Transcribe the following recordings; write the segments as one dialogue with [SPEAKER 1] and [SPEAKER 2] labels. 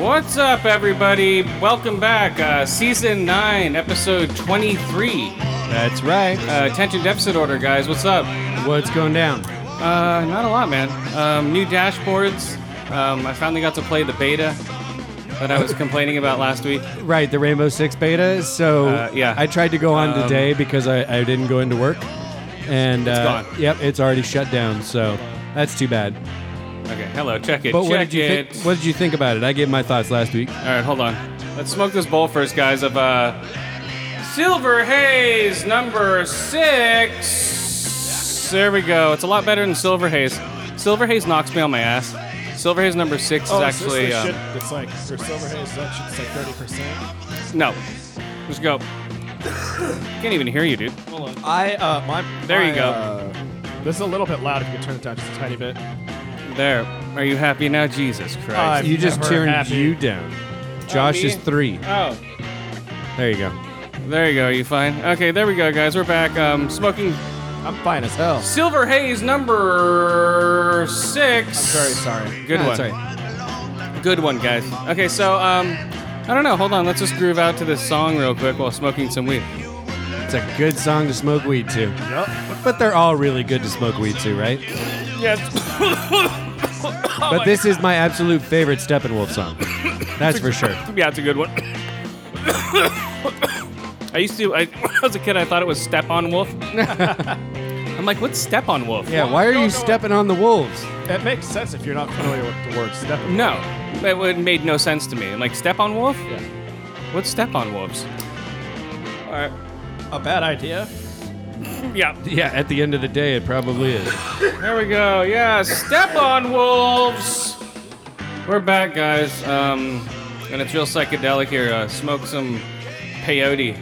[SPEAKER 1] What's up, everybody? Welcome back, uh, season nine, episode twenty-three.
[SPEAKER 2] That's right.
[SPEAKER 1] Uh, attention deficit order, guys. What's up?
[SPEAKER 2] What's going down?
[SPEAKER 1] Uh, not a lot, man. Um, new dashboards. Um, I finally got to play the beta that I was complaining about last week.
[SPEAKER 2] Right, the Rainbow Six beta. So
[SPEAKER 1] Uh, yeah.
[SPEAKER 2] I tried to go on
[SPEAKER 1] Um,
[SPEAKER 2] today because I, I didn't go into work, and
[SPEAKER 1] It's
[SPEAKER 2] uh,
[SPEAKER 1] gone.
[SPEAKER 2] yep, it's already shut down. So that's too bad.
[SPEAKER 1] Okay, hello. Check it.
[SPEAKER 2] But
[SPEAKER 1] check
[SPEAKER 2] what did you
[SPEAKER 1] it.
[SPEAKER 2] think? What did you think about it? I gave my thoughts last week.
[SPEAKER 1] All right, hold on. Let's smoke this bowl first, guys. Of uh, Silver Haze number six. There we go. It's a lot better than Silver Haze. Silver Haze knocks me on my ass. Silver Haze number six is actually um,
[SPEAKER 3] it's like for silver haze that shit's like thirty percent.
[SPEAKER 1] no. Just go. Can't even hear you, dude.
[SPEAKER 2] I uh, my
[SPEAKER 1] There you go.
[SPEAKER 3] This is a little bit loud. If you could turn it down just a tiny bit.
[SPEAKER 1] There. Are you happy now, Jesus Christ?
[SPEAKER 3] I'm
[SPEAKER 2] you just
[SPEAKER 3] never
[SPEAKER 2] turned
[SPEAKER 3] happy.
[SPEAKER 2] you down. Josh
[SPEAKER 1] me?
[SPEAKER 2] is three.
[SPEAKER 1] oh.
[SPEAKER 2] There you go.
[SPEAKER 1] There you go. Are you fine? Okay. There we go, guys. We're back. Um, smoking
[SPEAKER 3] I'm fine as hell.
[SPEAKER 1] Silver Haze number six.
[SPEAKER 3] Very sorry.
[SPEAKER 1] Good
[SPEAKER 2] Ah,
[SPEAKER 1] one.
[SPEAKER 2] it's all right.
[SPEAKER 1] Good one, guys. Okay, so um, I don't know. Hold on, let's just groove out to this song real quick while smoking some weed.
[SPEAKER 2] It's a good song to smoke weed to.
[SPEAKER 3] Yup.
[SPEAKER 2] But they're all really good to smoke weed to, right?
[SPEAKER 1] Yes.
[SPEAKER 2] but this is my absolute favorite Steppenwolf song. That's for sure.
[SPEAKER 1] yeah, it's a good one. I used to. I, when I was a kid, I thought it was Step on Wolf. I'm like, what's Step on Wolf?
[SPEAKER 2] Yeah, why are you stepping on the wolves?
[SPEAKER 3] It makes sense if you're not familiar with the word step.
[SPEAKER 1] No, that would made no sense to me. I'm like, Step on Wolf?
[SPEAKER 3] Yeah.
[SPEAKER 1] What's Step on Wolves? All right.
[SPEAKER 3] A bad idea.
[SPEAKER 1] Yeah.
[SPEAKER 2] Yeah, at the end of the day, it probably is.
[SPEAKER 1] There we go. Yeah, step on wolves. We're back, guys. Um, and it's real psychedelic here. Uh, smoke some peyote.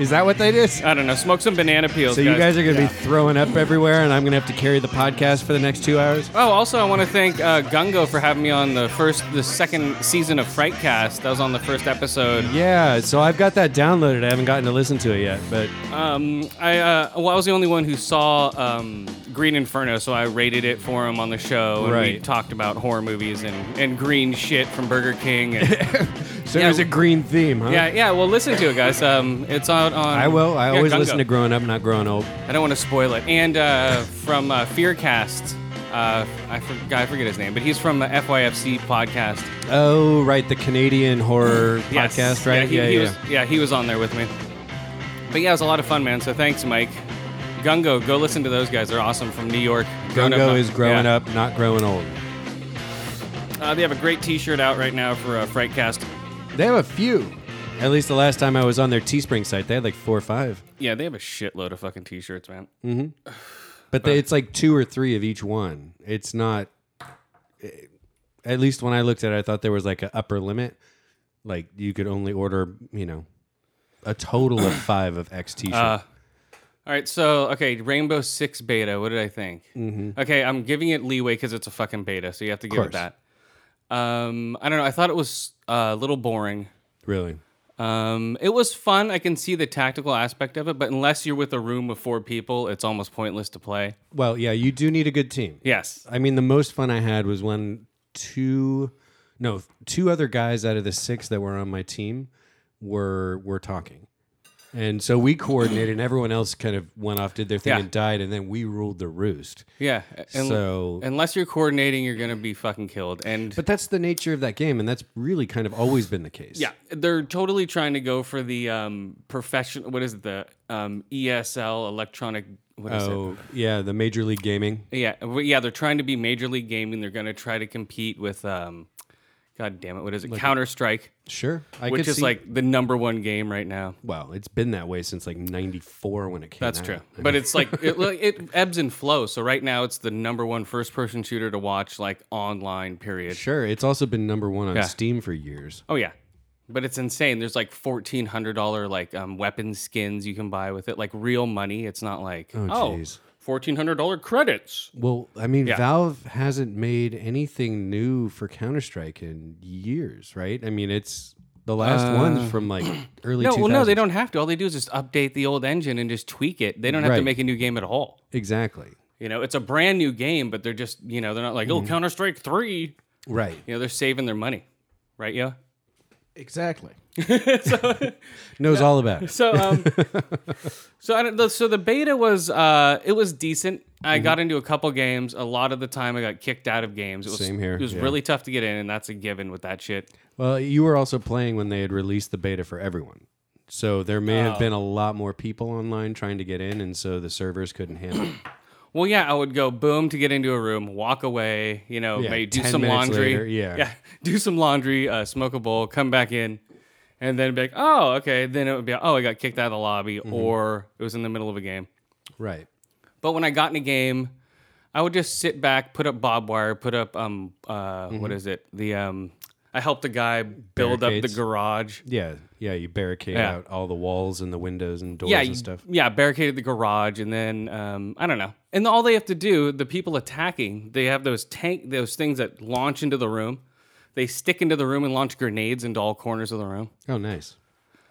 [SPEAKER 2] Is that what that is?
[SPEAKER 1] I don't know. Smoke some banana peels.
[SPEAKER 2] So you guys are going to
[SPEAKER 3] Yeah.
[SPEAKER 2] be throwing up everywhere, and I'm going to have to carry the podcast for the next two hours.
[SPEAKER 1] Oh, also, I want to thank uh, Gungo for having me on the first, the second season of Frightcast. That was on the first episode.
[SPEAKER 2] Yeah, so I've got that downloaded. I haven't gotten to listen to it yet, but
[SPEAKER 1] Um, I uh, well, I was the only one who saw um, Green Inferno, so I rated it for him on the show, and we
[SPEAKER 2] Right.
[SPEAKER 1] talked about horror movies and, and green shit from Burger King. And,
[SPEAKER 2] so
[SPEAKER 1] Yeah.
[SPEAKER 2] there's a green theme, huh?
[SPEAKER 1] Yeah, yeah. Well, listen to it, guys. Um, it's out on.
[SPEAKER 2] I will. I
[SPEAKER 1] yeah,
[SPEAKER 2] always
[SPEAKER 1] Gungo.
[SPEAKER 2] listen to Growing Up, Not Growing Old.
[SPEAKER 1] I don't want to spoil it. And uh, from uh, Fearcast, uh, I, for- I forget his name, but he's from uh, FYFC podcast.
[SPEAKER 2] Oh, right, the Canadian horror
[SPEAKER 1] Yes.
[SPEAKER 2] podcast, right?
[SPEAKER 1] he, he Was, yeah, he was on there with me. But yeah, it was a lot of fun, man. So thanks, Mike. Gungo, go listen to those guys. They're awesome from New York. Grown
[SPEAKER 2] Gungo
[SPEAKER 1] Up-
[SPEAKER 2] is growing
[SPEAKER 1] yeah.
[SPEAKER 2] up, not growing old.
[SPEAKER 1] Uh, they have a great T-shirt out right now for uh, Frightcast.
[SPEAKER 2] They have a few. At least the last time I was on their Teespring site, they had like four or five.
[SPEAKER 1] Yeah, they have a shitload of fucking T-shirts, man.
[SPEAKER 2] But they, it's like two or three of each one. It's not. eh, At least when I looked at it, I thought there was like an upper limit. Like you could only order, you know, a total of five of X T-shirt.
[SPEAKER 1] All right, so okay, Rainbow Six beta. What did I think? Mm-hmm. Okay, I'm giving it leeway because it's a fucking beta, so you have to give it
[SPEAKER 2] course.
[SPEAKER 1] that. Um, I don't know. I thought it was uh, a little boring.
[SPEAKER 2] really?
[SPEAKER 1] Um, it was fun. I can see the tactical aspect of it, but unless you're with a room of four people, it's almost pointless to play.
[SPEAKER 2] Well, yeah, you do need a good team.
[SPEAKER 1] Yes.
[SPEAKER 2] I mean, the most fun I had was when two, no, two other guys out of the six that were on my team were were talking, and so we coordinated, and everyone else kind of went off, did their thing,
[SPEAKER 1] Yeah.
[SPEAKER 2] and died, and then we ruled the roost.
[SPEAKER 1] Yeah. un-
[SPEAKER 2] So-
[SPEAKER 1] unless you're coordinating, you're gonna be fucking killed. And
[SPEAKER 2] But that's the nature of that game, and that's really kind of always been the case.
[SPEAKER 1] yeah, they're totally trying to go for the um, professional. What is it? The um, ESL electronic. What is it?
[SPEAKER 2] Oh, yeah, the Major League Gaming.
[SPEAKER 1] Yeah, well, yeah, they're trying to be major league gaming. They're going to try to compete with um, God damn it! What is it? Counter Strike,
[SPEAKER 2] Sure, I
[SPEAKER 1] which
[SPEAKER 2] could
[SPEAKER 1] is
[SPEAKER 2] see-
[SPEAKER 1] like the number one game right now.
[SPEAKER 2] well, it's been that way since like '94 when it came.
[SPEAKER 1] That's
[SPEAKER 2] out.
[SPEAKER 1] true,
[SPEAKER 2] I
[SPEAKER 1] but
[SPEAKER 2] mean,
[SPEAKER 1] it's like it, like, it ebbs and flows. So right now, it's the number one first-person shooter to watch, like online. Period.
[SPEAKER 2] sure, it's also been number one on
[SPEAKER 1] Yeah.
[SPEAKER 2] Steam for years.
[SPEAKER 1] Oh yeah, but it's insane. There's like fourteen hundred dollar like um, weapon skins you can buy with it, like real money. It's not like
[SPEAKER 2] Oh,
[SPEAKER 1] oh
[SPEAKER 2] jeez.
[SPEAKER 1] fourteen hundred dollar credits.
[SPEAKER 2] Well, I mean,
[SPEAKER 1] Yeah.
[SPEAKER 2] Valve hasn't made anything new for Counter Strike in years, right? I mean, it's the last ones from like early.
[SPEAKER 1] Uh, No,
[SPEAKER 2] 2000s.
[SPEAKER 1] well, no, they don't have to. All they do is just update the old engine and just tweak it. They don't have to
[SPEAKER 2] Right.
[SPEAKER 1] make a new game at all.
[SPEAKER 2] exactly.
[SPEAKER 1] You know, it's a brand new game, but they're just you know they're not like
[SPEAKER 2] Mm-hmm.
[SPEAKER 1] oh Counter Strike three.
[SPEAKER 2] Right.
[SPEAKER 1] You know, they're saving their money, right? Yeah.
[SPEAKER 3] Exactly.
[SPEAKER 2] Knows all about it.
[SPEAKER 1] So, um, so I don't, the, so the beta was uh, it was decent. I
[SPEAKER 2] Mm-hmm.
[SPEAKER 1] got into a couple games. A lot of the time, I got kicked out of games. It was,
[SPEAKER 2] Same here,
[SPEAKER 1] It was
[SPEAKER 2] yeah.
[SPEAKER 1] really tough to get in, and that's a given with that shit.
[SPEAKER 2] Well, you were also playing when they had released the beta for everyone. So there may have been a lot more people online trying to get in, and so the servers couldn't handle it.
[SPEAKER 1] Well, yeah, I would go boom to get into a room, walk away, you know,
[SPEAKER 2] Yeah,
[SPEAKER 1] maybe do
[SPEAKER 2] 10
[SPEAKER 1] some
[SPEAKER 2] minutes
[SPEAKER 1] laundry,
[SPEAKER 2] later, yeah.
[SPEAKER 1] yeah, do some laundry, uh, smoke a bowl, come back in, and then be like, oh, okay. Then it would be, oh, I got kicked out of the lobby,
[SPEAKER 2] Mm-hmm.
[SPEAKER 1] or it was in the middle of a game.
[SPEAKER 2] Right.
[SPEAKER 1] But when I got in a game, I would just sit back, put up barbed wire, put up um uh
[SPEAKER 2] Mm-hmm.
[SPEAKER 1] what is it? The um I helped a guy build up
[SPEAKER 2] Barricades?
[SPEAKER 1] the garage.
[SPEAKER 2] Yeah. Yeah. You barricade
[SPEAKER 1] Yeah.
[SPEAKER 2] out all the walls and the windows and doors
[SPEAKER 1] Yeah,
[SPEAKER 2] and
[SPEAKER 1] you-
[SPEAKER 2] stuff.
[SPEAKER 1] yeah, barricaded the garage, and then um, I don't know. And all they have to do, the people attacking, they have those tank, those things that launch into the room. They stick into the room and launch grenades into all corners of the room.
[SPEAKER 2] Oh, nice.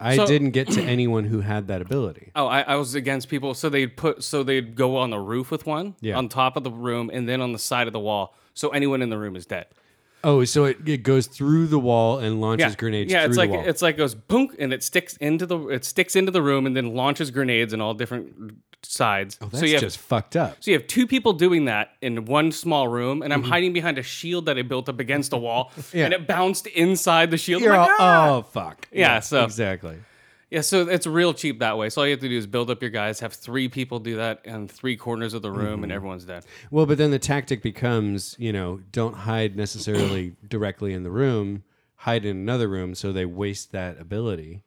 [SPEAKER 2] I
[SPEAKER 1] So-
[SPEAKER 2] didn't get to anyone who had that ability.
[SPEAKER 1] Oh, I, I was against people. So they'd put, so they'd go on the roof with one,
[SPEAKER 2] Yeah.
[SPEAKER 1] on top of the room, and then on the side of the wall. So anyone in the room is dead.
[SPEAKER 2] Oh, so it, it goes through the wall and launches grenades
[SPEAKER 1] Yeah,
[SPEAKER 2] through
[SPEAKER 1] it's like
[SPEAKER 2] the wall.
[SPEAKER 1] it's like goes boonk and it sticks into the it sticks into the room and then launches grenades in all different sides.
[SPEAKER 2] Oh, That's
[SPEAKER 1] so you have
[SPEAKER 2] just fucked up.
[SPEAKER 1] so you have two people doing that in one small room, and I'm hiding behind a shield that I built up against a wall,
[SPEAKER 2] Mm-hmm. Yeah.
[SPEAKER 1] and it bounced inside the shield. I'm
[SPEAKER 2] You're
[SPEAKER 1] like,
[SPEAKER 2] all,
[SPEAKER 1] "Ah!"
[SPEAKER 2] oh, fuck.
[SPEAKER 1] Yeah, so-
[SPEAKER 2] Exactly.
[SPEAKER 1] Yeah, so it's real cheap that way. So all you have to do is build up your guys, have three people do that in three corners of the room,
[SPEAKER 2] Mm-hmm.
[SPEAKER 1] and everyone's dead.
[SPEAKER 2] Well, but then the tactic becomes, you know, don't hide necessarily directly in the room, hide in another room, so they waste that ability.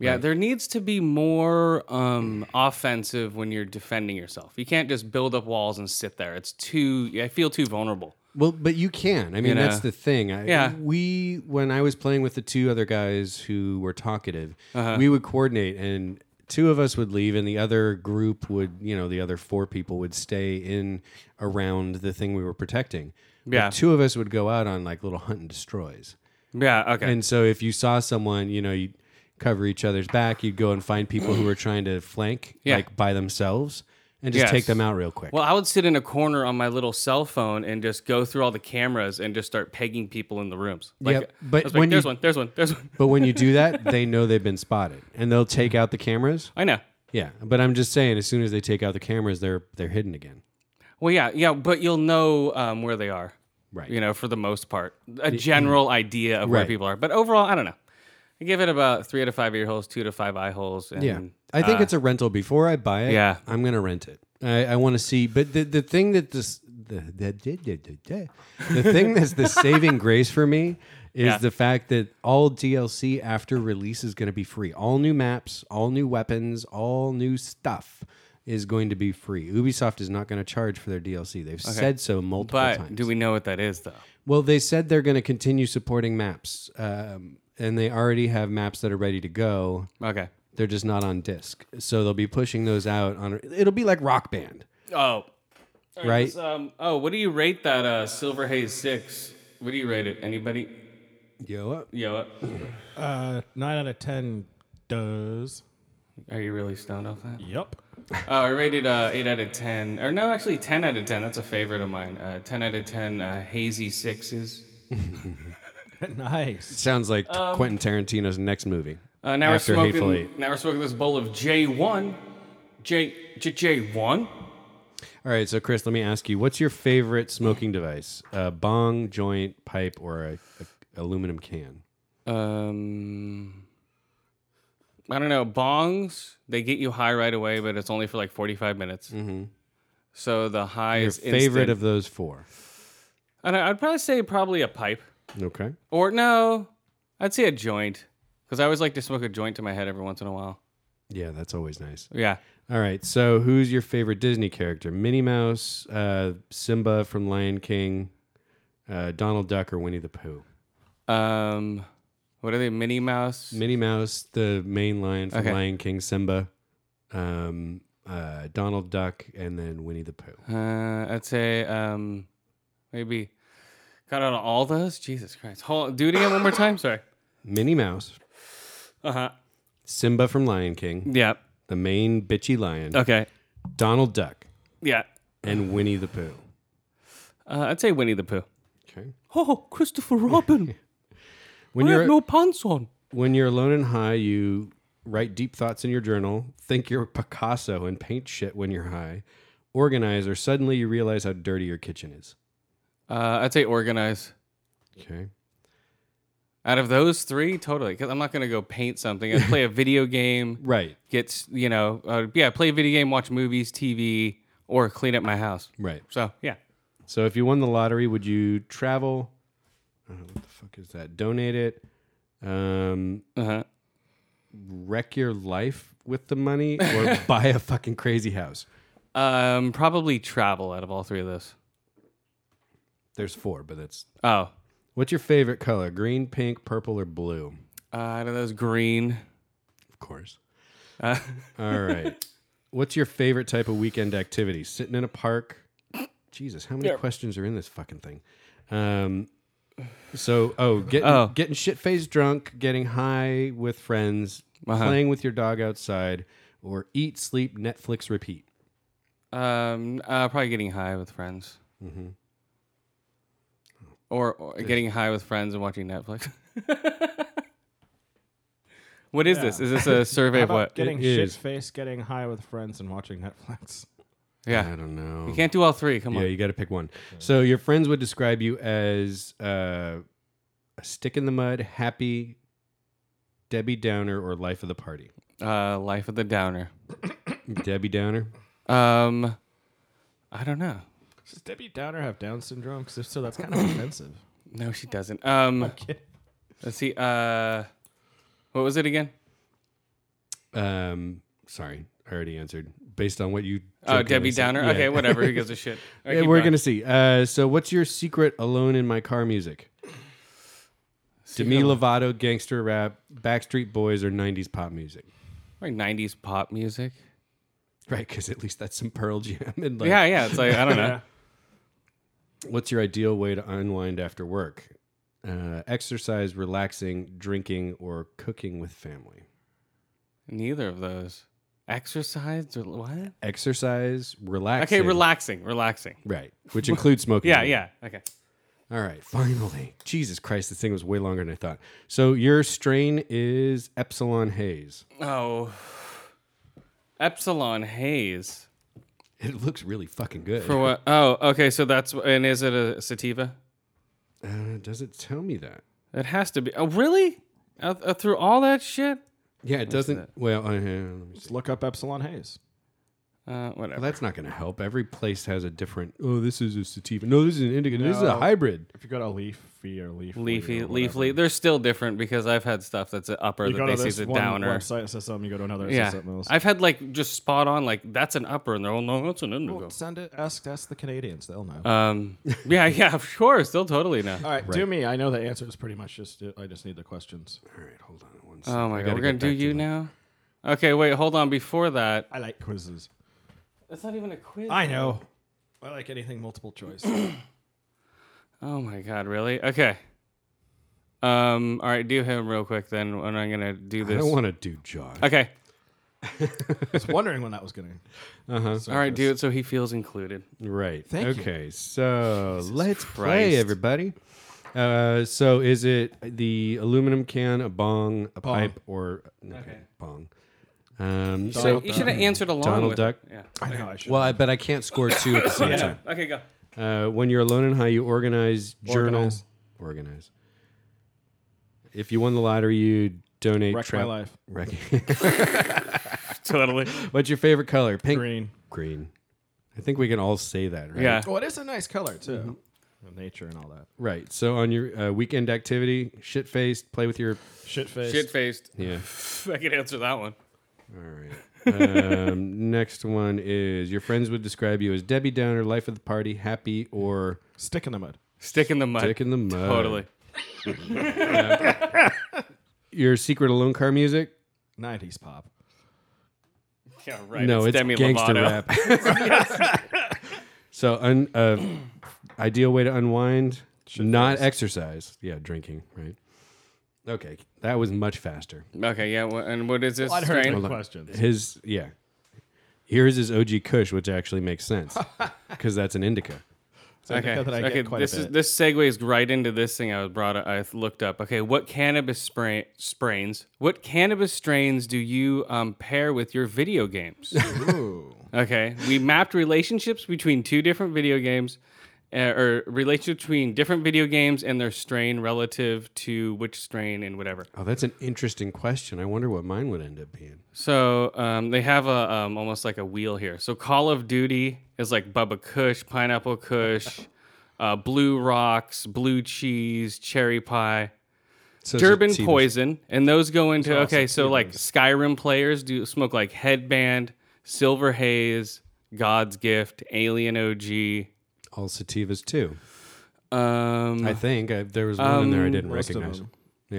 [SPEAKER 1] Yeah, there needs to be more um, offensive when you're defending yourself. You can't just build up walls and sit there. It's too. I feel too vulnerable.
[SPEAKER 2] Well, but you can. I mean,
[SPEAKER 1] know.
[SPEAKER 2] that's the thing. I,
[SPEAKER 1] Yeah.
[SPEAKER 2] We, when I was playing with the two other guys who were talkative,
[SPEAKER 1] Uh-huh.
[SPEAKER 2] we would coordinate and two of us would leave and the other group would, you know, the other four people would stay in around the thing we were protecting. But
[SPEAKER 1] Yeah.
[SPEAKER 2] two of us would go out on like little hunt and destroys.
[SPEAKER 1] Yeah. Okay.
[SPEAKER 2] And so if you saw someone, you know, you'd cover each other's back, you'd go and find people who were trying to flank
[SPEAKER 1] Yeah.
[SPEAKER 2] like by themselves and just take
[SPEAKER 1] Yes.
[SPEAKER 2] them out real quick.
[SPEAKER 1] well, I would sit in a corner on my little cell phone and just go through all the cameras and just start pegging people in the rooms. Like,
[SPEAKER 2] Yep,
[SPEAKER 1] I
[SPEAKER 2] but
[SPEAKER 1] was like,
[SPEAKER 2] when you-
[SPEAKER 1] there's one, there's one, there's one.
[SPEAKER 2] but when you do that, they know they've been spotted and they'll take out the cameras.
[SPEAKER 1] I know.
[SPEAKER 2] Yeah. But I'm just saying as soon as they take out the cameras, they're they're hidden again.
[SPEAKER 1] Well, yeah, yeah, but you'll know um, where they are.
[SPEAKER 2] Right. mm.
[SPEAKER 1] You know, for the most part, a general idea of where
[SPEAKER 2] Right.
[SPEAKER 1] people are. But overall, I don't know. I give it about three out of five ear holes, two to five eye holes. And, uh,
[SPEAKER 2] Yeah. I think it's a rental. Before I buy it,
[SPEAKER 1] Yeah.
[SPEAKER 2] I'm gonna rent it. I, I want to see, but the, the thing that this the, the, the, the, the, the thing that's the saving grace for me is
[SPEAKER 1] Yeah.
[SPEAKER 2] the fact that all DLC after release is going to be free. All new maps, all new weapons, all new stuff is going to be free. Ubisoft is not going to charge for their DLC. They've said so multiple
[SPEAKER 1] But
[SPEAKER 2] times.
[SPEAKER 1] do we know what that is though?
[SPEAKER 2] Well, they said they're going to continue supporting maps, um, and they already have maps that are ready to go.
[SPEAKER 1] Okay.
[SPEAKER 2] They're just not on disc, so they'll be pushing those out on. It'll be like Rock Band,
[SPEAKER 1] Oh,
[SPEAKER 2] right?
[SPEAKER 1] It's, um, oh, what do you rate that uh, Silver Haze Six? What do you rate it? Anybody?
[SPEAKER 2] Yo, up.
[SPEAKER 1] Yo, uh,
[SPEAKER 3] Uh, nine out of ten does.
[SPEAKER 1] are you really stoned off that?
[SPEAKER 3] Yep.
[SPEAKER 1] Oh, I rated uh, eight out of ten, or no, actually ten out of ten. That's a favorite of mine. Uh, ten out of ten uh, hazy sixes.
[SPEAKER 3] nice.
[SPEAKER 2] sounds like Quentin Tarantino's next movie.
[SPEAKER 1] Um, Uh, now
[SPEAKER 2] After
[SPEAKER 1] we're
[SPEAKER 2] Hateful Eight.
[SPEAKER 1] smoking. Now we're smoking this bowl of J one. J J J one.
[SPEAKER 2] All right, so Chris, let me ask you: What's your favorite smoking device? A bong, joint, pipe, or a, a aluminum can?
[SPEAKER 1] Um, I don't know. Bongs they get you high right away, but it's only for like forty five minutes. Mm-hmm. So the high
[SPEAKER 2] Your
[SPEAKER 1] is
[SPEAKER 2] favorite
[SPEAKER 1] instant.
[SPEAKER 2] of those four?
[SPEAKER 1] And I- I'd probably say probably a pipe.
[SPEAKER 2] Okay.
[SPEAKER 1] Or no, I'd say a joint because I always like to smoke a joint to my head every once in a while.
[SPEAKER 2] Yeah, that's always nice.
[SPEAKER 1] Yeah.
[SPEAKER 2] All right. So, who's your favorite Disney character? Minnie Mouse, uh, Simba from Lion King, uh, Donald Duck, or Winnie the Pooh?
[SPEAKER 1] Um, what are they? Minnie Mouse.
[SPEAKER 2] Minnie Mouse, the main lion from
[SPEAKER 1] Okay.
[SPEAKER 2] Lion King, Simba, um, uh, Donald Duck, and then Winnie the Pooh.
[SPEAKER 1] Uh, I'd say um, maybe. Got out of all those? Jesus Christ. Hold, do it again one more time. Sorry.
[SPEAKER 2] Minnie Mouse,
[SPEAKER 1] Uh huh.
[SPEAKER 2] Simba from Lion King,
[SPEAKER 1] Yeah.
[SPEAKER 2] the main bitchy lion,
[SPEAKER 1] Okay.
[SPEAKER 2] Donald Duck,
[SPEAKER 1] Yeah.
[SPEAKER 2] and Winnie the Pooh.
[SPEAKER 1] Uh, I'd say Winnie the Pooh.
[SPEAKER 2] Okay.
[SPEAKER 1] Oh, Christopher Robin.
[SPEAKER 2] When you're
[SPEAKER 1] pants on.
[SPEAKER 2] when you're alone and high, you write deep thoughts in your journal, think you're Picasso, and paint shit when you're high. Organize, or suddenly you realize how dirty your kitchen is.
[SPEAKER 1] Uh, I'd say organize.
[SPEAKER 2] Okay.
[SPEAKER 1] Out of those three, totally. Because I'm not gonna go paint something. I'd play a video game.
[SPEAKER 2] Right.
[SPEAKER 1] Get you know, uh, yeah, play a video game, watch movies, TV, or clean up my house.
[SPEAKER 2] Right.
[SPEAKER 1] So yeah,
[SPEAKER 2] So if you won the lottery, would you travel? Uh, what the fuck is that? Donate it. Um,
[SPEAKER 1] uh huh.
[SPEAKER 2] wreck your life with the money, or buy a fucking crazy house.
[SPEAKER 1] Um, probably travel out of all three of those.
[SPEAKER 2] There's four, but that's.
[SPEAKER 1] Oh,
[SPEAKER 2] What's your favorite color? Green, pink, purple, or blue?
[SPEAKER 1] uh, out of those green.
[SPEAKER 2] Of course.
[SPEAKER 1] Uh,
[SPEAKER 2] All right. What's your favorite type of weekend activity? Sitting in a park. Jesus, how many questions are in this fucking thing? Um, so, oh, getting,
[SPEAKER 1] Oh.
[SPEAKER 2] getting shit faced drunk, getting high with friends,
[SPEAKER 1] Uh-huh.
[SPEAKER 2] playing with your dog outside, or eat, sleep, Netflix, repeat.
[SPEAKER 1] um, uh, probably getting high with friends.
[SPEAKER 2] Mm-hmm.
[SPEAKER 1] Or, or getting high with friends and watching Netflix. what is this? Is this a survey
[SPEAKER 3] How
[SPEAKER 1] of
[SPEAKER 3] about
[SPEAKER 1] what?
[SPEAKER 3] getting
[SPEAKER 2] It is.
[SPEAKER 3] shit faced, getting high with friends, and watching Netflix?
[SPEAKER 1] yeah,
[SPEAKER 2] I don't know.
[SPEAKER 1] you can't do all three. Come
[SPEAKER 2] yeah,
[SPEAKER 1] on.
[SPEAKER 2] you got to pick one. So, your friends would describe you as uh, a stick in the mud, happy, Debbie Downer, or life of the party.
[SPEAKER 1] Uh, Life of the Downer.
[SPEAKER 2] Debbie Downer.
[SPEAKER 1] Um, I don't know.
[SPEAKER 3] Does Debbie Downer have Down syndrome? Because if so, that's kind of offensive.
[SPEAKER 1] No, she doesn't. Um,
[SPEAKER 3] Kid-
[SPEAKER 1] let's see. Uh, what was it again?
[SPEAKER 2] Um, sorry, I already answered based on what you.
[SPEAKER 1] Oh,
[SPEAKER 2] jokingly
[SPEAKER 1] Debbie
[SPEAKER 2] said.
[SPEAKER 1] Downer.
[SPEAKER 2] Yeah.
[SPEAKER 1] Okay, whatever. Who gives a shit? All right,
[SPEAKER 2] Yeah,
[SPEAKER 1] keep
[SPEAKER 2] we're
[SPEAKER 1] going.
[SPEAKER 2] gonna see. Uh, so, what's your secret alone in my car music? Demi Lovato, gangster rap, Backstreet Boys, or '90s pop music?
[SPEAKER 1] Like 90s pop music.
[SPEAKER 2] Right, because at least that's some Pearl Jam. And like,
[SPEAKER 1] yeah, yeah. It's like, I don't know.
[SPEAKER 2] what's your ideal way to unwind after work? Uh, exercise, relaxing, drinking, or cooking with family.
[SPEAKER 1] Neither of those. Exercise or what?
[SPEAKER 2] Exercise, relaxing.
[SPEAKER 1] Okay, relaxing, relaxing.
[SPEAKER 2] Right, which includes smoking.
[SPEAKER 1] Yeah,
[SPEAKER 2] weed.
[SPEAKER 1] yeah. Okay.
[SPEAKER 2] All right, finally. Jesus Christ, this thing was way longer than I thought. So your strain is epsilon haze.
[SPEAKER 1] Oh. Epsilon haze.
[SPEAKER 2] It looks really fucking good.
[SPEAKER 1] For what? Oh, okay. So that's, and is it a sativa?
[SPEAKER 2] Uh, does it tell me that?
[SPEAKER 1] It has to be. Oh, really? Out, out through all that shit?
[SPEAKER 2] Yeah, it doesn't. Well, uh, let me see.
[SPEAKER 3] Just look up Epsilon Hayes.
[SPEAKER 1] Uh, whatever.
[SPEAKER 2] Well, that's not going to help. Every place has a different. Oh, this is a sativa. No, this is an indica. This is a
[SPEAKER 3] No.
[SPEAKER 2] hybrid.
[SPEAKER 3] If you go to Leafy or Leafly,
[SPEAKER 1] leafy,
[SPEAKER 3] or whatever,
[SPEAKER 1] leafly. They're still different because I've had stuff that's an upper
[SPEAKER 3] You
[SPEAKER 1] that
[SPEAKER 3] go
[SPEAKER 1] they
[SPEAKER 3] to
[SPEAKER 1] say
[SPEAKER 3] this
[SPEAKER 1] is a
[SPEAKER 3] one
[SPEAKER 1] downer.
[SPEAKER 3] website that says something. You go to another that
[SPEAKER 1] Yeah,
[SPEAKER 3] says something else.
[SPEAKER 1] I've had like just spot on like that's an upper, and they're all no, that's an indigo.
[SPEAKER 3] Well, send it. Ask. Ask the Canadians. They'll know.
[SPEAKER 1] Um, yeah, yeah, of course, they'll totally know.
[SPEAKER 3] Uh, All right, do me. I know the answer is pretty much just. I just need the questions.
[SPEAKER 2] All right, hold on one second.
[SPEAKER 1] Oh my
[SPEAKER 2] I
[SPEAKER 1] god,
[SPEAKER 2] gotta
[SPEAKER 1] we're gonna
[SPEAKER 2] get
[SPEAKER 1] do
[SPEAKER 2] back to
[SPEAKER 1] you
[SPEAKER 2] my-
[SPEAKER 1] now? Okay, wait, hold on. Before that,
[SPEAKER 3] I like quizzes.
[SPEAKER 1] that's not even a quiz.
[SPEAKER 3] I know. I like anything multiple choice.
[SPEAKER 1] Oh my god, really? Okay. Um, all right, do him real quick then, and I'm gonna do
[SPEAKER 2] I
[SPEAKER 1] this.
[SPEAKER 2] don't want to do Josh.
[SPEAKER 1] okay,
[SPEAKER 3] I was wondering when that was going to.
[SPEAKER 2] Uh-huh.
[SPEAKER 1] all right, do it so he feels included.
[SPEAKER 2] Right.
[SPEAKER 3] Thank you.
[SPEAKER 2] okay, so let's play,
[SPEAKER 1] Christ.
[SPEAKER 2] everybody. Uh, so is it the aluminum can, a bong, a pipe, or okay. bong? Um, so
[SPEAKER 1] You should have answered along.
[SPEAKER 2] Donald
[SPEAKER 1] with-
[SPEAKER 2] Duck.
[SPEAKER 1] Yeah.
[SPEAKER 3] I know. I should.
[SPEAKER 2] well, I, but I can't score two at the same time.
[SPEAKER 1] Okay, go.
[SPEAKER 2] Uh, when you're alone and high, you organize, journal,
[SPEAKER 3] Organize.
[SPEAKER 2] organize. If you won the lottery, you donate.
[SPEAKER 3] Wrecked my life.
[SPEAKER 2] Wreck-
[SPEAKER 1] Totally.
[SPEAKER 2] What's your favorite color? Pink.
[SPEAKER 3] green.
[SPEAKER 2] Green. I think we can all say that, right?
[SPEAKER 1] Yeah.
[SPEAKER 3] Oh, it is a nice color too.
[SPEAKER 1] Mm-hmm.
[SPEAKER 3] and nature and all that.
[SPEAKER 2] Right. So on your uh, weekend activity, shit faced, play with your.
[SPEAKER 3] Shit face.
[SPEAKER 1] Shit faced.
[SPEAKER 2] Yeah.
[SPEAKER 1] I can answer that one.
[SPEAKER 2] All right. Um, next one is your friends would describe you as Debbie Downer, life of the party, happy, or
[SPEAKER 3] Stick in the mud.
[SPEAKER 1] Stick in the mud.
[SPEAKER 2] dick in the mud.
[SPEAKER 1] Totally.
[SPEAKER 2] Your secret alone car music?
[SPEAKER 3] Nineties pop.
[SPEAKER 1] Yeah, right.
[SPEAKER 2] no, it's,
[SPEAKER 1] Demi
[SPEAKER 2] gangster
[SPEAKER 1] Lovato.
[SPEAKER 2] rap. so, un, uh, ideal way to unwind, not exercise. Yeah, drinking, right? Okay, that was much faster.
[SPEAKER 1] Okay, yeah. wha- And what is this?
[SPEAKER 3] I'd heard
[SPEAKER 1] strain?
[SPEAKER 3] three questions.
[SPEAKER 2] His, yeah. Here's his OG Kush, which actually makes sense because that's an indica.
[SPEAKER 3] So I think that I get
[SPEAKER 1] okay.
[SPEAKER 3] quite a
[SPEAKER 1] this is
[SPEAKER 3] bit.
[SPEAKER 1] this segues right into this thing I was brought. Up, I looked up. Okay, what cannabis spray, sprains? What cannabis strains do you um, pair with your video games? okay, we mapped relationships between two different video games, uh, or relationships between different video games and their strain relative to which strain and whatever.
[SPEAKER 2] Oh, that's an interesting question. I wonder what mine would end up being.
[SPEAKER 1] So um, they have a um, almost like a wheel here. So Call of Duty is like Bubba Kush, Pineapple Kush, uh, Blue Rocks, Blue Cheese, Cherry Pie,
[SPEAKER 2] So it's a
[SPEAKER 1] Durban
[SPEAKER 2] tea-
[SPEAKER 1] Poison, and those go into okay. So like Skyrim players do smoke like Headband, Silver Haze, God's Gift, Alien OG.
[SPEAKER 2] All sativas too.
[SPEAKER 1] Um,
[SPEAKER 2] I think I, there was one in there I didn't
[SPEAKER 3] most of
[SPEAKER 2] recognize.
[SPEAKER 3] them.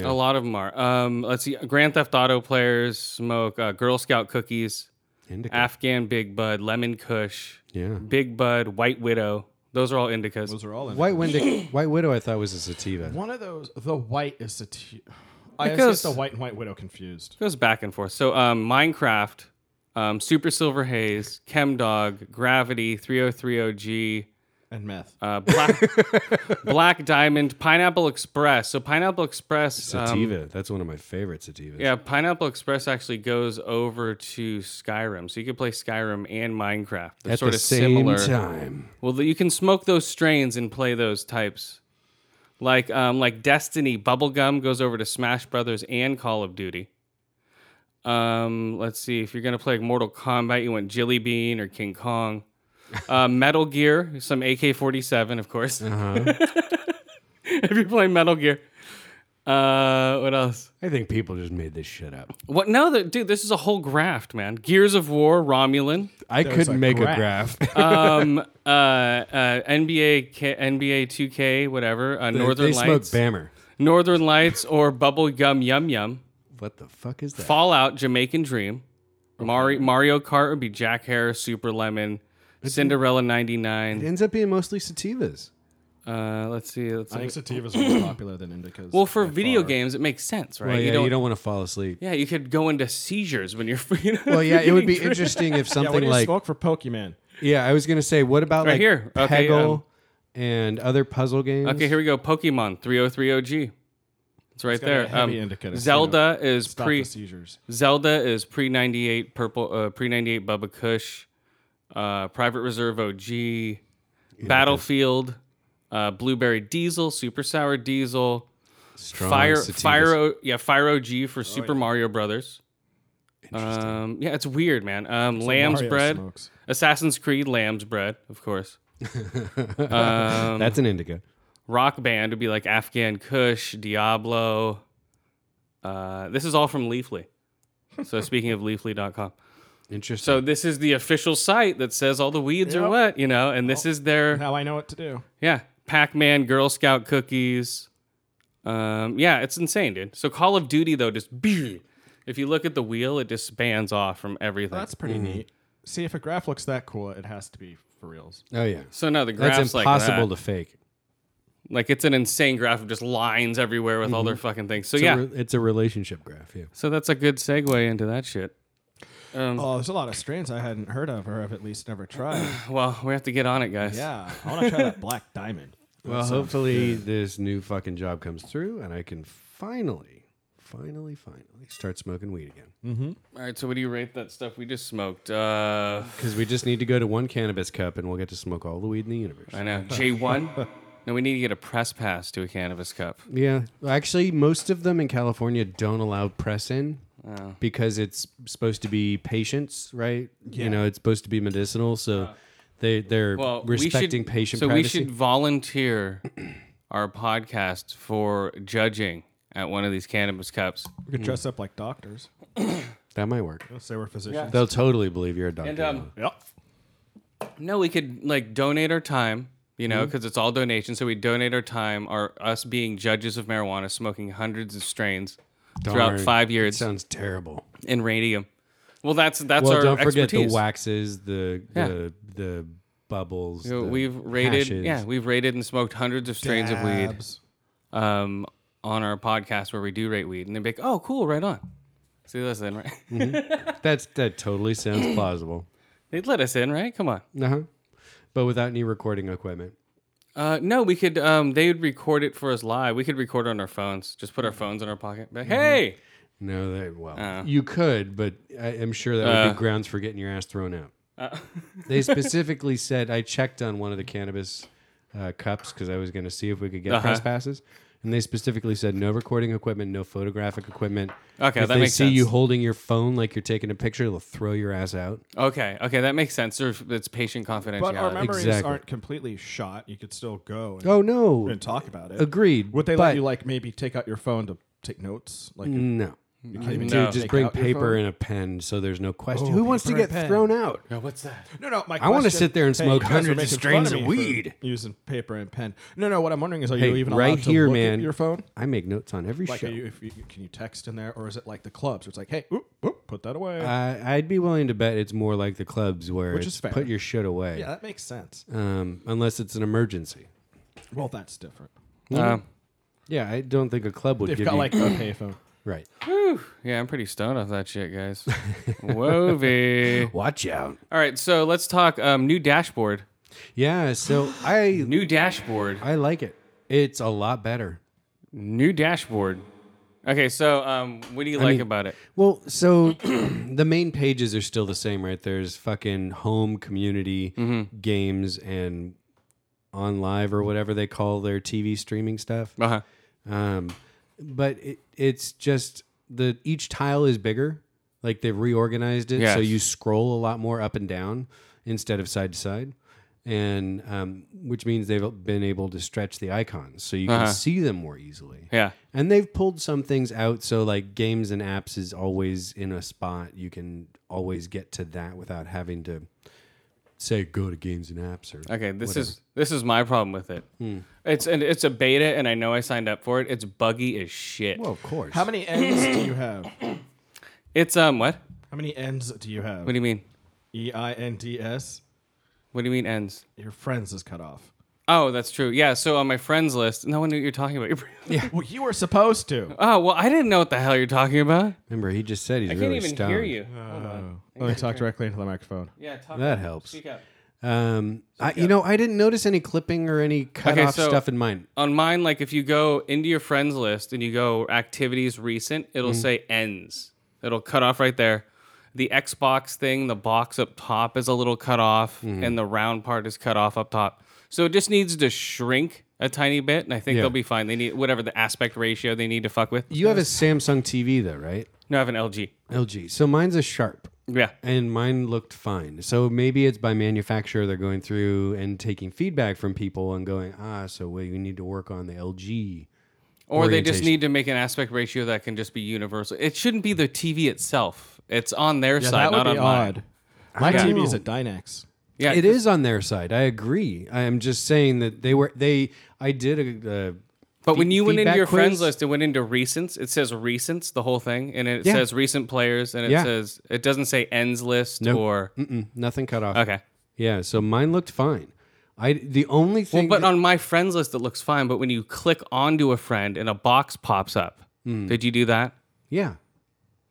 [SPEAKER 1] A lot of them are. Um, let's see. Grand Theft Auto players smoke uh, Girl Scout cookies,
[SPEAKER 2] Indica.
[SPEAKER 1] Afghan Big Bud, Lemon Kush.
[SPEAKER 2] yeah.
[SPEAKER 1] Big Bud, White Widow. Those are all indicas.
[SPEAKER 3] Those are all in
[SPEAKER 2] White, Windic- White Widow, I thought was a sativa.
[SPEAKER 1] Um,
[SPEAKER 3] One of those, the white is the. T- I
[SPEAKER 1] goes-
[SPEAKER 3] always get the white and white widow confused.
[SPEAKER 1] Goes back and forth. So um, Minecraft, um, Super Silver Haze, Chemdog, Gravity, 303OG,
[SPEAKER 3] And meth.
[SPEAKER 1] uh, Black, Black Diamond, Pineapple Express. So Pineapple Express. um,
[SPEAKER 2] Sativa. that's one of my favorite sativas.
[SPEAKER 1] yeah, Pineapple Express actually goes over to Skyrim. So you can play Skyrim and Minecraft. They're
[SPEAKER 2] At
[SPEAKER 1] sort
[SPEAKER 2] the
[SPEAKER 1] of
[SPEAKER 2] same
[SPEAKER 1] similar.
[SPEAKER 2] time.
[SPEAKER 1] Well, you can smoke those strains and play those types. Like um, like Destiny, Bubblegum goes over to Smash Brothers and Call of Duty. Um, let's see, if you're gonna play Mortal Kombat, you want Jilly Bean or King Kong. Uh, Metal Gear, some AK-47, of course. if you're playing Metal Gear, uh, what else?
[SPEAKER 2] I think people just made this shit up.
[SPEAKER 1] What? No, th- dude, this is a whole graft, man. Gears of War, Romulan.
[SPEAKER 2] I couldn't
[SPEAKER 3] a
[SPEAKER 2] make
[SPEAKER 3] graph.
[SPEAKER 2] a graph.
[SPEAKER 1] um, uh, uh, NBA, K- NBA 2K, whatever, uh, Northern
[SPEAKER 2] they smoked
[SPEAKER 1] Lights,
[SPEAKER 2] Bammer.
[SPEAKER 1] Northern Lights, or Bubblegum Yum Yum,
[SPEAKER 2] What the fuck is that?
[SPEAKER 1] Fallout, Jamaican Dream, Mario, Mario Kart would be Jack Harris, Super Lemon, Cinderella
[SPEAKER 2] it
[SPEAKER 1] 99.
[SPEAKER 2] ends up being mostly sativas.
[SPEAKER 1] Uh, let's see. Let's
[SPEAKER 3] I
[SPEAKER 1] see.
[SPEAKER 3] think sativas are more popular than indicas.
[SPEAKER 1] Well, for
[SPEAKER 3] by
[SPEAKER 1] video
[SPEAKER 3] far.
[SPEAKER 1] games, it makes sense, right?
[SPEAKER 2] Well, Oh, yeah, you don't, want to fall asleep.
[SPEAKER 1] Yeah, you could go into seizures when you're. You know,
[SPEAKER 2] Well, yeah, it would be
[SPEAKER 1] eating drinks.
[SPEAKER 2] interesting if
[SPEAKER 3] Yeah, what
[SPEAKER 2] something
[SPEAKER 3] do you
[SPEAKER 2] like
[SPEAKER 3] smoke for Pokemon?
[SPEAKER 2] yeah, I was gonna say, what about
[SPEAKER 1] Right
[SPEAKER 2] like
[SPEAKER 1] here. Okay,
[SPEAKER 2] Peggle
[SPEAKER 1] um,
[SPEAKER 2] and other puzzle games?
[SPEAKER 1] Okay, here we go. Pokemon 303 OG. It's
[SPEAKER 3] gotta
[SPEAKER 1] right
[SPEAKER 3] be
[SPEAKER 1] there. Um,
[SPEAKER 3] a heavy indicator, so, you know,
[SPEAKER 1] Zelda is
[SPEAKER 3] Stop
[SPEAKER 1] pre.
[SPEAKER 3] the seizures.
[SPEAKER 1] Zelda is pre ninety eight purple uh, pre ninety eight Bubba Kush, uh, Private Reserve OG, Battlefield, uh, Blueberry Diesel, Super Sour Diesel,
[SPEAKER 2] Strong
[SPEAKER 1] Fire
[SPEAKER 2] sativas.
[SPEAKER 1] Fire o, yeah Fire OG
[SPEAKER 3] Oh,
[SPEAKER 1] for Super Mario Brothers. Um, yeah, it's weird, man. Um, lamb's
[SPEAKER 3] Mario
[SPEAKER 1] bread,
[SPEAKER 3] smokes.
[SPEAKER 1] Assassin's Creed, lamb's bread, of course. um,
[SPEAKER 2] That's an indica.
[SPEAKER 1] rock band would be like Afghan Kush, Diablo. Uh, this is all from Leafly. So speaking of leafly.com.
[SPEAKER 2] Interesting.
[SPEAKER 1] So this is the official site that says all the weeds are what, you know, and this is their
[SPEAKER 3] Now I know what to do.
[SPEAKER 1] yeah, Pac-Man, Girl Scout cookies. Um, yeah, it's insane, dude. So Call of Duty though just if you look at the wheel, it just spans off from everything.
[SPEAKER 3] That's pretty neat. See, if a graph looks that cool, it has to be for reals.
[SPEAKER 2] oh yeah,
[SPEAKER 1] so no, the graph's
[SPEAKER 2] that's
[SPEAKER 1] like
[SPEAKER 2] impossible
[SPEAKER 1] that.
[SPEAKER 2] to fake.
[SPEAKER 1] like it's an insane graph of just lines everywhere with all their fucking things. So
[SPEAKER 2] It's,
[SPEAKER 1] yeah,
[SPEAKER 2] a Mm-hmm. re- it's a relationship graph. Yeah.
[SPEAKER 1] so that's a good segue into that shit.
[SPEAKER 3] Oh, there's a lot of strains I hadn't heard of or have at least never tried.
[SPEAKER 1] Well, we have to get on it, guys.
[SPEAKER 3] yeah, I want to try that black diamond.
[SPEAKER 2] Well, hopefully this new fucking job comes through and I can finally, finally, finally start smoking weed again.
[SPEAKER 1] All right. So, what do you rate that stuff we just smoked? Uh,
[SPEAKER 2] Because we just need to go to one cannabis cup and we'll get to smoke all the weed in the universe.
[SPEAKER 1] I know J one. No, we need to get a press pass to a cannabis cup.
[SPEAKER 2] Yeah. Actually, most of them in California don't allow press in
[SPEAKER 1] Oh.
[SPEAKER 2] because it's supposed to be patients, right? You know, it's supposed to be medicinal. So They they're
[SPEAKER 1] Uh. Well, we should-
[SPEAKER 2] respecting patient
[SPEAKER 1] So
[SPEAKER 2] privacy.
[SPEAKER 1] we should volunteer our podcast for judging at one of these cannabis cups.
[SPEAKER 3] We could dress up like doctors.
[SPEAKER 2] that might work.
[SPEAKER 3] Let's say we're physicians.
[SPEAKER 2] They'll totally believe you're a doctor.
[SPEAKER 1] And um,
[SPEAKER 3] Yep.
[SPEAKER 1] no, we could like donate our time, you know,
[SPEAKER 2] Mm-hmm.
[SPEAKER 1] because it's all donation. So we donate our time, our us being judges of marijuana, smoking hundreds of strains
[SPEAKER 2] Darn.
[SPEAKER 1] throughout five
[SPEAKER 2] It
[SPEAKER 1] years
[SPEAKER 2] sounds terrible.
[SPEAKER 1] in radium. Well, that's that's
[SPEAKER 2] well,
[SPEAKER 1] our
[SPEAKER 2] don't forget
[SPEAKER 1] expertise.
[SPEAKER 2] the waxes, the
[SPEAKER 1] Yeah.
[SPEAKER 2] the the bubbles.
[SPEAKER 1] You know,
[SPEAKER 2] the
[SPEAKER 1] we've rated,
[SPEAKER 2] hashes.
[SPEAKER 1] yeah, we've rated and smoked hundreds of strains of weed.
[SPEAKER 3] Dabs.
[SPEAKER 1] um, on our podcast where we do rate weed, and they'd be like, "Oh, cool, right on." See, let us in, right?
[SPEAKER 2] That's that totally sounds plausible.
[SPEAKER 1] They'd let us in, right? Come on.
[SPEAKER 2] Uh huh. But without any recording equipment.
[SPEAKER 1] Uh, no, we could. Um, they would record it for us live. We could record on our phones. Just put our phones in our pocket. Be Like, hey,
[SPEAKER 2] No, they, well,
[SPEAKER 1] Uh.
[SPEAKER 2] you could, but I am sure that would be grounds for getting your ass thrown out.
[SPEAKER 1] Uh.
[SPEAKER 2] they specifically said I checked on one of the cannabis uh, cups because I was going to see if we could get
[SPEAKER 1] Uh-huh.
[SPEAKER 2] press passes, and they specifically said no recording equipment, no photographic equipment.
[SPEAKER 1] Okay,
[SPEAKER 2] if
[SPEAKER 1] that
[SPEAKER 2] they
[SPEAKER 1] makes
[SPEAKER 2] see you
[SPEAKER 1] sense.
[SPEAKER 2] holding your phone like you're taking a picture, they'll throw your ass out.
[SPEAKER 1] okay, okay, that makes sense. There's, it's patient
[SPEAKER 3] But our
[SPEAKER 1] confidentiality.
[SPEAKER 3] memories
[SPEAKER 2] Exactly.
[SPEAKER 3] aren't completely shot. You could still go and,
[SPEAKER 2] Oh no,
[SPEAKER 3] and talk about it.
[SPEAKER 2] agreed.
[SPEAKER 3] Would they
[SPEAKER 2] but Mm.
[SPEAKER 3] let you like maybe take out your phone to take notes? Like you
[SPEAKER 2] No,
[SPEAKER 3] can't even
[SPEAKER 1] No.
[SPEAKER 3] take
[SPEAKER 2] just
[SPEAKER 3] out
[SPEAKER 2] bring
[SPEAKER 3] your
[SPEAKER 2] paper
[SPEAKER 3] phone? Oh,
[SPEAKER 2] and a pen so there's no question. Who wants to
[SPEAKER 3] paper
[SPEAKER 2] get
[SPEAKER 3] and pen.
[SPEAKER 2] thrown out?
[SPEAKER 1] Yeah, what's that?
[SPEAKER 3] No, no. My
[SPEAKER 2] I wanna
[SPEAKER 3] question-
[SPEAKER 2] sit there and
[SPEAKER 3] Hey,
[SPEAKER 2] smoke
[SPEAKER 3] you guys are
[SPEAKER 2] hundreds of
[SPEAKER 3] making fun
[SPEAKER 2] strains
[SPEAKER 3] me
[SPEAKER 2] of
[SPEAKER 3] for
[SPEAKER 2] weed.
[SPEAKER 3] using paper and pen. No, no. What I'm wondering is, are you
[SPEAKER 2] Hey,
[SPEAKER 3] even
[SPEAKER 2] right
[SPEAKER 3] allowed to
[SPEAKER 2] here,
[SPEAKER 3] look at
[SPEAKER 2] man.
[SPEAKER 3] your phone?
[SPEAKER 2] I make notes on every
[SPEAKER 3] Like,
[SPEAKER 2] show.
[SPEAKER 3] are you, if you, can you text in there, or is it like the clubs? Where it's like, hey, oop, oop, put that away.
[SPEAKER 2] I, I'd be willing to bet it's more like the clubs where
[SPEAKER 3] Which
[SPEAKER 2] it's
[SPEAKER 3] is fair.
[SPEAKER 2] put your shit away,
[SPEAKER 3] yeah, that makes sense.
[SPEAKER 2] um, unless it's an emergency.
[SPEAKER 3] Well, that's different.
[SPEAKER 1] Uh,
[SPEAKER 2] Yeah, I don't think a club would
[SPEAKER 3] They've
[SPEAKER 2] give
[SPEAKER 3] got
[SPEAKER 2] you
[SPEAKER 3] like a payphone.
[SPEAKER 2] right.
[SPEAKER 1] yeah, I'm pretty stoned off that shit, guys. Wovey.
[SPEAKER 2] Watch out.
[SPEAKER 1] All right, so let's talk um, new dashboard.
[SPEAKER 2] Yeah, so I
[SPEAKER 1] New dashboard.
[SPEAKER 2] I like it. It's a lot better.
[SPEAKER 1] New dashboard. Okay, so um, what do you like
[SPEAKER 2] mean-
[SPEAKER 1] about it?
[SPEAKER 2] Well, so the main pages are still the same, right? There's fucking home, community,
[SPEAKER 3] Mm-hmm.
[SPEAKER 2] games, and on live or whatever they call their TV streaming stuff.
[SPEAKER 1] Uh huh.
[SPEAKER 2] Um, but it, it's just the each tile is bigger. Like they've reorganized it, so
[SPEAKER 1] Yes.
[SPEAKER 2] you scroll a lot more up and down instead of side to side, and um, which means they've been able to stretch the icons so you can see them more easily.
[SPEAKER 1] Uh-huh. Yeah.
[SPEAKER 2] And they've pulled some things out, so like games and apps is always in a spot. You can always get to that without having to say go to games and apps or
[SPEAKER 1] Okay, this is this is my problem with it. It's and it's a beta, and I know I signed up for it. It's buggy as shit.
[SPEAKER 2] Well, of course.
[SPEAKER 3] How many ends do you have?
[SPEAKER 1] It's um what?
[SPEAKER 3] How many ends do you have?
[SPEAKER 1] What do you mean?
[SPEAKER 3] E I N D S.
[SPEAKER 1] What do you mean ends?
[SPEAKER 3] Your friends is cut off.
[SPEAKER 1] Oh, that's true. Yeah. So on my friends list, no one knew what you're talking about.
[SPEAKER 3] Well, you were supposed to.
[SPEAKER 1] oh well, I didn't know what the hell you're talking about.
[SPEAKER 2] Remember, he just said he's
[SPEAKER 1] I can't
[SPEAKER 2] really
[SPEAKER 1] even
[SPEAKER 2] stoned. Uh,
[SPEAKER 1] hear you.
[SPEAKER 3] Oh. Let me talk directly into the microphone.
[SPEAKER 1] Yeah, talk
[SPEAKER 2] That helps.
[SPEAKER 1] Speak up.
[SPEAKER 2] Um, I, you know, I didn't notice any clipping or any cut
[SPEAKER 1] Okay,
[SPEAKER 2] off
[SPEAKER 1] so-
[SPEAKER 2] stuff in mine.
[SPEAKER 1] On mine, like if you go into your friends list and you go activities recent,
[SPEAKER 2] Mm.
[SPEAKER 1] it'll say ends. It'll cut off right there. The Xbox thing, the box up top is a little cut off,
[SPEAKER 2] Mm-hmm.
[SPEAKER 1] and the round part is cut off up top. So it just needs to shrink a tiny bit, and I think
[SPEAKER 2] Yeah.
[SPEAKER 1] they'll be fine. They need whatever the aspect ratio they need to fuck with.
[SPEAKER 2] You have a Samsung TV though, right?
[SPEAKER 1] No, I have an LG.
[SPEAKER 2] LG. So mine's a Sharp,
[SPEAKER 1] Yeah.
[SPEAKER 2] and mine looked fine. So maybe it's by manufacturer they're going through and taking feedback from people and going, ah, so we we need to work on the LG.
[SPEAKER 1] Or they just
[SPEAKER 2] Orientation.
[SPEAKER 1] need to make an aspect ratio that can just be universal. It shouldn't be the TV itself. It's on their side, not on mine.
[SPEAKER 3] My
[SPEAKER 2] don't
[SPEAKER 3] TV is
[SPEAKER 2] know.
[SPEAKER 3] a Dynax.
[SPEAKER 1] Yeah,
[SPEAKER 2] It is on their side. I agree. I am just saying that they were they. I did a. a
[SPEAKER 1] But when
[SPEAKER 2] fe-
[SPEAKER 1] you went into
[SPEAKER 2] feedback
[SPEAKER 1] your friends
[SPEAKER 2] quiz.
[SPEAKER 1] list and went into recents, it says recents, the whole thing, and it
[SPEAKER 2] Yeah.
[SPEAKER 1] says recent players, and it
[SPEAKER 2] Yeah.
[SPEAKER 1] says it doesn't say ends list
[SPEAKER 2] Nope.
[SPEAKER 1] or
[SPEAKER 2] Mm-mm, nothing cut off.
[SPEAKER 1] okay.
[SPEAKER 2] Yeah. So mine looked fine. I the only thing.
[SPEAKER 1] But
[SPEAKER 2] that-
[SPEAKER 1] on my friends list, it looks fine. But when you click onto a friend and a box pops up,
[SPEAKER 2] Hmm.
[SPEAKER 1] did you do that?
[SPEAKER 2] yeah.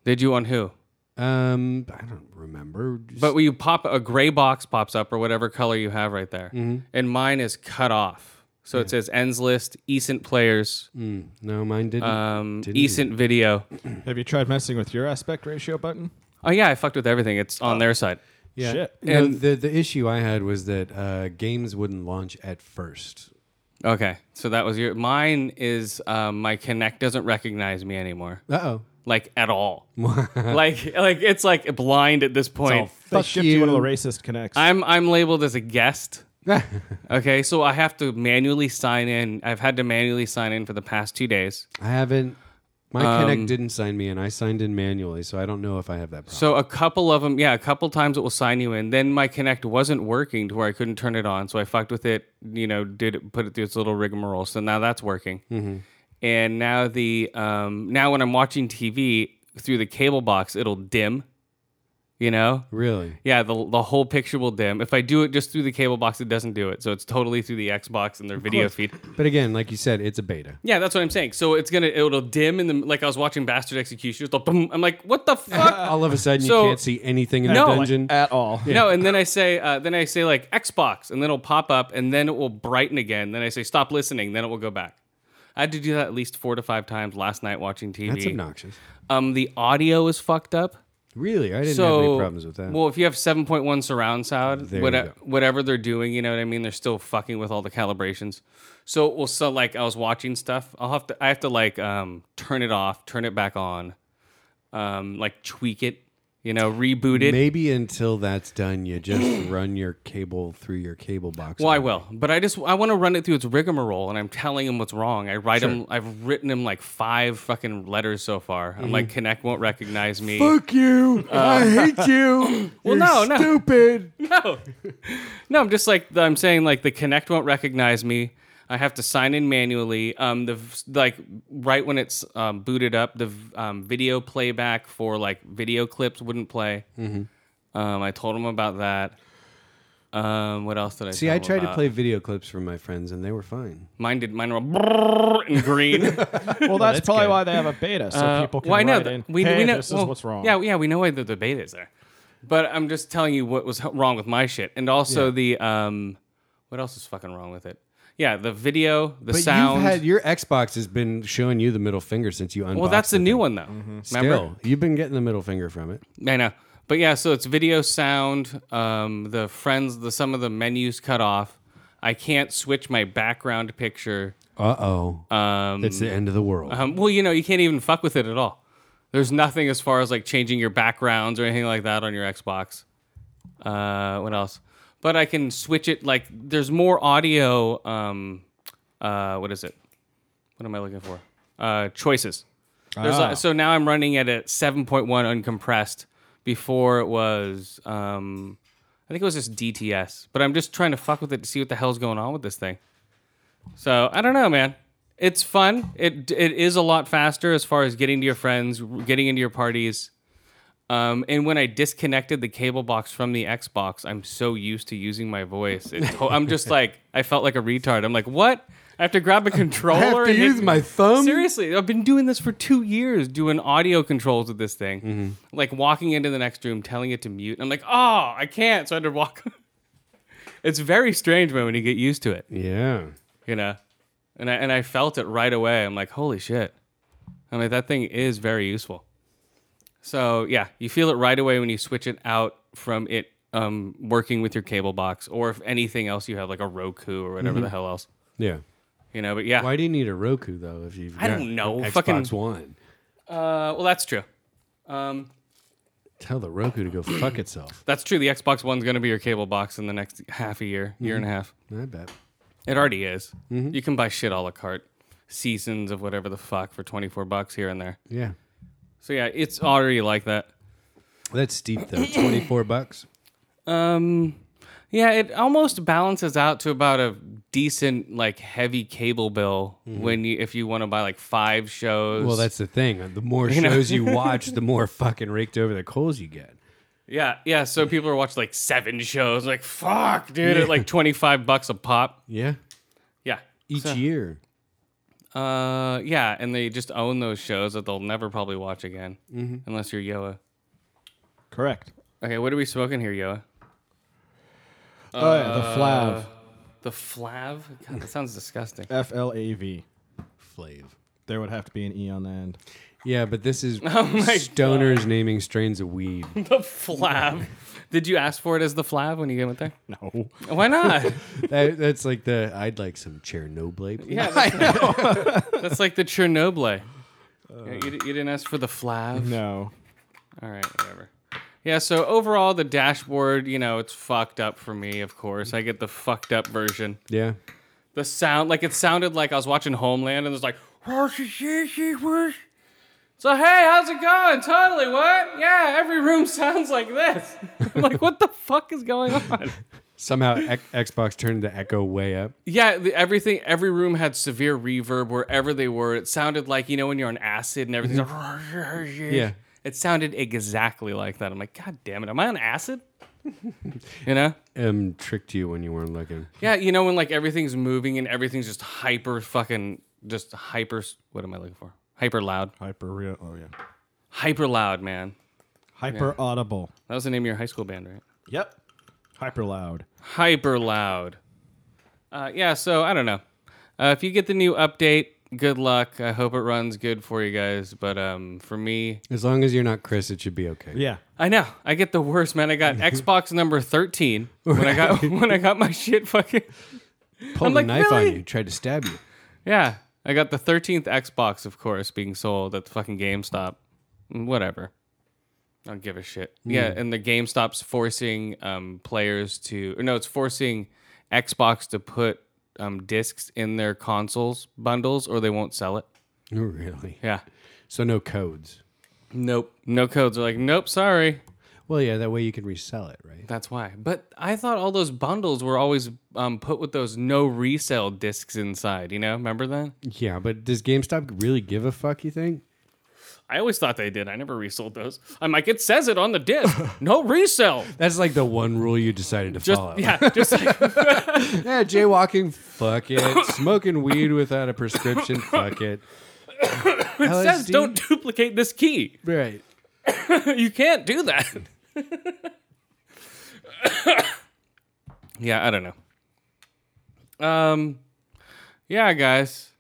[SPEAKER 1] Did you on who?
[SPEAKER 2] Um, I don't remember. Just-
[SPEAKER 1] But when you pop a gray box pops up or whatever color you have right there, and mine is cut off, so it says ends list, Ecent players,
[SPEAKER 2] Hmm, no, mine didn't.
[SPEAKER 1] um,
[SPEAKER 2] Mm. Didn't you?
[SPEAKER 1] Ecent video.
[SPEAKER 3] Have you tried messing with your aspect ratio button?
[SPEAKER 1] Oh yeah, I fucked with everything. It's on their side.
[SPEAKER 2] yeah.
[SPEAKER 3] shit.
[SPEAKER 2] No, the the issue I had was that uh, games wouldn't launch at first.
[SPEAKER 1] Okay, so that was your. Mine is um, my Connect doesn't recognize me anymore.
[SPEAKER 2] Uh oh.
[SPEAKER 1] like at all. like like it's like blind at this point.
[SPEAKER 3] They
[SPEAKER 2] Fuck
[SPEAKER 3] shipped you. one of
[SPEAKER 2] you.
[SPEAKER 3] the racist connects.
[SPEAKER 1] I'm I'm labeled as a guest. Okay, so I have to manually sign in. I've had to manually sign in for the past two days.
[SPEAKER 2] I haven't. My
[SPEAKER 1] Um,
[SPEAKER 2] Connect didn't sign me, and I signed in manually, so I don't know if I have that problem.
[SPEAKER 1] So a couple of them, yeah, a couple times it will sign you in. Then my Connect wasn't working to where I couldn't turn it on, so I fucked with it. You know, did it, put it through its little rigmarole. So now that's working. And now the um, now when I'm watching TV through the cable box, it'll dim. You know,
[SPEAKER 2] Really?
[SPEAKER 1] yeah, the the whole picture will dim. If I do it just through the cable box, it doesn't do it. So it's totally through the Xbox and their video feed.
[SPEAKER 2] But again, like you said, it's a beta.
[SPEAKER 1] Yeah, that's what I'm saying. So it's gonna it'll dim in the like I was watching Bastard Execution. it'll boom. I'm like, what the fuck?
[SPEAKER 2] All of a sudden,
[SPEAKER 1] Uh, So-
[SPEAKER 2] you can't see anything in
[SPEAKER 1] No,
[SPEAKER 2] the
[SPEAKER 1] like, uh,
[SPEAKER 2] dungeon.
[SPEAKER 4] at all.
[SPEAKER 1] No, and then I say, uh, then I say like Xbox, and then it'll pop up, and then it will brighten again. Then I say stop listening, then it will go back. I had to do that at least four to five times last night watching TV.
[SPEAKER 2] That's obnoxious.
[SPEAKER 1] Um, the audio is fucked up.
[SPEAKER 2] Really? I didn't
[SPEAKER 1] so
[SPEAKER 2] have any problems with that.
[SPEAKER 1] Well, if you have 7.1 surround sound,
[SPEAKER 2] There you
[SPEAKER 1] whate-
[SPEAKER 2] go.
[SPEAKER 1] whatever they're doing, you know what I mean. They're still fucking with all the calibrations. So well, so like I was watching stuff. I'll have to I have to like um turn it off, turn it back on, um like tweak it, you know, reboot it.
[SPEAKER 2] Maybe until that's done, you just run your cable through your cable box.
[SPEAKER 1] Well, Oh, I will, but I just I want to run it through its rigmarole, and I'm telling him what's wrong. I write him. I've written him like five fucking letters so far. I'm like, Connect won't recognize me.
[SPEAKER 2] Mm-hmm. Fuck you! I hate you. Well,
[SPEAKER 1] Uh, no, no.
[SPEAKER 2] Stupid.
[SPEAKER 1] No, no, I'm just like I'm saying. Like the Connect won't recognize me. I have to sign in manually. Um, the v- like right when it's um, booted up, the v- um, video playback for like video clips wouldn't play.
[SPEAKER 2] Mm-hmm.
[SPEAKER 1] Um, I told him about that. Um, what else did I
[SPEAKER 2] See,
[SPEAKER 1] tell
[SPEAKER 2] I
[SPEAKER 1] him
[SPEAKER 2] tried to
[SPEAKER 1] about?
[SPEAKER 2] play video clips from my friends, and they were fine.
[SPEAKER 1] Mine did mine were brrrr and green.
[SPEAKER 4] Well, that's, probably
[SPEAKER 2] good.
[SPEAKER 4] why they have a beta, so
[SPEAKER 1] Uh,
[SPEAKER 4] people can
[SPEAKER 1] well, I know
[SPEAKER 4] write
[SPEAKER 1] that-
[SPEAKER 4] in.
[SPEAKER 1] we-
[SPEAKER 4] hey,
[SPEAKER 1] we know-
[SPEAKER 4] this
[SPEAKER 1] well,
[SPEAKER 4] is what's wrong.
[SPEAKER 1] Yeah, yeah, we know why the debate is there, but I'm just telling you what was h- wrong with my shit, and also the um, what else is fucking wrong with it? Yeah, the video, the
[SPEAKER 2] But
[SPEAKER 1] sound.
[SPEAKER 2] you've had your Xbox has been showing you the middle finger since you unboxed.
[SPEAKER 1] well, that's the
[SPEAKER 2] the
[SPEAKER 1] new
[SPEAKER 2] thing.
[SPEAKER 1] one though.
[SPEAKER 4] Mm-hmm.
[SPEAKER 1] Remember?
[SPEAKER 2] Still, you've been getting the middle finger from it.
[SPEAKER 1] I know, but yeah, so it's video, sound, um, the friends, the some of the menus cut off. I can't switch my background picture.
[SPEAKER 2] Uh oh.
[SPEAKER 1] Um,
[SPEAKER 2] it's the end of the world.
[SPEAKER 1] Um, well, you know, you can't even fuck with it at all. There's nothing as far as like changing your backgrounds or anything like that on your Xbox. Uh, what else? But I can switch it. Like, there's more audio. Um, uh, what is it? What am I looking for? Uh, choices. There's a- so now I'm running at a 7.1 uncompressed. Before it was, um, I think it was just DTS. But I'm just trying to fuck with it to see what the hell's going on with this thing. So I don't know, man. It's fun. It it is a lot faster as far as getting to your friends, getting into your parties. Um, and when I disconnected the cable box from the Xbox, I'm so used to using my voice. It to- I'm just like I felt like a retard. I'm like, what? I have to grab a controller.
[SPEAKER 2] have to
[SPEAKER 1] and
[SPEAKER 2] use
[SPEAKER 1] hit-
[SPEAKER 2] my thumb?
[SPEAKER 1] Seriously, I've been doing this for two years, doing audio controls with this thing.
[SPEAKER 2] Mm-hmm.
[SPEAKER 1] Like walking into the next room, telling it to mute. And I'm like, oh, I can't. So I had to walk. it's very strange, man, when you get used to it
[SPEAKER 2] yeah.
[SPEAKER 1] you know and I, and I felt it right away i'm like holy shit i mean that thing is very useful so yeah you feel it right away when you switch it out from it um, working with your cable box or if anything else you have like a roku or whatever the hell else
[SPEAKER 2] Yeah.
[SPEAKER 1] you know but yeah
[SPEAKER 2] Why do you need a Roku though? If you've
[SPEAKER 1] I
[SPEAKER 2] got
[SPEAKER 1] don't know.
[SPEAKER 2] Xbox
[SPEAKER 1] Fucking-
[SPEAKER 2] One.
[SPEAKER 1] uh, well that's true um,
[SPEAKER 2] Tell the Roku to go fuck itself.
[SPEAKER 1] that's true the xbox one's going to be your cable box in the next half a year year and a half
[SPEAKER 2] I bet.
[SPEAKER 1] it already is you can buy shit a la carte seasons of whatever the fuck for 24 bucks here and there
[SPEAKER 2] Yeah.
[SPEAKER 1] so yeah it's already like that
[SPEAKER 2] That's steep though. Twenty four bucks.
[SPEAKER 1] Um, yeah, it almost balances out to about a decent like heavy cable bill when you if you want to buy like five shows.
[SPEAKER 2] Well, that's the thing. The more
[SPEAKER 1] know?
[SPEAKER 2] shows you watch, the more fucking raked over the coals you get.
[SPEAKER 1] yeah, yeah. So people are watching like seven shows. Like fuck, dude, at like twenty five bucks a pop.
[SPEAKER 2] Yeah.
[SPEAKER 1] Yeah.
[SPEAKER 2] Each year.
[SPEAKER 1] Uh, yeah, and they just own those shows that they'll never probably watch again unless you're Yoa.
[SPEAKER 4] Correct.
[SPEAKER 1] Okay, what are we smoking here, Yoa?
[SPEAKER 4] oh, yeah, the
[SPEAKER 1] Uh,
[SPEAKER 4] Flav.
[SPEAKER 1] The Flav? God, that sounds disgusting.
[SPEAKER 4] F L A V.
[SPEAKER 2] Flav.
[SPEAKER 4] There would have to be an E on the end.
[SPEAKER 2] Yeah, but this is
[SPEAKER 1] Oh my
[SPEAKER 2] stoners naming strains of weed.
[SPEAKER 1] the Flav. Did you ask for it as the Flav when you went there?
[SPEAKER 4] No.
[SPEAKER 1] Why not?
[SPEAKER 2] that, that's like the I'd like some Chernobyl.
[SPEAKER 1] Yeah, that's, that's like the Chernobyl. Yeah, you, di- you didn't ask for the flav.
[SPEAKER 4] No.
[SPEAKER 1] All right, whatever. Yeah, so overall, the dashboard, you know, it's fucked up for me, of course. I get the fucked up version.
[SPEAKER 2] Yeah.
[SPEAKER 1] The sound, like, it sounded like I was watching Homeland and it was like, so hey, how's it going? Totally, what? Yeah, every room sounds like this. I'm like, what the fuck is going on?
[SPEAKER 2] Somehow X- Xbox turned the echo way up.
[SPEAKER 1] Yeah, the, everything, every room had severe reverb wherever they were. It sounded like, you know, when you're on acid and everything's like,
[SPEAKER 2] Yeah.
[SPEAKER 1] It sounded exactly like that. I'm like, God damn it, am I on acid? you know?
[SPEAKER 2] Um, tricked you when you weren't looking.
[SPEAKER 1] Yeah, you know when like everything's moving and everything's just hyper fucking just hyper what am I looking for? Hyper loud.
[SPEAKER 4] Hyper real. Oh yeah.
[SPEAKER 1] Hyper loud, man.
[SPEAKER 4] Hyper audible.
[SPEAKER 1] That was the name of your high school band, right?
[SPEAKER 4] Yep. Hyper loud.
[SPEAKER 1] Hyper loud. Uh, yeah, so I don't know. Uh, if you get the new update, good luck. I hope it runs good for you guys. But um, for me,
[SPEAKER 2] As long as you're not Chris, it should be okay.
[SPEAKER 4] Yeah.
[SPEAKER 1] I know I get the worst, man. I got Xbox number thirteen when I got when I got my shit fucking.
[SPEAKER 2] Pulled
[SPEAKER 1] I'm like,
[SPEAKER 2] a knife
[SPEAKER 1] really?
[SPEAKER 2] on you, tried to stab you.
[SPEAKER 1] Yeah, I got the 13th Xbox, of course, being sold at the fucking GameStop. Mm, Whatever. I don't give a shit. Yeah, and the GameStop's forcing um, players to, or no, it's forcing Xbox to put um, discs in their consoles bundles, or they won't sell it.
[SPEAKER 2] Oh, Really?
[SPEAKER 1] Yeah.
[SPEAKER 2] So no codes.
[SPEAKER 1] Nope. No codes. They're like, nope, sorry.
[SPEAKER 2] Well, yeah, that way you could resell it, right?
[SPEAKER 1] That's why. But I thought all those bundles were always um, put with those no resale discs inside. You know, remember that?
[SPEAKER 2] Yeah, but does GameStop really give a fuck? You think?
[SPEAKER 1] I always thought they did. I never resold those. I'm like, it says it on the disc. No resell.
[SPEAKER 2] That's like the one rule you decided to
[SPEAKER 1] Just
[SPEAKER 2] follow.
[SPEAKER 1] yeah, just like,
[SPEAKER 2] Yeah, jaywalking, fuck it. Smoking weed without a prescription, fuck it.
[SPEAKER 1] it says
[SPEAKER 2] LSD?
[SPEAKER 1] don't duplicate this key.
[SPEAKER 2] Right.
[SPEAKER 1] You can't do that. yeah, I don't know. Um yeah, guys.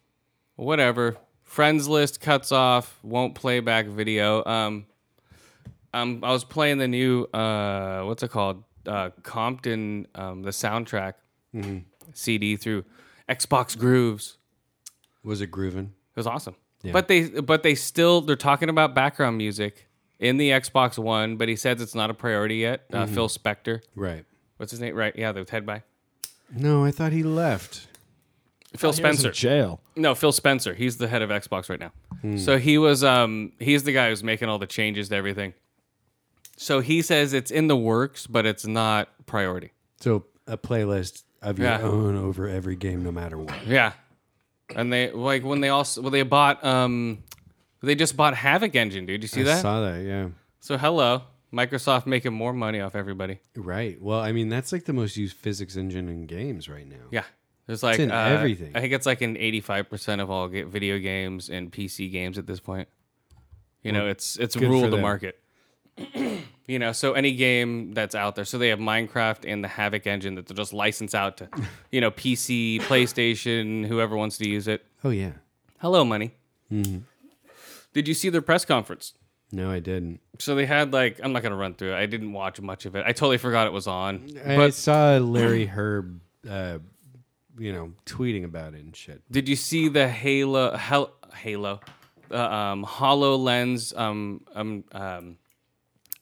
[SPEAKER 1] Whatever. Friends list cuts off, won't play back video. Um um I was playing the new uh what's it called? Uh Compton um the soundtrack CD through Xbox Grooves.
[SPEAKER 2] Was it grooving?
[SPEAKER 1] It was awesome. But they but they still they're talking about background music in the Xbox One, but he says it's not a priority yet. Uh,
[SPEAKER 2] Mm-hmm.
[SPEAKER 1] Phil Spector,
[SPEAKER 2] Right.
[SPEAKER 1] what's his name? Right? Yeah, the head by
[SPEAKER 2] Oh, No, I thought he left.
[SPEAKER 4] He
[SPEAKER 1] Phil
[SPEAKER 4] was in
[SPEAKER 1] Spencer.
[SPEAKER 4] jail.
[SPEAKER 1] No, Phil Spencer. He's the head of Xbox right now.
[SPEAKER 2] Hmm.
[SPEAKER 1] So he was um he's the guy who's making all the changes to everything. So he says it's in the works, but it's not priority.
[SPEAKER 2] So a playlist of your
[SPEAKER 1] Yeah.
[SPEAKER 2] own over every game, no matter what.
[SPEAKER 1] Yeah. And they like when they also well they bought um they just bought Havoc Engine, dude. You see
[SPEAKER 2] I
[SPEAKER 1] that?
[SPEAKER 2] saw that. Yeah.
[SPEAKER 1] so hello, Microsoft making more money off everybody.
[SPEAKER 2] Right. Well, I mean, that's like the most used physics engine in games right now.
[SPEAKER 1] Yeah. There's like
[SPEAKER 2] in
[SPEAKER 1] uh,
[SPEAKER 2] everything.
[SPEAKER 1] I think it's like in 85% of all ga- video games and PC games at this point. You know, it's it's
[SPEAKER 2] good
[SPEAKER 1] rule
[SPEAKER 2] for
[SPEAKER 1] of the
[SPEAKER 2] them.
[SPEAKER 1] market. you know, so any game that's out there. So they have Minecraft and the Havoc engine that they'll just license out to, you know, PC, PlayStation, whoever wants to use it.
[SPEAKER 2] Oh yeah.
[SPEAKER 1] Hello, money.
[SPEAKER 2] Mm-hmm.
[SPEAKER 1] Did you see their press conference?
[SPEAKER 2] No, I didn't.
[SPEAKER 1] So they had like I'm not gonna run through it. I didn't watch much of it. I totally forgot it was on.
[SPEAKER 2] I
[SPEAKER 1] But-
[SPEAKER 2] saw Larry Herb, uh, you know, tweeting about it and shit.
[SPEAKER 1] Did you see the Halo Hel- Halo uh, um HoloLens um um um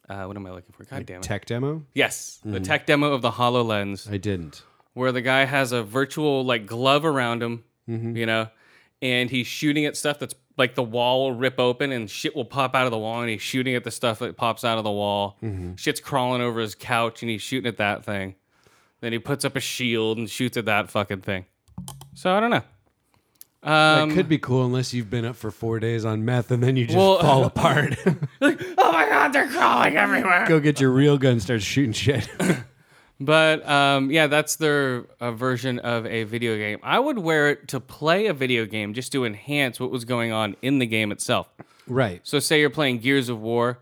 [SPEAKER 1] uh, what am I looking for? God damn it.
[SPEAKER 2] Tech Mm-hmm. demo?
[SPEAKER 1] yes, the tech demo of the HoloLens
[SPEAKER 2] I didn't.
[SPEAKER 1] where the guy has a virtual like glove around him,
[SPEAKER 2] Mm-hmm.
[SPEAKER 1] you know, and he's shooting at stuff that's like the wall will rip open and shit will pop out of the wall and he's shooting at the stuff that pops out of the wall.
[SPEAKER 2] Mm-hmm.
[SPEAKER 1] Shit's crawling over his couch and he's shooting at that thing. Then he puts up a shield and shoots at that fucking thing. So I don't know. Um,
[SPEAKER 2] That could be cool unless you've been up for four days on meth and then you just
[SPEAKER 1] Well-
[SPEAKER 2] fall apart.
[SPEAKER 1] oh my god, they're crawling everywhere.
[SPEAKER 2] Go get your real gun, start shooting shit.
[SPEAKER 1] But um, yeah, that's their uh, version of a video game. I would wear it to play a video game just to enhance what was going on in the game itself.
[SPEAKER 2] right.
[SPEAKER 1] So say you're playing Gears of War,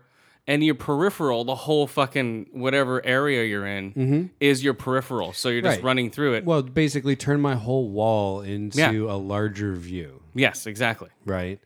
[SPEAKER 1] and your peripheral, the whole fucking whatever area you're in, is your peripheral. So you're just
[SPEAKER 2] Mm-hmm. Right.
[SPEAKER 1] running through it.
[SPEAKER 2] Well, basically turn my whole wall into
[SPEAKER 1] Yeah.
[SPEAKER 2] a larger view,
[SPEAKER 1] yes, exactly.
[SPEAKER 2] right?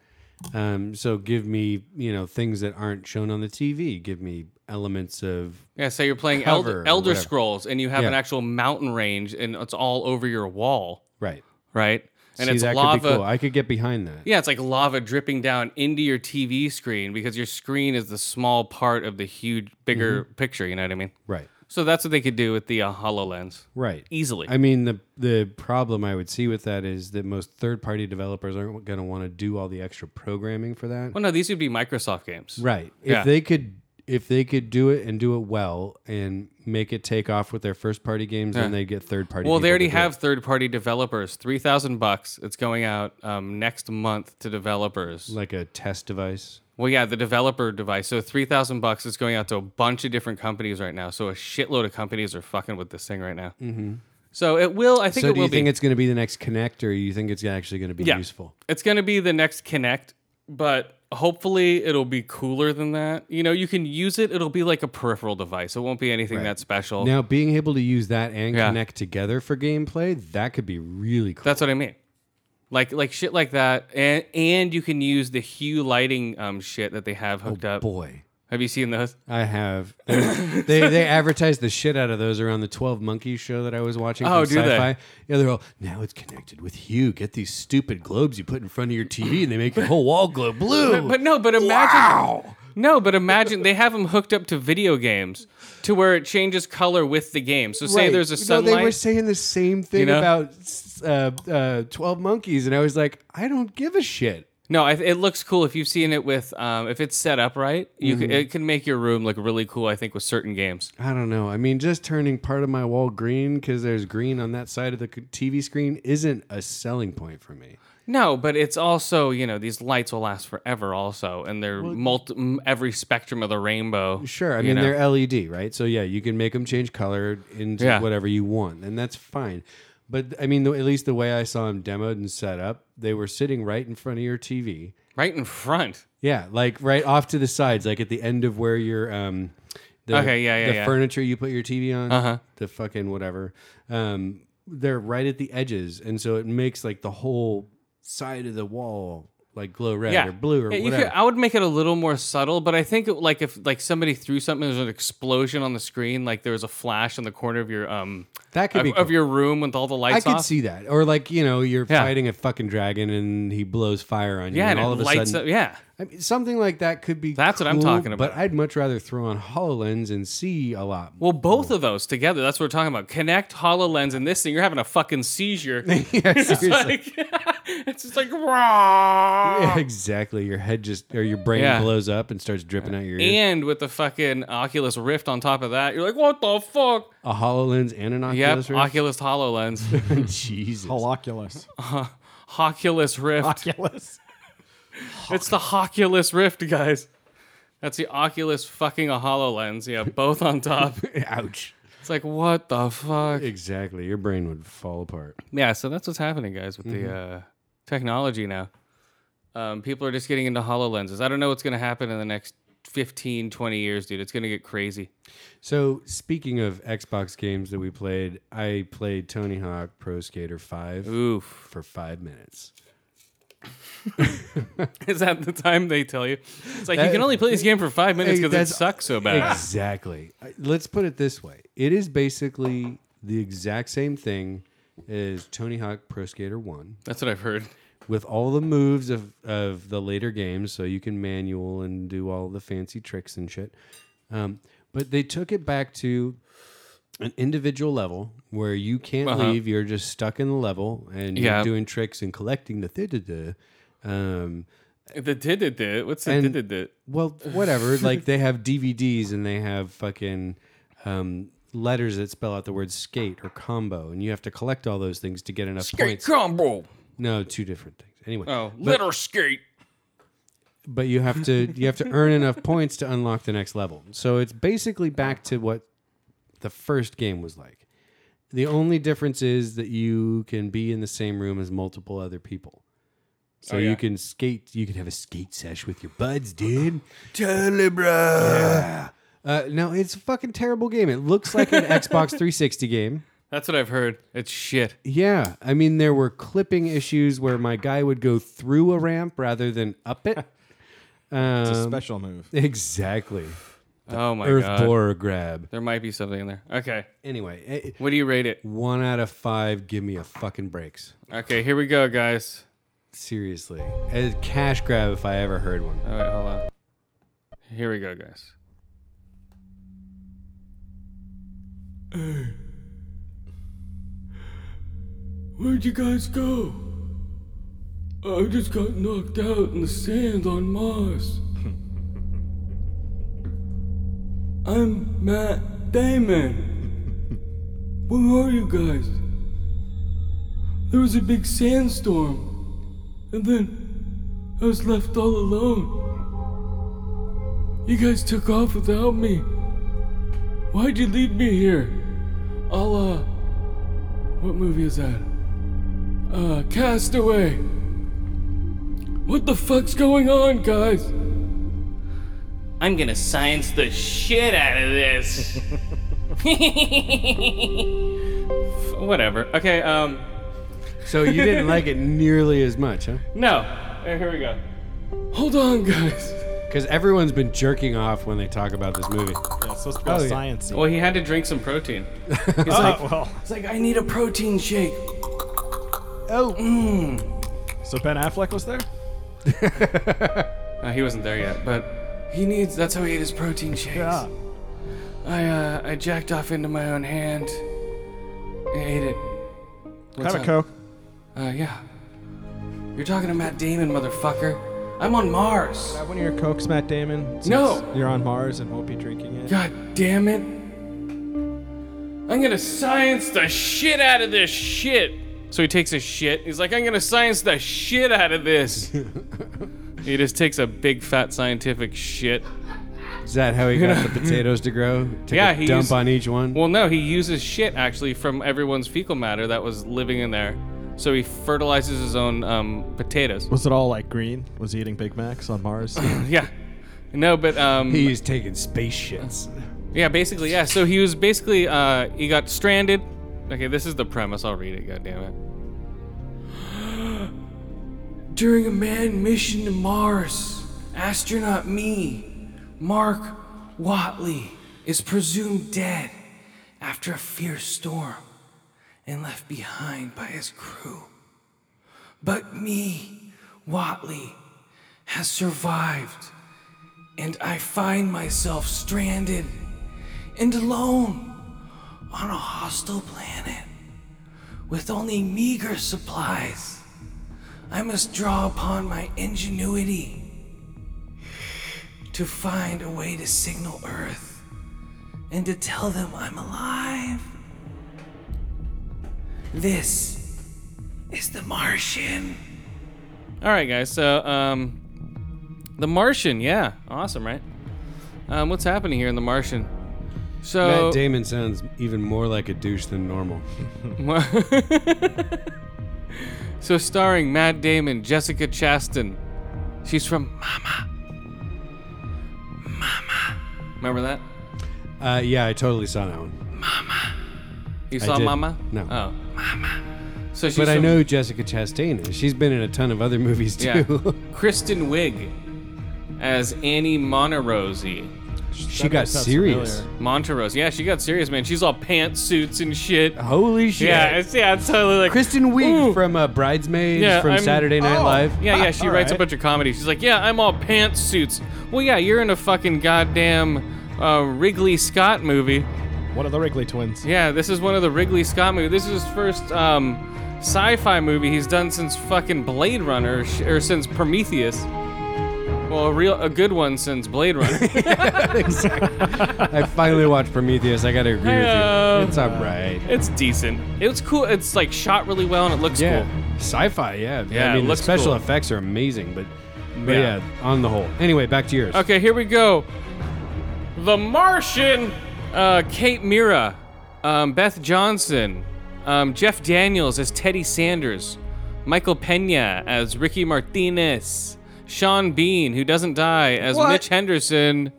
[SPEAKER 2] Um, so give me, you know, things that aren't shown on the TV. Give me elements of
[SPEAKER 1] Yeah, say you're playing
[SPEAKER 2] Cover
[SPEAKER 1] Elder,
[SPEAKER 2] or
[SPEAKER 1] Elder
[SPEAKER 2] whatever.
[SPEAKER 1] Scrolls, and you have
[SPEAKER 2] Yeah.
[SPEAKER 1] an actual mountain range, and it's all over your wall,
[SPEAKER 2] right.
[SPEAKER 1] right? and
[SPEAKER 2] See,
[SPEAKER 1] it's
[SPEAKER 2] that
[SPEAKER 1] lava.
[SPEAKER 2] could be cool. I could get behind that.
[SPEAKER 1] Yeah, it's like lava dripping down into your TV screen because your screen is the small part of the huge, bigger
[SPEAKER 2] Mm-hmm.
[SPEAKER 1] picture. You know what I mean?
[SPEAKER 2] Right.
[SPEAKER 1] So that's what they could do with the uh, Hololens
[SPEAKER 2] Right.
[SPEAKER 1] easily.
[SPEAKER 2] I mean, the the problem I would see with that is that most third party developers aren't going to want to do all the extra programming for that.
[SPEAKER 1] well, no, these would be Microsoft games.
[SPEAKER 2] Right. If
[SPEAKER 1] Yeah.
[SPEAKER 2] they could if they could do it and do it well and make it take off with their first party games, then they'd get third party.
[SPEAKER 1] Well, they already have third party developers. Three thousand bucks. It's going out um, next month to developers.
[SPEAKER 2] like a test device.
[SPEAKER 1] Well, yeah, the developer device. So three thousand bucks is going out to a bunch of different companies right now. So a shitload of companies are fucking with this thing right now. Mm-hmm. So it will. I think
[SPEAKER 2] So
[SPEAKER 1] it
[SPEAKER 2] do
[SPEAKER 1] will
[SPEAKER 2] you think
[SPEAKER 1] be.
[SPEAKER 2] it's going to be the next Connect, or you think it's actually going to be
[SPEAKER 1] Yeah.
[SPEAKER 2] useful?
[SPEAKER 1] It's going to be the next Connect, but hopefully it'll be cooler than that. You know, you can use it. It'll be like a peripheral device. It won't be anything that special.
[SPEAKER 2] Now, being able to use that and
[SPEAKER 1] Yeah.
[SPEAKER 2] Connect together for gameplay, that could be really cool.
[SPEAKER 1] That's what I mean. Like like shit like that, and and you can use the Hue lighting um shit that they have hooked up.
[SPEAKER 2] Oh, Boy,
[SPEAKER 1] Have you seen those?
[SPEAKER 2] I have. they they advertised the shit out of those around the Twelve Monkeys show that I was watching.
[SPEAKER 1] Oh,
[SPEAKER 2] from
[SPEAKER 1] do they?
[SPEAKER 2] sci-fi. Yeah, they're all now it's connected with Hue. Get these stupid globes you put in front of your TV, and they make your whole wall glow blue.
[SPEAKER 1] But no, but imagine. No, but imagine they have them hooked up to video games to where it changes color with the game. So say
[SPEAKER 2] Right.
[SPEAKER 1] there's a
[SPEAKER 2] No,
[SPEAKER 1] sunlight.
[SPEAKER 2] they were saying the same thing
[SPEAKER 1] You know?
[SPEAKER 2] about uh, uh, Twelve Monkeys, and I was like, I don't give a shit.
[SPEAKER 1] No, I, it looks cool if you've seen it with um, if it's set up right. You
[SPEAKER 2] Mm-hmm.
[SPEAKER 1] can, it can make your room look really cool. I think with certain games.
[SPEAKER 2] I don't know. I mean, just turning part of my wall green because there's green on that side of the c- TV screen isn't a selling point for me.
[SPEAKER 1] No, but it's also you know these lights will last forever also, and they're multi- m- every spectrum of the rainbow.
[SPEAKER 2] Sure, I
[SPEAKER 1] you
[SPEAKER 2] mean
[SPEAKER 1] know?
[SPEAKER 2] they're LED, right? So yeah, you can make them change color into
[SPEAKER 1] Yeah.
[SPEAKER 2] whatever you want, and that's fine. But I mean, the, at least the way I saw them demoed and set up, they were sitting right in front of your TV.
[SPEAKER 1] right in front.
[SPEAKER 2] Yeah, like right off to the sides, like at the end of where your um, the,
[SPEAKER 1] Okay, yeah, yeah,
[SPEAKER 2] the
[SPEAKER 1] yeah.
[SPEAKER 2] furniture you put your TV on, uh-huh. the fucking whatever. Um, they're right at the edges, and so it makes like the whole side of the wall like glow red
[SPEAKER 1] Yeah,
[SPEAKER 2] or blue or
[SPEAKER 1] Yeah, you could- uh,
[SPEAKER 2] whatever.
[SPEAKER 1] I would make it a little more subtle, but I think it, like if like somebody threw something, there's an explosion on the screen, like there was a flash in the corner of your um
[SPEAKER 2] that could
[SPEAKER 1] of,
[SPEAKER 2] be
[SPEAKER 1] of your room with all the
[SPEAKER 2] I
[SPEAKER 1] lights
[SPEAKER 2] could
[SPEAKER 1] off.
[SPEAKER 2] see that. Or like, you know, you're
[SPEAKER 1] Yeah.
[SPEAKER 2] fighting a fucking dragon and he blows fire on you
[SPEAKER 1] yeah,
[SPEAKER 2] and,
[SPEAKER 1] and,
[SPEAKER 2] all
[SPEAKER 1] it
[SPEAKER 2] of a
[SPEAKER 1] lights
[SPEAKER 2] sudden
[SPEAKER 1] up. Yeah,
[SPEAKER 2] I mean, something like that could be
[SPEAKER 1] That's what I'm
[SPEAKER 2] cool,
[SPEAKER 1] talking
[SPEAKER 2] But
[SPEAKER 1] about.
[SPEAKER 2] I'd much rather throw on HoloLens and see a lot.
[SPEAKER 1] Well, both of those together. That's what we're talking about. Connect HoloLens and this thing. You're having a fucking seizure.
[SPEAKER 2] Yeah, seriously.
[SPEAKER 1] like, it's just like, raw.
[SPEAKER 2] Yeah, exactly. Your head just or your brain
[SPEAKER 1] Yeah.
[SPEAKER 2] blows up and starts dripping out your ears.
[SPEAKER 1] And with the fucking Oculus Rift on top of that, you're like, what the fuck?
[SPEAKER 2] a HoloLens and an
[SPEAKER 1] Yep,
[SPEAKER 2] Oculus Rift.
[SPEAKER 1] Oculus HoloLens.
[SPEAKER 2] Jesus.
[SPEAKER 4] Holoculus.
[SPEAKER 1] Oculus Rift.
[SPEAKER 4] Holoculus.
[SPEAKER 1] It's the Oculus Rift, guys. That's the Oculus fucking a HoloLens. Yeah, both on top.
[SPEAKER 2] Ouch.
[SPEAKER 1] It's like, what the fuck?
[SPEAKER 2] Exactly. Your brain would fall apart.
[SPEAKER 1] Yeah, so that's what's happening, guys, with the
[SPEAKER 2] Mm-hmm.
[SPEAKER 1] uh, technology now. Um, people are just getting into HoloLenses. I don't know what's going to happen in the next 15, 20 years, dude. It's going to get crazy.
[SPEAKER 2] So speaking of Xbox games that we played, I played Tony Hawk Pro Skater 5
[SPEAKER 1] Oof.
[SPEAKER 2] for 5 minutes.
[SPEAKER 1] Is that the time they tell you? It's like, you
[SPEAKER 2] That-
[SPEAKER 1] can only play this game for five minutes
[SPEAKER 2] Hey,
[SPEAKER 1] because it
[SPEAKER 2] that's-
[SPEAKER 1] sucks so bad.
[SPEAKER 2] Exactly. I- Let's put it this way: it is basically the exact same thing as Tony Hawk Pro Skater One,
[SPEAKER 1] That's what I've heard.
[SPEAKER 2] with all the moves of of the later games, so you can manual and do all the fancy tricks and shit. Um, but they took it back to an individual level where you can't leave; you're just stuck in the level and
[SPEAKER 1] Uh-huh. Yeah.
[SPEAKER 2] you're doing tricks and collecting the da-da-da. Um,
[SPEAKER 1] The did it did. What's the
[SPEAKER 2] And-
[SPEAKER 1] did it did?
[SPEAKER 2] well, whatever. like they have DVDs and they have fucking um, letters that spell out the word skate or combo, and you have to collect all those things to get enough points.
[SPEAKER 1] combo.
[SPEAKER 2] No, two different things. Anyway,
[SPEAKER 1] Oh, litter skate.
[SPEAKER 2] but you have to you have to earn enough points to unlock the next level. So it's basically back to what the first game was like. The only difference is that you can be in the same room as multiple other people. So you can skate. You can have a skate sesh with your buds, dude. totally, bro. Uh, no, it's a fucking terrible game. It looks like an Xbox 360 game.
[SPEAKER 1] That's what I've heard. It's shit.
[SPEAKER 2] Yeah, I mean there were clipping issues where my guy would go through a ramp rather than up it. Um,
[SPEAKER 4] It's a special move.
[SPEAKER 2] Exactly.
[SPEAKER 1] Oh my
[SPEAKER 2] Earth
[SPEAKER 1] god.
[SPEAKER 2] borer grab.
[SPEAKER 1] There might be something in there. Okay.
[SPEAKER 2] Anyway, eh,
[SPEAKER 1] What do you rate it?
[SPEAKER 2] one out of five. Give me a fucking breaks.
[SPEAKER 1] Okay, here we go, guys.
[SPEAKER 2] Seriously, a cash grab if I ever heard one.
[SPEAKER 1] All right, hold on. Here we go, guys.
[SPEAKER 5] Where'd you guys go? I just got knocked out in the sand on Mars. I'm Matt Damon. Where are you guys? There was a big sandstorm, and then I was left all alone. You guys took off without me. Why'd you leave me here? I'll, uh. What movie is that? Uh, Castaway. What the fuck's going on, guys?
[SPEAKER 6] I'm gonna science the shit out of this.
[SPEAKER 1] F- Whatever. Okay, um
[SPEAKER 2] So you didn't like it nearly as much, huh?
[SPEAKER 1] no. Uh, Here we go.
[SPEAKER 5] Hold on, guys.
[SPEAKER 2] Because everyone's been jerking off when they talk about this movie.
[SPEAKER 4] Yeah, it's supposed to be all
[SPEAKER 2] yeah.
[SPEAKER 4] science.
[SPEAKER 1] Well, he had to drink some protein.
[SPEAKER 4] Oh, well,
[SPEAKER 5] It's like I need a protein shake.
[SPEAKER 4] so Ben Affleck was there.
[SPEAKER 1] Uh, he wasn't there yet, but
[SPEAKER 5] He needs. That's how he ate his protein shakes. I uh, I jacked off into my own hand. and ate it. What's
[SPEAKER 4] Have a
[SPEAKER 5] up?
[SPEAKER 4] Coke.
[SPEAKER 5] Uh, yeah. You're talking to Matt Damon, motherfucker. I'm on Mars.
[SPEAKER 4] Have one of your Cokes, Matt Damon.
[SPEAKER 5] No.
[SPEAKER 4] since You're on Mars and won't be drinking it.
[SPEAKER 5] God damn it.
[SPEAKER 1] I'm gonna science the shit out of this shit. So he takes a shit. He's like, I'm gonna science the shit out of this. he just takes a big fat scientific shit.
[SPEAKER 2] Is that how he got the potatoes to grow? Took
[SPEAKER 1] Yeah,
[SPEAKER 2] a
[SPEAKER 1] he
[SPEAKER 2] dump
[SPEAKER 1] used-
[SPEAKER 2] on each one.
[SPEAKER 1] Well, no, he uses shit actually from everyone's fecal matter that was living in there. So he fertilizes his own um, potatoes.
[SPEAKER 4] Was it all like green? Was he eating Big Macs on Mars?
[SPEAKER 1] Yeah. No, but um,
[SPEAKER 2] He's taking space shits.
[SPEAKER 1] yeah, basically, yeah. So he was basically uh, he got stranded. Okay, this is the premise. I'll read it. God damn it.
[SPEAKER 5] During a manned mission to Mars, astronaut me, Mark Watley, is presumed dead after a fierce storm and left behind by his crew. But me, Watley, has survived, and I find myself stranded and alone on a hostile planet with only meager supplies. I must draw upon my ingenuity to find a way to signal Earth and to tell them I'm alive. This is the Martian.
[SPEAKER 1] All right, guys. So, um, The Martian. Yeah, awesome, right? Um, what's happening here in The Martian? So,
[SPEAKER 2] Matt Damon sounds even more like a douche than normal.
[SPEAKER 1] so starring Matt Damon, Jessica Chastain. She's from Mama. Mama. Remember that?
[SPEAKER 2] Uh, yeah, I totally saw that one.
[SPEAKER 1] You saw
[SPEAKER 2] didn't.
[SPEAKER 1] Mama?
[SPEAKER 2] No.
[SPEAKER 1] Oh, Mama. So she's
[SPEAKER 2] But I
[SPEAKER 1] from-
[SPEAKER 2] know who Jessica Chastain is. She's been in a ton of other movies
[SPEAKER 1] Yeah.
[SPEAKER 2] too.
[SPEAKER 1] Kristen Wiig as Annie Monterose.
[SPEAKER 2] she got
[SPEAKER 4] sounds
[SPEAKER 2] serious.
[SPEAKER 4] familiar.
[SPEAKER 1] Monterose. Yeah, she got serious, man. She's all pantsuits and shit.
[SPEAKER 2] Holy shit!
[SPEAKER 1] Yeah, it's yeah, it's totally like
[SPEAKER 2] Oh, Kristen Wiig
[SPEAKER 1] Ooh.
[SPEAKER 2] from uh, Bridesmaids
[SPEAKER 1] Yeah,
[SPEAKER 2] from
[SPEAKER 1] I'm- Oh,
[SPEAKER 2] Saturday Night Live.
[SPEAKER 1] Yeah, yeah, she
[SPEAKER 4] All
[SPEAKER 1] writes a
[SPEAKER 4] right.
[SPEAKER 1] bunch of comedy. She's like, yeah, I'm all pantsuits. Well, yeah, you're in a fucking goddamn uh, Wrigley Scott movie.
[SPEAKER 4] One of the Wrigley twins.
[SPEAKER 1] Yeah, this is one of the Wrigley Scott movies. This is his first um, sci-fi movie he's done since fucking Blade Runner, or, sh- or since Prometheus. Well, a real, a good one since Blade Runner.
[SPEAKER 2] I finally watched Prometheus. I gotta agree
[SPEAKER 1] Hey-o.
[SPEAKER 2] with you. It's all right.
[SPEAKER 1] it's decent. It's cool. It's like shot really well and it looks
[SPEAKER 2] Yeah,
[SPEAKER 1] cool.
[SPEAKER 2] sci-fi. Yeah,
[SPEAKER 1] Yeah, it
[SPEAKER 2] I mean, the
[SPEAKER 1] looks
[SPEAKER 2] special
[SPEAKER 1] cool.
[SPEAKER 2] effects are amazing, but but
[SPEAKER 1] Yeah.
[SPEAKER 2] yeah. on the whole. Anyway, back to yours.
[SPEAKER 1] Okay, here we go. The Martian. Uh, Kate Mira, um, Beth Johnson, um, Jeff Daniels as Teddy Sanders, Michael Pena as Ricky Martinez, Sean Bean, who doesn't die, as Mitch Henderson.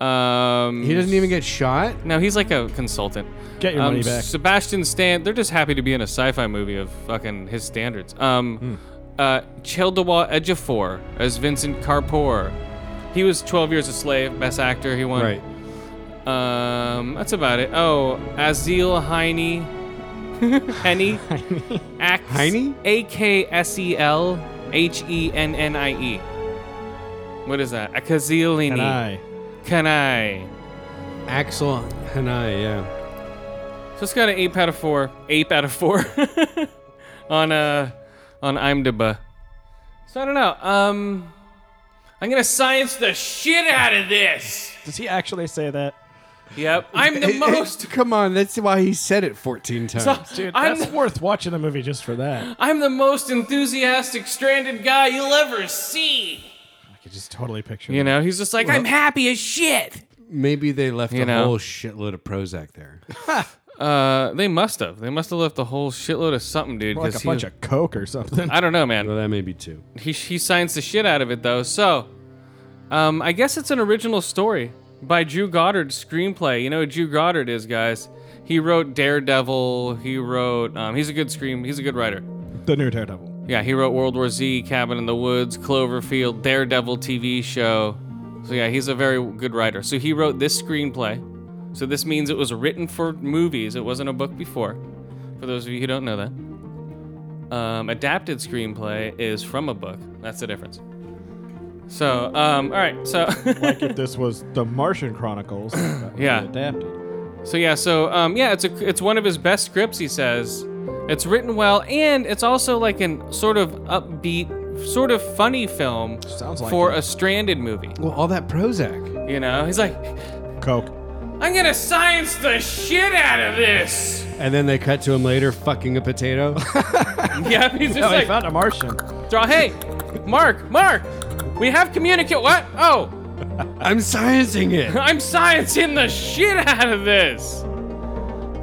[SPEAKER 1] Um,
[SPEAKER 2] He doesn't even get shot.
[SPEAKER 1] No, he's like a consultant.
[SPEAKER 4] Get your
[SPEAKER 1] Um,
[SPEAKER 4] money back.
[SPEAKER 1] Sebastian Stan. They're just happy to be in a sci-fi movie of fucking his
[SPEAKER 4] Hmm.
[SPEAKER 1] standards. Um, uh, Childewa Ejiofor as Vincent Karpoor. He was 12 years a slave, best actor. He won.
[SPEAKER 2] Right.
[SPEAKER 1] Um, that's about it. Oh, Azil Heine. Henny. Ax-
[SPEAKER 2] Heine?
[SPEAKER 1] A K S E L H E N N I E. What is that? Akazilini.
[SPEAKER 4] And I.
[SPEAKER 1] Can I?
[SPEAKER 2] Axel Hanai, yeah.
[SPEAKER 1] So it's got an ape out of four. Ape out of four on uh on IMDb. So I don't know. Um, I'm gonna science the shit out of this.
[SPEAKER 4] Does he actually say that?
[SPEAKER 1] Yep, I'm the most.
[SPEAKER 2] Come on, that's why he said it 14 times.
[SPEAKER 4] Dude,
[SPEAKER 1] I'm
[SPEAKER 4] that's worth watching the movie just for that.
[SPEAKER 1] I'm the most enthusiastic stranded guy you'll ever see.
[SPEAKER 4] I could just totally picture
[SPEAKER 1] You
[SPEAKER 4] that.
[SPEAKER 1] know, he's just like, I'm happy as shit.
[SPEAKER 2] Maybe they left
[SPEAKER 1] You
[SPEAKER 2] a
[SPEAKER 1] know.
[SPEAKER 2] whole shitload of Prozac there.
[SPEAKER 1] Uh, they must have. They must have left a whole shitload of something, dude.
[SPEAKER 4] More like
[SPEAKER 1] 'cause
[SPEAKER 4] a
[SPEAKER 1] he
[SPEAKER 4] bunch
[SPEAKER 1] was-
[SPEAKER 4] of coke or something.
[SPEAKER 1] I don't know, man.
[SPEAKER 2] well, that may be two.
[SPEAKER 1] he he signs the shit out of it though. So, um, I guess it's an original story by Drew Goddard screenplay. You know who Drew Goddard is, guys. He wrote Daredevil. He wrote. Um, he's a good screen. He's a good writer.
[SPEAKER 4] the new Daredevil.
[SPEAKER 1] Yeah, he wrote World War Z, Cabin in the Woods, Cloverfield, Daredevil TV show. So yeah, he's a very good writer. So he wrote this screenplay. So this means it was written for movies. It wasn't a book before. For those of you who don't know that, um, adapted screenplay is from a book. That's the difference. So um, all right, so
[SPEAKER 4] like if this was the Martian Chronicles. that would be
[SPEAKER 1] Yeah.
[SPEAKER 4] Adapted.
[SPEAKER 1] So yeah, so um, yeah, it's a it's one of his best scripts. He says it's written well, and it's also like an sort of upbeat, sort of funny film
[SPEAKER 4] Sounds like
[SPEAKER 1] for
[SPEAKER 4] it.
[SPEAKER 1] a stranded movie.
[SPEAKER 2] Well, all that Prozac.
[SPEAKER 1] You know, he's like,
[SPEAKER 4] Coke.
[SPEAKER 1] I'm gonna science the shit out of this.
[SPEAKER 2] And then they cut to him later fucking a potato.
[SPEAKER 1] yeah, he's just
[SPEAKER 4] Oh, he
[SPEAKER 1] like,
[SPEAKER 4] found a Martian.
[SPEAKER 1] draw. Hey, Mark, Mark, we have communicate. What? Oh,
[SPEAKER 2] I'm sciencing it.
[SPEAKER 1] I'm sciencing the shit out of this.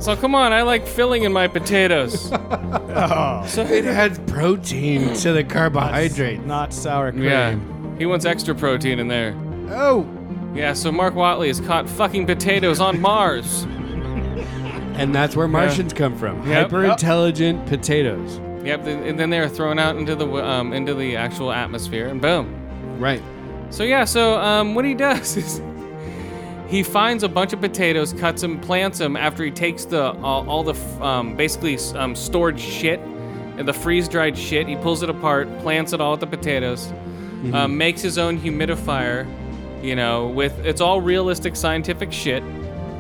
[SPEAKER 1] So come on, I like filling in my potatoes.
[SPEAKER 2] It adds protein to the carbohydrate.
[SPEAKER 4] Not sour cream.
[SPEAKER 1] yeah, he wants extra protein in there.
[SPEAKER 2] Oh,
[SPEAKER 1] Yeah, so Mark Watley has caught fucking potatoes on Mars.
[SPEAKER 2] and that's where Martians come from.
[SPEAKER 1] Yep.
[SPEAKER 2] Hyper intelligent potatoes.
[SPEAKER 1] yep, th- and then they're thrown out into the um, into the actual atmosphere, and boom.
[SPEAKER 2] Right.
[SPEAKER 1] So yeah, so um, what he does is he finds a bunch of potatoes, cuts them, plants them. After he takes the all, all the f- um, basically um, stored shit and the freeze dried shit, he pulls it apart, plants it all with the potatoes,
[SPEAKER 2] Mm-hmm.
[SPEAKER 1] um, makes his own humidifier. You know, with it's all realistic scientific shit.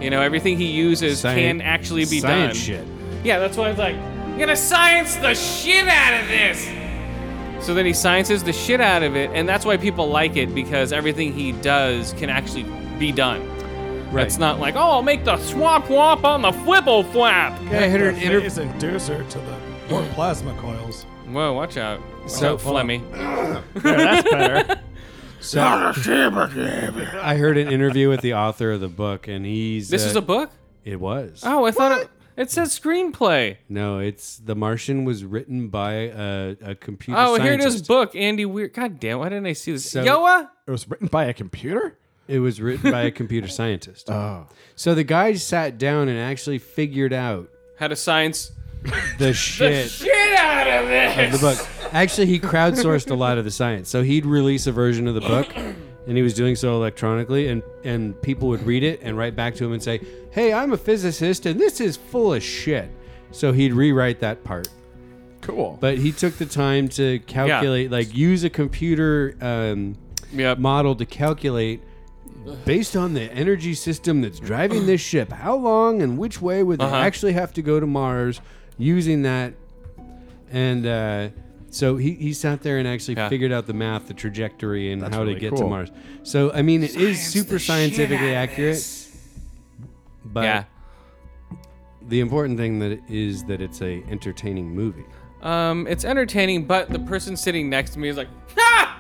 [SPEAKER 1] You know, everything he uses can
[SPEAKER 2] Scien-
[SPEAKER 1] actually be done.
[SPEAKER 2] Science shit.
[SPEAKER 1] Yeah, that's why I was like, I'm gonna science the shit out of this. So then he sciences the shit out of it, and that's why people like it because everything he does can actually be done.
[SPEAKER 2] Right.
[SPEAKER 1] It's not like, oh, I'll make the swamp womp on the flipple flap.
[SPEAKER 2] I hit her an inter-
[SPEAKER 4] phase inducer to the more plasma coils.
[SPEAKER 1] Whoa, watch out. So,
[SPEAKER 2] So-
[SPEAKER 1] Flemmy.
[SPEAKER 4] that's better.
[SPEAKER 2] So, I heard an interview with the author of the book, and he's.
[SPEAKER 1] This
[SPEAKER 2] uh,
[SPEAKER 1] is a book?
[SPEAKER 2] It was.
[SPEAKER 1] Oh, I thought it, it says screenplay.
[SPEAKER 2] No, it's The Martian was written by a, a computer.
[SPEAKER 1] Oh, here it is,
[SPEAKER 2] scientist.
[SPEAKER 1] book, Andy Weir. God damn, why didn't I see this?
[SPEAKER 2] So-
[SPEAKER 1] Yoa?
[SPEAKER 4] It was written by a computer?
[SPEAKER 2] It was written by a computer scientist. Oh. So the guy sat down and actually figured out
[SPEAKER 1] How to science
[SPEAKER 2] the shit
[SPEAKER 1] shit out of
[SPEAKER 2] of the
[SPEAKER 1] this.
[SPEAKER 2] book. Actually, he crowdsourced a lot of the science. So he'd release a version of the book, and he was doing so electronically, and, and people would read it and write back to him and say, Hey, I'm a physicist, and this is full of shit. So he'd rewrite that part.
[SPEAKER 4] Cool.
[SPEAKER 2] But he took the time to calculate, like, use a computer um,
[SPEAKER 1] Yep.
[SPEAKER 2] model to calculate. Based on the energy system that's driving this ship, how long and which way would they
[SPEAKER 1] Uh-huh.
[SPEAKER 2] actually have to go to Mars using that and uh, so he, he sat there and actually
[SPEAKER 1] Yeah.
[SPEAKER 2] figured out the math, the trajectory, and how to
[SPEAKER 4] really
[SPEAKER 2] get to
[SPEAKER 4] cool.
[SPEAKER 2] Mars. So I mean, it is super scientifically accurate. But
[SPEAKER 1] yeah.
[SPEAKER 2] the important thing that it is that it's a entertaining movie.
[SPEAKER 1] Um, it's entertaining, but the person sitting next to me is like, ha!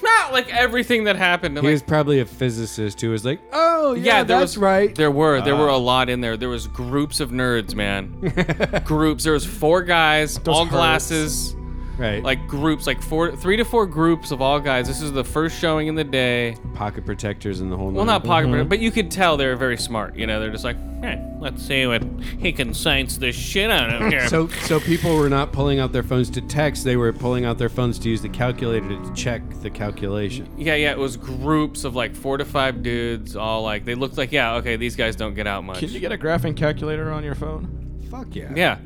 [SPEAKER 1] Not like everything that happened. I'm
[SPEAKER 2] He
[SPEAKER 1] like,
[SPEAKER 2] was probably a physicist who was like, "Oh, yeah,
[SPEAKER 1] yeah, there
[SPEAKER 2] that's
[SPEAKER 1] was
[SPEAKER 2] right." Ah.
[SPEAKER 1] There were there were a lot in there. There was groups of nerds, man. groups. There was four guys, all
[SPEAKER 4] herds.
[SPEAKER 1] glasses.
[SPEAKER 2] Right.
[SPEAKER 1] Like groups, like four, three to four groups of all guys. This is the first showing in the day.
[SPEAKER 2] pocket protectors and the whole.
[SPEAKER 1] Well,
[SPEAKER 2] nine.
[SPEAKER 1] not pocket, but- but you could tell they're very smart. You know, they're just like,
[SPEAKER 6] Alright, let's see what he can science the shit out of here.
[SPEAKER 2] So, so people were not pulling out their phones to text; they were pulling out their phones to use the calculator to check the calculation.
[SPEAKER 1] yeah, yeah. It was groups of like four to five dudes, all like they looked like, yeah, okay, these guys don't get out much.
[SPEAKER 4] Can you get a graphing calculator on your phone?
[SPEAKER 2] Fuck yeah!
[SPEAKER 1] yeah.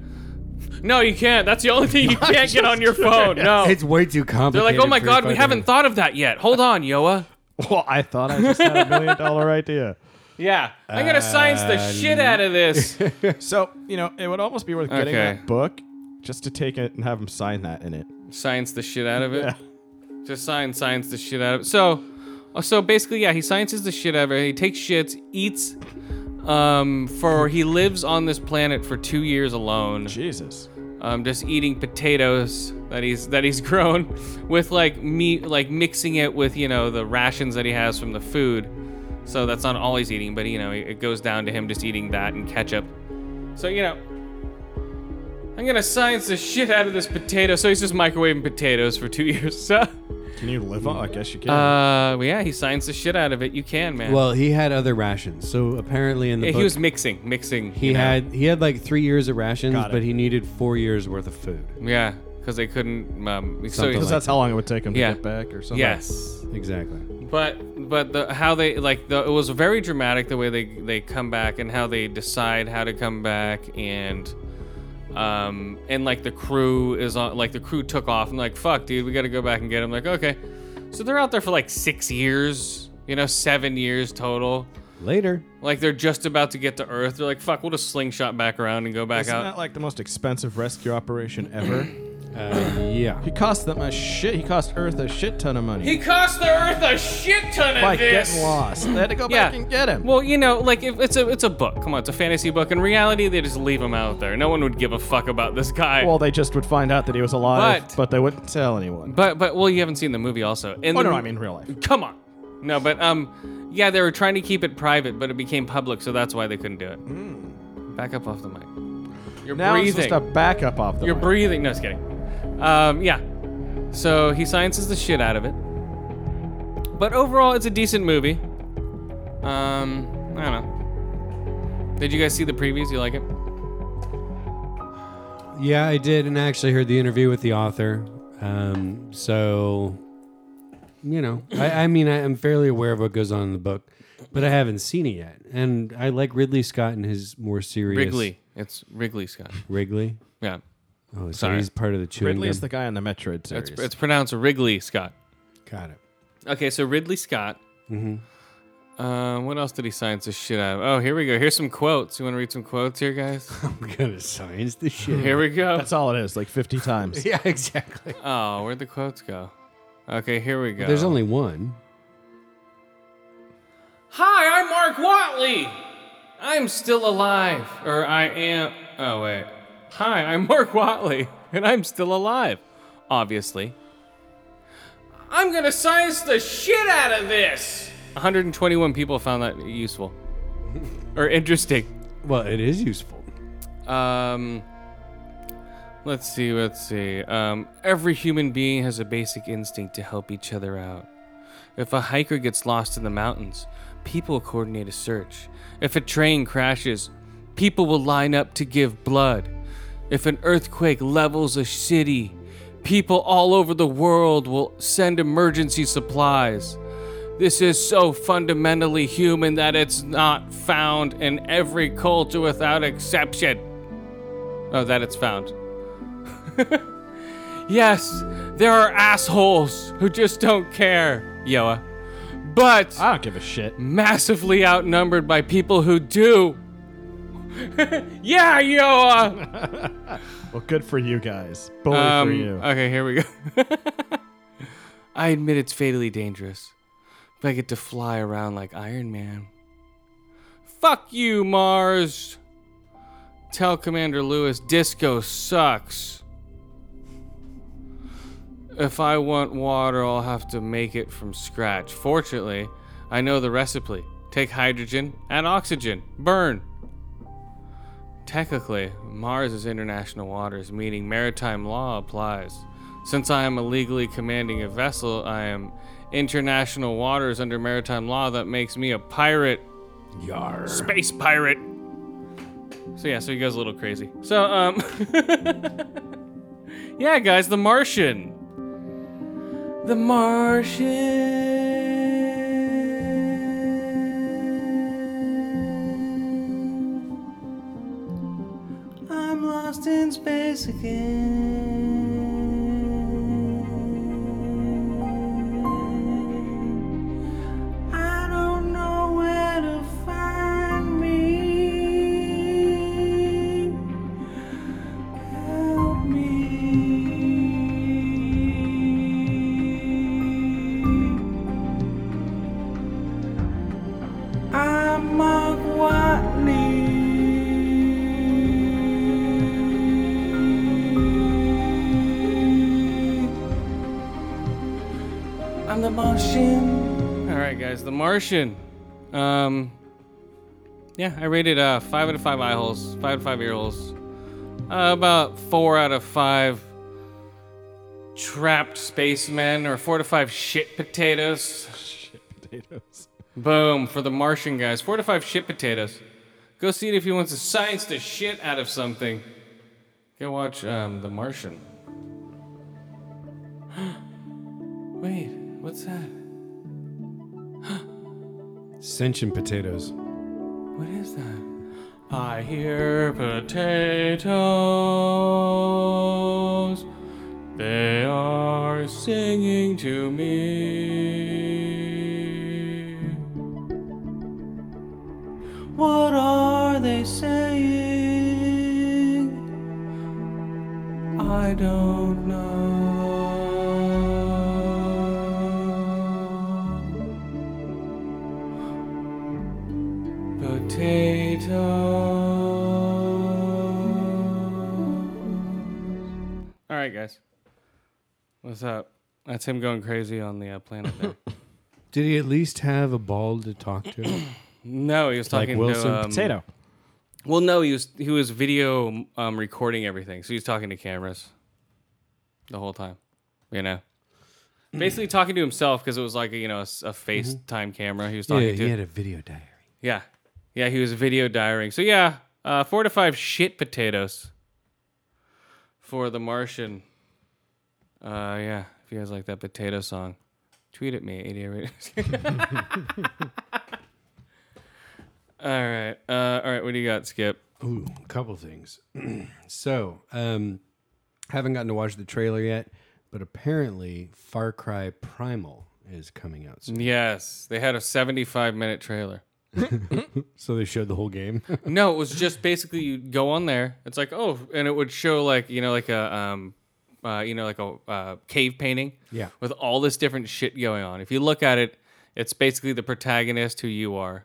[SPEAKER 1] No, you can't. That's the only thing you can't get on your phone. No.
[SPEAKER 2] it's way
[SPEAKER 1] They're
[SPEAKER 2] too complicated.
[SPEAKER 1] like, oh my
[SPEAKER 2] for
[SPEAKER 1] god, we
[SPEAKER 2] fucking-
[SPEAKER 1] haven't thought of that yet. Hold on, Yoa.
[SPEAKER 4] Well, I thought I just had a million dollar idea.
[SPEAKER 1] Yeah, I'm gonna science the shit out of this.
[SPEAKER 4] So, you know, it would almost be worth getting
[SPEAKER 1] Okay.
[SPEAKER 4] that book just to take it and have him sign that in it.
[SPEAKER 1] science the shit out of it. Just sign science the shit out of it. So, uh, so basically, yeah, he sciences the shit out of it. He takes shits, eats. Um, for he lives on this planet for two years alone.
[SPEAKER 4] Jesus.
[SPEAKER 1] Um, just eating potatoes that he's that he's grown, with like meat, like mixing it with you know the rations that he has from the food. So that's not all he's eating, but you know it goes down to him just eating that and ketchup. So you know, I'm gonna science the shit out of this potato. So he's just microwaving potatoes for two years. So, uh,
[SPEAKER 4] Can you live on? I guess you can.
[SPEAKER 2] Uh,
[SPEAKER 1] well, yeah, he science the shit out of it. You can, man.
[SPEAKER 2] Well, he had other rations, so apparently in the
[SPEAKER 1] yeah,
[SPEAKER 2] book,
[SPEAKER 1] he was mixing, mixing.
[SPEAKER 2] he
[SPEAKER 1] you know.
[SPEAKER 2] had he had like three years of rations,
[SPEAKER 4] Got it.
[SPEAKER 2] but he needed four years worth of food.
[SPEAKER 1] yeah, because they couldn't. Um, so
[SPEAKER 2] Something
[SPEAKER 1] he-
[SPEAKER 4] Because that's how long it would take him
[SPEAKER 1] Yeah.
[SPEAKER 4] to get back or something.
[SPEAKER 1] yes.
[SPEAKER 2] Exactly.
[SPEAKER 1] But but the how they like the it was very dramatic the way they they come back and how they decide how to come back and um and like the crew is on like the crew took off and like fuck dude we got to go back and get him like okay so they're out there for like 6 years you know 7 years total
[SPEAKER 2] Later.
[SPEAKER 1] like they're just about to get to earth they're like fuck we'll just slingshot back around and go back
[SPEAKER 4] Isn't
[SPEAKER 1] out
[SPEAKER 4] that like the most expensive rescue operation ever?
[SPEAKER 2] Uh, yeah.
[SPEAKER 4] he cost them a shit. He cost Earth a shit ton of money
[SPEAKER 1] he cost the earth a shit ton of
[SPEAKER 4] by
[SPEAKER 1] this
[SPEAKER 4] getting lost. They had to go back and get him.
[SPEAKER 1] Well, you know, like if it's a it's a book. Come on, it's a fantasy book. In reality, they just leave him out there. No one would give a fuck about this guy.
[SPEAKER 4] Well, they just would find out that he was alive,
[SPEAKER 1] But-
[SPEAKER 4] but, they wouldn't tell anyone.
[SPEAKER 1] but but well, you haven't seen the movie also. And
[SPEAKER 4] oh
[SPEAKER 1] the-
[SPEAKER 4] no, I mean real life.
[SPEAKER 1] come on. No, but um, yeah, they were trying to keep it private, but it became public, so that's why they couldn't do it.
[SPEAKER 4] Hmm.
[SPEAKER 1] Back up off the mic. You're
[SPEAKER 4] Now it's
[SPEAKER 1] breathing.
[SPEAKER 4] just a backup off the.
[SPEAKER 1] You're
[SPEAKER 4] mic.
[SPEAKER 1] breathing. No, just kidding. Um, yeah. So he sciences the shit out of it. But overall, it's a decent movie. Um, I don't know. Did you guys see the previews? You like it?
[SPEAKER 2] Yeah, I did, and I actually heard the interview with the author. Um, so, you know, I, I mean, I, I'm fairly aware of what goes on in the book, but I haven't seen it yet. And I like Ridley Scott and his more serious
[SPEAKER 1] Wrigley. It's Wrigley Scott.
[SPEAKER 2] Wrigley.
[SPEAKER 1] Yeah.
[SPEAKER 2] Oh, so
[SPEAKER 1] Sorry.
[SPEAKER 2] he's part of the chewing
[SPEAKER 4] Ridley is the
[SPEAKER 2] gum.
[SPEAKER 4] guy in the Metroid series.
[SPEAKER 1] It's, it's pronounced Wrigley Scott.
[SPEAKER 2] Got it.
[SPEAKER 1] Okay, so Ridley Scott. Mm-hmm. Um, what else did he science the shit out of? Oh, here we go. Here's some quotes. You want to read some quotes here, guys?
[SPEAKER 2] I'm gonna science the shit.
[SPEAKER 1] Here we go.
[SPEAKER 4] That's all it is, like 50 times.
[SPEAKER 2] yeah, exactly.
[SPEAKER 1] Oh, where'd the quotes go? Okay, here we go.
[SPEAKER 2] There's only one.
[SPEAKER 1] Hi, I'm Mark Watley. I'm still alive. Or I am. Oh, wait. Hi, I'm Mark Watley, and I'm still alive. Obviously. I'm gonna science the shit out of this! 121 people found that useful. or interesting.
[SPEAKER 2] Well, it is useful.
[SPEAKER 1] Um, let's see, let's see. Um, every human being has a basic instinct to help each other out. If a hiker gets lost in the mountains, people coordinate a search. If a train crashes, people will line up to give blood. If an earthquake levels a city, people all over the world will send emergency supplies. This is so fundamentally human that it's not found in every culture without exception. Oh, that it's found. yes, there are assholes who just don't care, Yoa. But
[SPEAKER 4] I don't give a shit.
[SPEAKER 1] massively outnumbered by people who do. yeah, Yoa!
[SPEAKER 4] Well, good for you guys. Bully for
[SPEAKER 1] Um,
[SPEAKER 4] you.
[SPEAKER 1] Okay, here we go. I admit it's fatally dangerous, but I get to fly around like Iron Man. Fuck you, Mars! Tell Commander Lewis disco sucks. If I want water, I'll have to make it from scratch. Fortunately, I know the recipe. Take hydrogen, add oxygen, burn. Technically, Mars is international waters, meaning maritime law applies. Since I am illegally commanding a vessel, I am international waters under maritime law that makes me a pirate. Yar. Space pirate. So yeah, so he goes a little crazy. So um Yeah, guys, The Martian. The Martian. I'm lost in space again. I don't know where to find me. Help me. I'm Mark I'm the Martian. All right, guys, the Martian. Um, yeah, I rated uh five out of five eye holes, five out of five ear holes, uh, about four out of five trapped spacemen, or four to five shit potatoes.
[SPEAKER 4] Potatoes.
[SPEAKER 1] Boom for the Martian guys. Four to five shit potatoes. Go see it if you want to science the shit out of something. Go watch um, The Martian. Wait, what's that?
[SPEAKER 2] Sentient potatoes.
[SPEAKER 1] What is that? I hear potatoes. They are singing to me. What are they saying? I don't know. Potato. All right, guys. What's up? That's him going crazy on the uh, planet there.
[SPEAKER 2] Did he at least have a ball to talk to?
[SPEAKER 1] no, he was
[SPEAKER 2] Like
[SPEAKER 1] talking
[SPEAKER 2] Wilson
[SPEAKER 1] to um,
[SPEAKER 4] Potato.
[SPEAKER 1] Well, no, he was he was video um, recording everything, so he was talking to cameras the whole time. You know, basically talking to himself because it was like a, you know a, s- a FaceTime camera he was
[SPEAKER 2] Mm-hmm. yeah,
[SPEAKER 1] talking to.
[SPEAKER 2] he had a video diary.
[SPEAKER 1] Yeah. Yeah, he was video diarying. So yeah, uh, four to five shit potatoes for the Martian. Uh, yeah, if you guys like that potato song, tweet at me, 88 Raiders. all right. Uh, all right, what do you got, Skip?
[SPEAKER 2] Ooh, a couple things. so, um, haven't gotten to watch the trailer yet, but apparently Far Cry Primal is coming out soon.
[SPEAKER 1] Yes, they had a 75 minute trailer.
[SPEAKER 2] So they showed the whole game.
[SPEAKER 1] No, it was just basically you go on there. It's like oh, and it would show like you know like a um, uh, you know like a uh, cave painting.
[SPEAKER 2] Yeah.
[SPEAKER 1] With all this different shit going on. If you look at it, it's basically the protagonist who you are,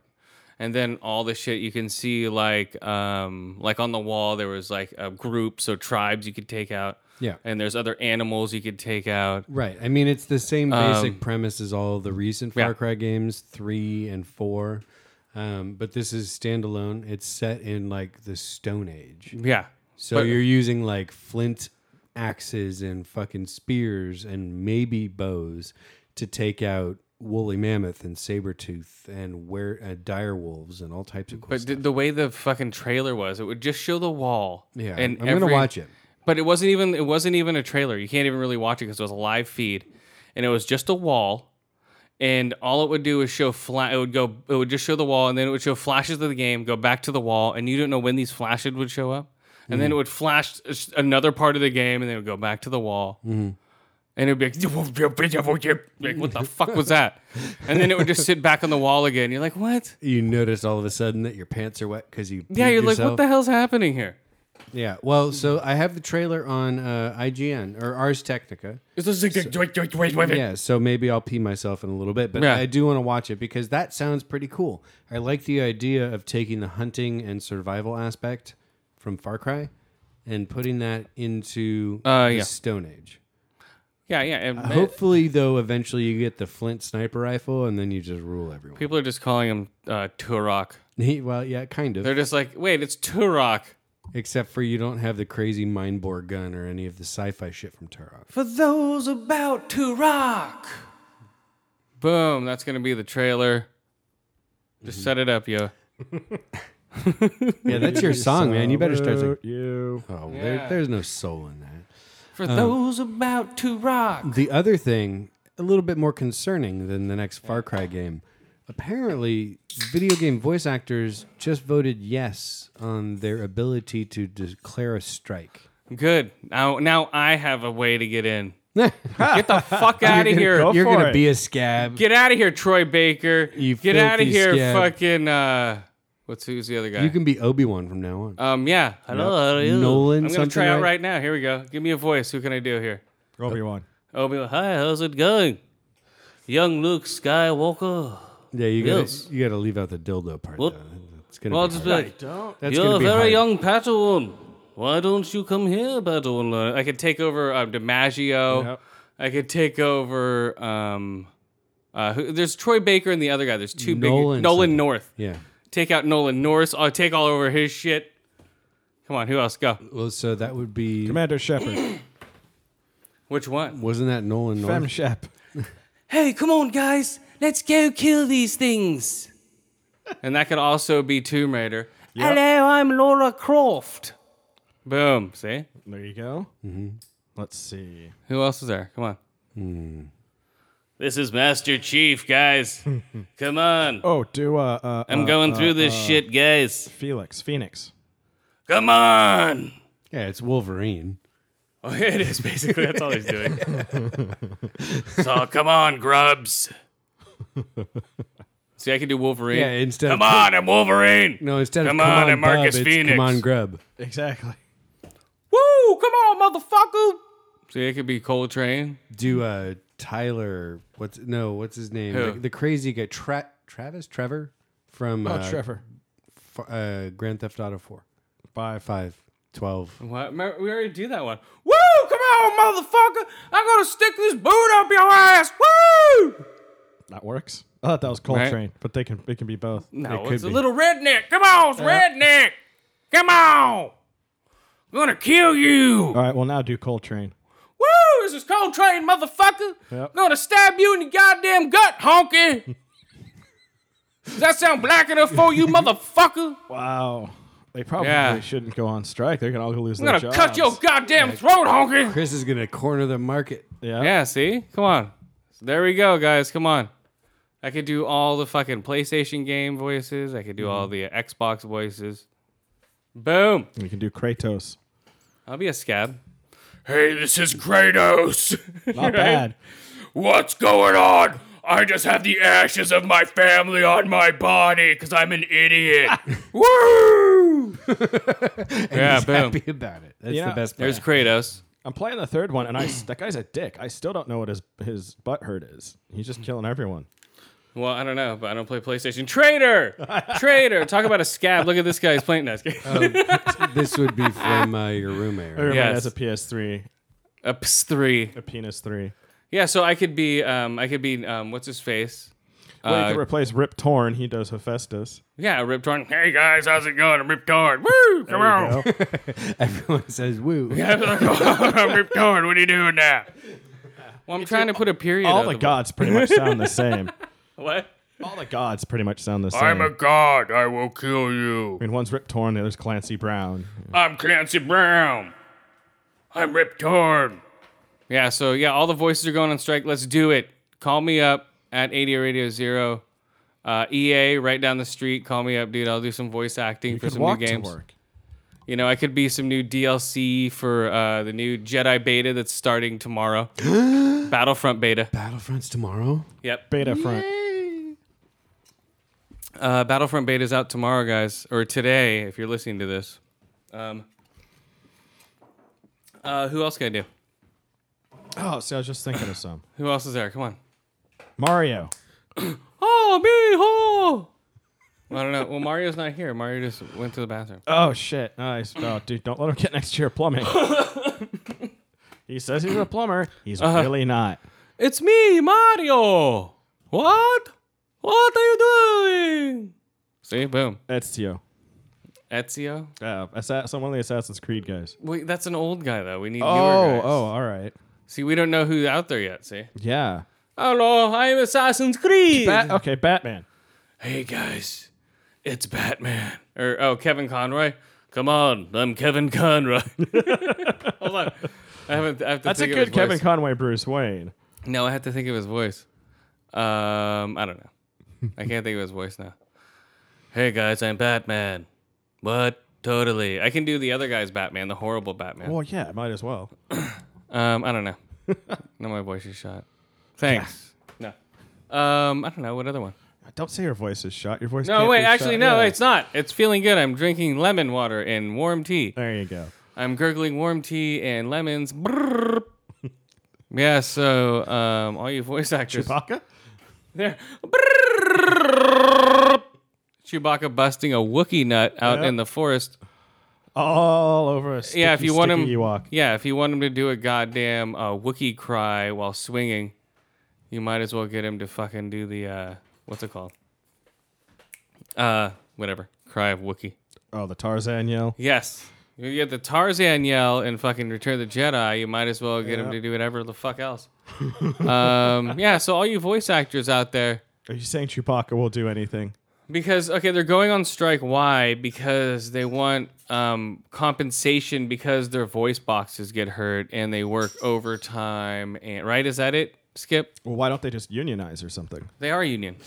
[SPEAKER 1] and then all the shit you can see like um like on the wall there was like a group so tribes you could take out.
[SPEAKER 2] Yeah.
[SPEAKER 1] And there's other animals you could take out.
[SPEAKER 2] right. I mean, it's the same basic premise as all the recent Far
[SPEAKER 1] yeah.
[SPEAKER 2] Cry games, three and four. Um, but this is standalone. It's set in like the Stone Age.
[SPEAKER 1] Yeah.
[SPEAKER 2] So
[SPEAKER 1] But-
[SPEAKER 2] you're using like flint axes and fucking spears and maybe bows to take out woolly mammoth and saber tooth and where uh, dire wolves and all types of cool
[SPEAKER 1] But
[SPEAKER 2] stuff.
[SPEAKER 1] the, the way the fucking trailer was, it would just show the wall.
[SPEAKER 2] Yeah,
[SPEAKER 1] and
[SPEAKER 2] I'm gonna
[SPEAKER 1] every-
[SPEAKER 2] watch it.
[SPEAKER 1] But it wasn't even it wasn't even a trailer. You can't even really watch it because it was a live feed, and it was just a wall. And all it would do is show flat. It would go. It would just show the wall, and then it would show flashes of the game. Go back to the wall, and you don't know when these flashes would show up. And
[SPEAKER 2] Mm.
[SPEAKER 1] then it would flash s- another part of the game, and then it would go back to the wall.
[SPEAKER 2] Mm-hmm.
[SPEAKER 1] And it'd be like, like, what the fuck was that? And then it would just sit back on the wall again. You're like, what?
[SPEAKER 2] You notice all of a sudden that your pants are wet because you
[SPEAKER 1] Yeah,
[SPEAKER 2] peed
[SPEAKER 1] you're like,
[SPEAKER 2] yourself.
[SPEAKER 1] what the hell's happening here?
[SPEAKER 2] yeah. Well, so I have the trailer on uh, IGN or Ars Technica. yeah, so maybe I'll pee myself in a little bit, but
[SPEAKER 1] Yeah.
[SPEAKER 2] I do want to watch it because that sounds pretty cool. I like the idea of taking the hunting and survival aspect from Far Cry and putting that into
[SPEAKER 1] Uh,
[SPEAKER 2] the
[SPEAKER 1] yeah.
[SPEAKER 2] Stone Age.
[SPEAKER 1] Yeah, yeah. And man,
[SPEAKER 2] Hopefully, though, eventually you get the Flint sniper rifle and then you just rule everyone.
[SPEAKER 1] people are just calling him uh, Turok.
[SPEAKER 2] well, yeah, kind of.
[SPEAKER 1] They're just like, wait, it's Turok.
[SPEAKER 2] Except for you don't have the crazy mind bore gun or any of the sci-fi shit from Turok.
[SPEAKER 5] For those about to rock.
[SPEAKER 1] Boom. That's going to be the trailer.
[SPEAKER 2] Mm-hmm.
[SPEAKER 1] Just set it up, yo.
[SPEAKER 2] Yeah, that's your song, man. You better start. Singing.
[SPEAKER 4] Salute you.
[SPEAKER 2] Oh, there, there's no soul in that.
[SPEAKER 1] For
[SPEAKER 2] Uh.
[SPEAKER 1] those about to rock.
[SPEAKER 2] The other thing, a little bit more concerning than the next Far Cry game, apparently video game voice actors just voted yes on their ability to declare a strike.
[SPEAKER 1] Good. Now, now I have a way to get in. get the fuck out of here.
[SPEAKER 4] go
[SPEAKER 2] You're
[SPEAKER 4] for
[SPEAKER 2] gonna
[SPEAKER 4] it.
[SPEAKER 2] be a scab.
[SPEAKER 1] Get out of here, Troy Baker.
[SPEAKER 2] You
[SPEAKER 1] get out of
[SPEAKER 2] filthy
[SPEAKER 1] here,
[SPEAKER 2] scab.
[SPEAKER 1] fucking. Uh, what's who's the other guy?
[SPEAKER 2] You can be Obi Wan from now on.
[SPEAKER 1] um, yeah. Hello, how are you?
[SPEAKER 2] Nolan
[SPEAKER 1] I'm gonna
[SPEAKER 2] something,
[SPEAKER 1] try out
[SPEAKER 2] right?
[SPEAKER 1] right now. Here we go. Give me a voice. Who can I do here?
[SPEAKER 3] Obi Wan.
[SPEAKER 1] Obi. Hi, how's it going? Young Luke Skywalker.
[SPEAKER 2] yeah, you gotta
[SPEAKER 1] yes.
[SPEAKER 2] you gotta leave out the dildo part.
[SPEAKER 1] What?
[SPEAKER 2] Though. It's gonna
[SPEAKER 1] Well, I'll
[SPEAKER 2] be
[SPEAKER 1] just be
[SPEAKER 2] hard.
[SPEAKER 1] like,
[SPEAKER 2] That's
[SPEAKER 1] You're
[SPEAKER 2] gonna
[SPEAKER 1] a
[SPEAKER 2] be
[SPEAKER 1] very
[SPEAKER 2] hard.
[SPEAKER 1] young Padawan. Why don't you come here, Padawan? learner? I could take over um, DiMaggio.
[SPEAKER 3] Yep.
[SPEAKER 1] I could take over. Um, uh, who, there's Troy Baker and the other guy. There's two
[SPEAKER 2] Nolan
[SPEAKER 1] big Nolan
[SPEAKER 2] something.
[SPEAKER 1] North.
[SPEAKER 2] Yeah.
[SPEAKER 1] Take out Nolan North. I'll take all over his shit. Come on, who else? Go.
[SPEAKER 2] Well, so that would be
[SPEAKER 3] Commander Shepard.
[SPEAKER 1] Which one?
[SPEAKER 2] wasn't that Nolan North?
[SPEAKER 4] Fem Shep.
[SPEAKER 1] Hey, come on, guys. Let's go kill these things. and that could also be Tomb Raider. Hello, I'm Laura Croft. Boom. See?
[SPEAKER 4] There you go. Mm-hmm. Let's see.
[SPEAKER 1] Who else is there? Come on.
[SPEAKER 6] Hmm. This is Master Chief, guys. Come on.
[SPEAKER 4] Oh, do uh, uh
[SPEAKER 6] I'm going through this shit, guys.
[SPEAKER 4] Felix Phoenix.
[SPEAKER 6] Come on.
[SPEAKER 2] Yeah, it's Wolverine.
[SPEAKER 6] Oh, it is basically that's all he's doing. so come on, Grubs.
[SPEAKER 1] See, I can do Wolverine.
[SPEAKER 2] Yeah, instead
[SPEAKER 6] Come
[SPEAKER 2] of
[SPEAKER 6] on, I'm Wolverine.
[SPEAKER 2] no, instead
[SPEAKER 6] Come
[SPEAKER 2] of come
[SPEAKER 6] on,
[SPEAKER 2] on,
[SPEAKER 6] I'm Marcus
[SPEAKER 2] Bub, it's
[SPEAKER 6] Phoenix.
[SPEAKER 2] come on Grub.
[SPEAKER 4] Exactly.
[SPEAKER 1] Woo! Come on, motherfucker. See, it could be Cold Train.
[SPEAKER 2] do uh Tyler what's no what's his name
[SPEAKER 1] Who?
[SPEAKER 2] The, the crazy guy Tra- Travis Trevor from
[SPEAKER 4] Oh,
[SPEAKER 2] uh,
[SPEAKER 4] Trevor.
[SPEAKER 2] f- uh Grand Theft Auto 4
[SPEAKER 4] Bye.
[SPEAKER 2] 5 12
[SPEAKER 1] What? Me- We already do that one. Woo! Come on, motherfucker. I'm gonna stick this boot up your ass. Woo!
[SPEAKER 4] That works. I thought that was Coltrane, but they can it can be both.
[SPEAKER 1] No,
[SPEAKER 4] it could
[SPEAKER 1] it's a
[SPEAKER 4] be. Uh,
[SPEAKER 1] little redneck. Come on, it's redneck. Come on. I'm gonna kill you.
[SPEAKER 4] All right, well now do Coltrane.
[SPEAKER 1] Woo! This is Cold Train, motherfucker.
[SPEAKER 4] Yep.
[SPEAKER 1] gonna stab you in your goddamn gut, honky. Does that sound black enough for you, motherfucker?
[SPEAKER 4] Wow. They probably
[SPEAKER 1] Yeah.
[SPEAKER 4] shouldn't go on strike. They're gonna all lose
[SPEAKER 1] I'm
[SPEAKER 4] their
[SPEAKER 1] gonna
[SPEAKER 4] jobs.
[SPEAKER 1] cut your goddamn throat, honky.
[SPEAKER 2] Chris is going to corner the market
[SPEAKER 4] Yeah.
[SPEAKER 1] Yeah, see? Come on. There we go, guys. Come on. I could do all the fucking PlayStation game voices. I could do all
[SPEAKER 4] Mm-hmm.
[SPEAKER 1] the Xbox voices. Boom.
[SPEAKER 4] You can do Kratos.
[SPEAKER 1] I'll be a scab.
[SPEAKER 6] Hey, this is Kratos.
[SPEAKER 4] Not bad.
[SPEAKER 6] What's going on? I just have the ashes of my family on my body because I'm an idiot.
[SPEAKER 1] Woo! yeah, boom.
[SPEAKER 2] happy about it that's
[SPEAKER 4] Yeah.
[SPEAKER 2] the best part.
[SPEAKER 1] There's Kratos.
[SPEAKER 4] I'm playing the third one, and I that guy's a dick. I still don't know what his his butt hurt is. He's just killing everyone.
[SPEAKER 1] Well, I don't know, but I don't play PlayStation. Traitor! Traitor! Talk about a scab. Look at this guy. He's playing this.
[SPEAKER 2] this would be from uh, your roommate right?
[SPEAKER 4] Everyone
[SPEAKER 1] Yes.
[SPEAKER 4] has a PS3,
[SPEAKER 1] Ups three.
[SPEAKER 4] a penis three.
[SPEAKER 1] Yeah, so I could be, um, I could be, um, what's his face?
[SPEAKER 4] Well, you
[SPEAKER 1] Uh,
[SPEAKER 4] can replace Rip Torn. He does Hephaestus.
[SPEAKER 1] Yeah, Rip Torn.
[SPEAKER 6] hey guys, how's it going? I'm Rip Torn. Woo! Come on.
[SPEAKER 4] You know?
[SPEAKER 2] everyone says woo
[SPEAKER 6] I'm Rip Torn. What are you doing now?
[SPEAKER 1] Well, I'm trying to put a period.
[SPEAKER 4] All
[SPEAKER 1] of
[SPEAKER 4] the gods pretty much sound the same.
[SPEAKER 1] What?
[SPEAKER 4] All the gods pretty much sound the same.
[SPEAKER 6] I'm a god. I will kill you.
[SPEAKER 4] I mean, one's Rip Torn, the other's Clancy Brown.
[SPEAKER 6] I'm Clancy Brown. I'm Rip Torn.
[SPEAKER 1] Yeah, so yeah, all the voices are going on strike. Let's do it. Call me up at 80 Radio Zero. Uh, EA, right down the street. Call me up, dude. I'll do some voice acting for
[SPEAKER 4] Could
[SPEAKER 1] some new
[SPEAKER 4] walk
[SPEAKER 1] games.
[SPEAKER 4] to work.
[SPEAKER 1] You know, I could be some new DLC for uh, the new Jedi beta that's starting tomorrow. Battlefront beta.
[SPEAKER 2] Battlefronts tomorrow
[SPEAKER 1] Yep.
[SPEAKER 4] Beta front.
[SPEAKER 1] Uh, Battlefront beta's out tomorrow, guys, or today if you're listening to this. Um, uh, who else can I do?
[SPEAKER 4] Oh, see, I was just thinking of some.
[SPEAKER 1] Who else is there? Come on.
[SPEAKER 4] Mario.
[SPEAKER 1] Oh, me, oh. I don't know. Well, Mario's not here. Mario just went to the bathroom.
[SPEAKER 4] Oh, shit. Nice. Oh, dude, don't let him get next to your plumbing. he says he's a plumber. He's
[SPEAKER 1] Uh-huh.
[SPEAKER 4] really not.
[SPEAKER 1] It's me, Mario. What? What are you doing? See, boom.
[SPEAKER 4] That's Tio.
[SPEAKER 1] Ezio?
[SPEAKER 4] Uh, assa- someone of the Assassin's Creed guys.
[SPEAKER 1] Wait, that's an old guy though. We need newer
[SPEAKER 4] Oh,
[SPEAKER 1] guys.
[SPEAKER 4] oh, all right.
[SPEAKER 1] See, we don't know who's out there yet. See.
[SPEAKER 4] Yeah.
[SPEAKER 1] Hello, I'm Assassin's Creed.
[SPEAKER 4] Bat- okay, Batman.
[SPEAKER 1] hey guys, it's Batman. Or oh, Kevin Conroy. Come on, I'm Kevin Conroy. Hold on, I haven't. I have to
[SPEAKER 4] That's a
[SPEAKER 1] think of
[SPEAKER 4] good
[SPEAKER 1] his
[SPEAKER 4] Kevin
[SPEAKER 1] voice.
[SPEAKER 4] Conway Bruce Wayne.
[SPEAKER 1] No, I had to think of his voice. Um, I don't know. I can't think of his voice now. Hey guys, I'm Batman. What? Totally. I can do the other guy's Batman, the horrible Batman.
[SPEAKER 4] Well, yeah, might as well.
[SPEAKER 1] Um, I don't know. no, my voice is shot. Thanks. No. Um, I don't know what other one.
[SPEAKER 4] Don't say your voice is shot. Your voice.
[SPEAKER 1] No,
[SPEAKER 4] can't
[SPEAKER 1] wait.
[SPEAKER 4] be
[SPEAKER 1] Actually,
[SPEAKER 4] shot.
[SPEAKER 1] no.
[SPEAKER 4] Yeah.
[SPEAKER 1] It's not. It's feeling good. I'm drinking lemon water and warm tea.
[SPEAKER 4] There you go.
[SPEAKER 1] I'm gurgling warm tea and lemons. Brrr. yeah. So, um, all you voice actors.
[SPEAKER 4] Chewbacca.
[SPEAKER 1] There. Brrrr. Chewbacca busting a Wookiee nut out
[SPEAKER 4] Yeah.
[SPEAKER 1] in the forest.
[SPEAKER 4] All over a sticky,
[SPEAKER 1] Yeah, if you want him,
[SPEAKER 4] sticky Ewok.
[SPEAKER 1] yeah, if you want him to do a goddamn uh, Wookiee cry while swinging, you might as well get him to fucking do the uh, what's it called? Uh, whatever, cry of Wookiee.
[SPEAKER 4] Oh, the Tarzan yell.
[SPEAKER 1] Yes, you get the Tarzan yell and fucking Return of the Jedi. You might as well get him to do whatever the fuck else. um, yeah, so all you voice actors out there,
[SPEAKER 4] Are you saying Chewbacca will do anything?
[SPEAKER 1] Because okay, they're going on strike. Why? Because they want um, compensation because their voice boxes get hurt and they work overtime. And right, is that it? Skip.
[SPEAKER 4] Well, why don't they just unionize or something?
[SPEAKER 1] They are union.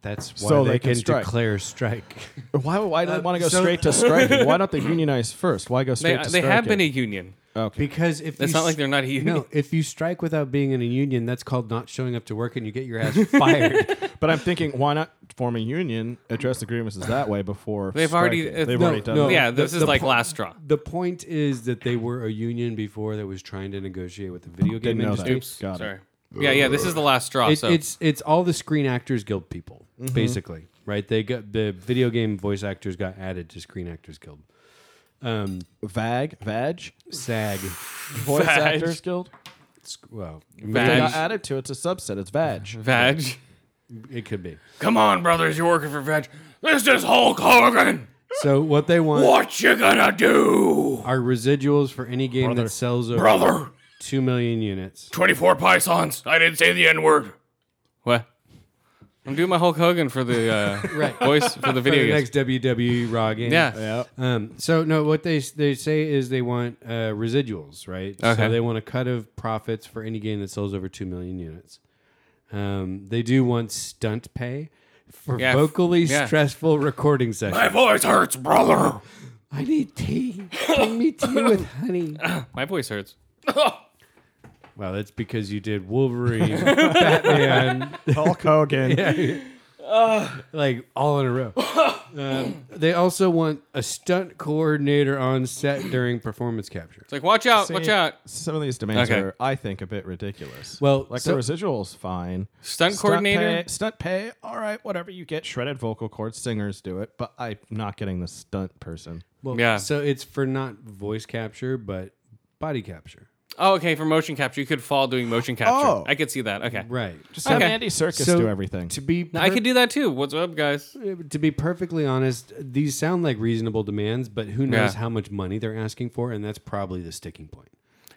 [SPEAKER 2] That's why
[SPEAKER 4] So
[SPEAKER 2] they,
[SPEAKER 4] they can
[SPEAKER 2] can,
[SPEAKER 4] strike.
[SPEAKER 2] declare strike.
[SPEAKER 4] Why, why do they want to go
[SPEAKER 2] so-
[SPEAKER 4] straight to striking? Why don't they unionize first? Why go
[SPEAKER 1] Uh, They,
[SPEAKER 4] straight to
[SPEAKER 1] they
[SPEAKER 4] striking?
[SPEAKER 1] have been a union.
[SPEAKER 2] Because if
[SPEAKER 1] It's
[SPEAKER 2] you
[SPEAKER 1] not
[SPEAKER 2] s-
[SPEAKER 1] like they're not a union.
[SPEAKER 2] no, if you strike without being in a union, that's called not showing up to work, and you get your ass fired.
[SPEAKER 4] But I'm thinking, why not form a union, address the grievances that way before
[SPEAKER 1] They've already-
[SPEAKER 4] striking?
[SPEAKER 1] it's-
[SPEAKER 4] They've
[SPEAKER 1] No,
[SPEAKER 4] already done
[SPEAKER 2] no.
[SPEAKER 4] that.
[SPEAKER 1] Yeah, this
[SPEAKER 2] The-
[SPEAKER 1] is
[SPEAKER 2] the
[SPEAKER 1] like
[SPEAKER 2] po-
[SPEAKER 1] last straw.
[SPEAKER 2] the point is that they were a union before that was trying to negotiate with the video game
[SPEAKER 4] Didn't know that.
[SPEAKER 2] industry.
[SPEAKER 4] Oops. Got
[SPEAKER 1] Sorry.
[SPEAKER 4] it.
[SPEAKER 1] Yeah, yeah. This is the last straw.
[SPEAKER 2] It,
[SPEAKER 1] so
[SPEAKER 2] It's it's all the Screen Actors Guild people,
[SPEAKER 4] Mm-hmm.
[SPEAKER 2] basically, right? They got the video game voice actors got added to Screen Actors Guild. Um,
[SPEAKER 4] Vag, Vag,
[SPEAKER 2] SAG,
[SPEAKER 4] Voice Actors Guild.
[SPEAKER 2] sc- well,
[SPEAKER 4] They
[SPEAKER 1] Vag.
[SPEAKER 4] got added to it. It's a subset. It's Vag.
[SPEAKER 1] vag.
[SPEAKER 2] it could be.
[SPEAKER 6] Come on, brothers, you're working for Veg. This is Hulk Hogan.
[SPEAKER 2] So what they want
[SPEAKER 6] What you gonna do,
[SPEAKER 2] are residuals for any game that sells over
[SPEAKER 6] brother?
[SPEAKER 2] two million units.
[SPEAKER 6] Twenty-four Pythons. I didn't say the N word.
[SPEAKER 1] What? I'm doing my Hulk Hogan for the uh, voice for the video
[SPEAKER 2] For the
[SPEAKER 1] games.
[SPEAKER 2] next WWE Raw game.
[SPEAKER 1] yeah.
[SPEAKER 2] Um, so no, what they they say is they want uh, residuals, right?
[SPEAKER 1] Okay.
[SPEAKER 2] So they want a cut of profits for any game that sells over two million units. Um, they do want stunt pay for
[SPEAKER 1] Yeah, f-
[SPEAKER 2] vocally
[SPEAKER 1] yeah.
[SPEAKER 2] stressful recording sessions.
[SPEAKER 6] My voice hurts, brother.
[SPEAKER 2] I need tea. Bring me tea with honey.
[SPEAKER 1] My voice hurts.
[SPEAKER 2] Well, that's because you did Wolverine, Batman,
[SPEAKER 4] Hulk Hogan.
[SPEAKER 2] like all in a row. Um, they also want a stunt coordinator on set during performance capture.
[SPEAKER 1] It's like watch out, watch
[SPEAKER 4] See,
[SPEAKER 1] out.
[SPEAKER 4] Some of these demands
[SPEAKER 1] Okay.
[SPEAKER 4] are, I think, a bit ridiculous.
[SPEAKER 2] Well,
[SPEAKER 4] like
[SPEAKER 2] so-
[SPEAKER 4] the residuals, fine.
[SPEAKER 1] Stunt coordinator?
[SPEAKER 4] pay, stunt pay. All right, whatever you get. Shredded vocal cords, singers do it, but I'm not getting the stunt person.
[SPEAKER 2] Well,
[SPEAKER 1] Yeah.
[SPEAKER 2] So it's for not voice capture, but body capture.
[SPEAKER 1] Oh, okay. For motion capture, you could fall doing motion capture.
[SPEAKER 4] Oh.
[SPEAKER 1] I could see that. Okay.
[SPEAKER 2] Right.
[SPEAKER 4] Just have
[SPEAKER 1] Okay.
[SPEAKER 4] Andy Circus
[SPEAKER 2] So-
[SPEAKER 4] do everything.
[SPEAKER 2] To be
[SPEAKER 1] No, Uh, I
[SPEAKER 2] per-
[SPEAKER 1] could do that too. What's up, guys?
[SPEAKER 2] to be perfectly honest, these sound like reasonable demands, but who knows
[SPEAKER 1] Yeah.
[SPEAKER 2] how much money they're asking for, and that's probably the sticking point.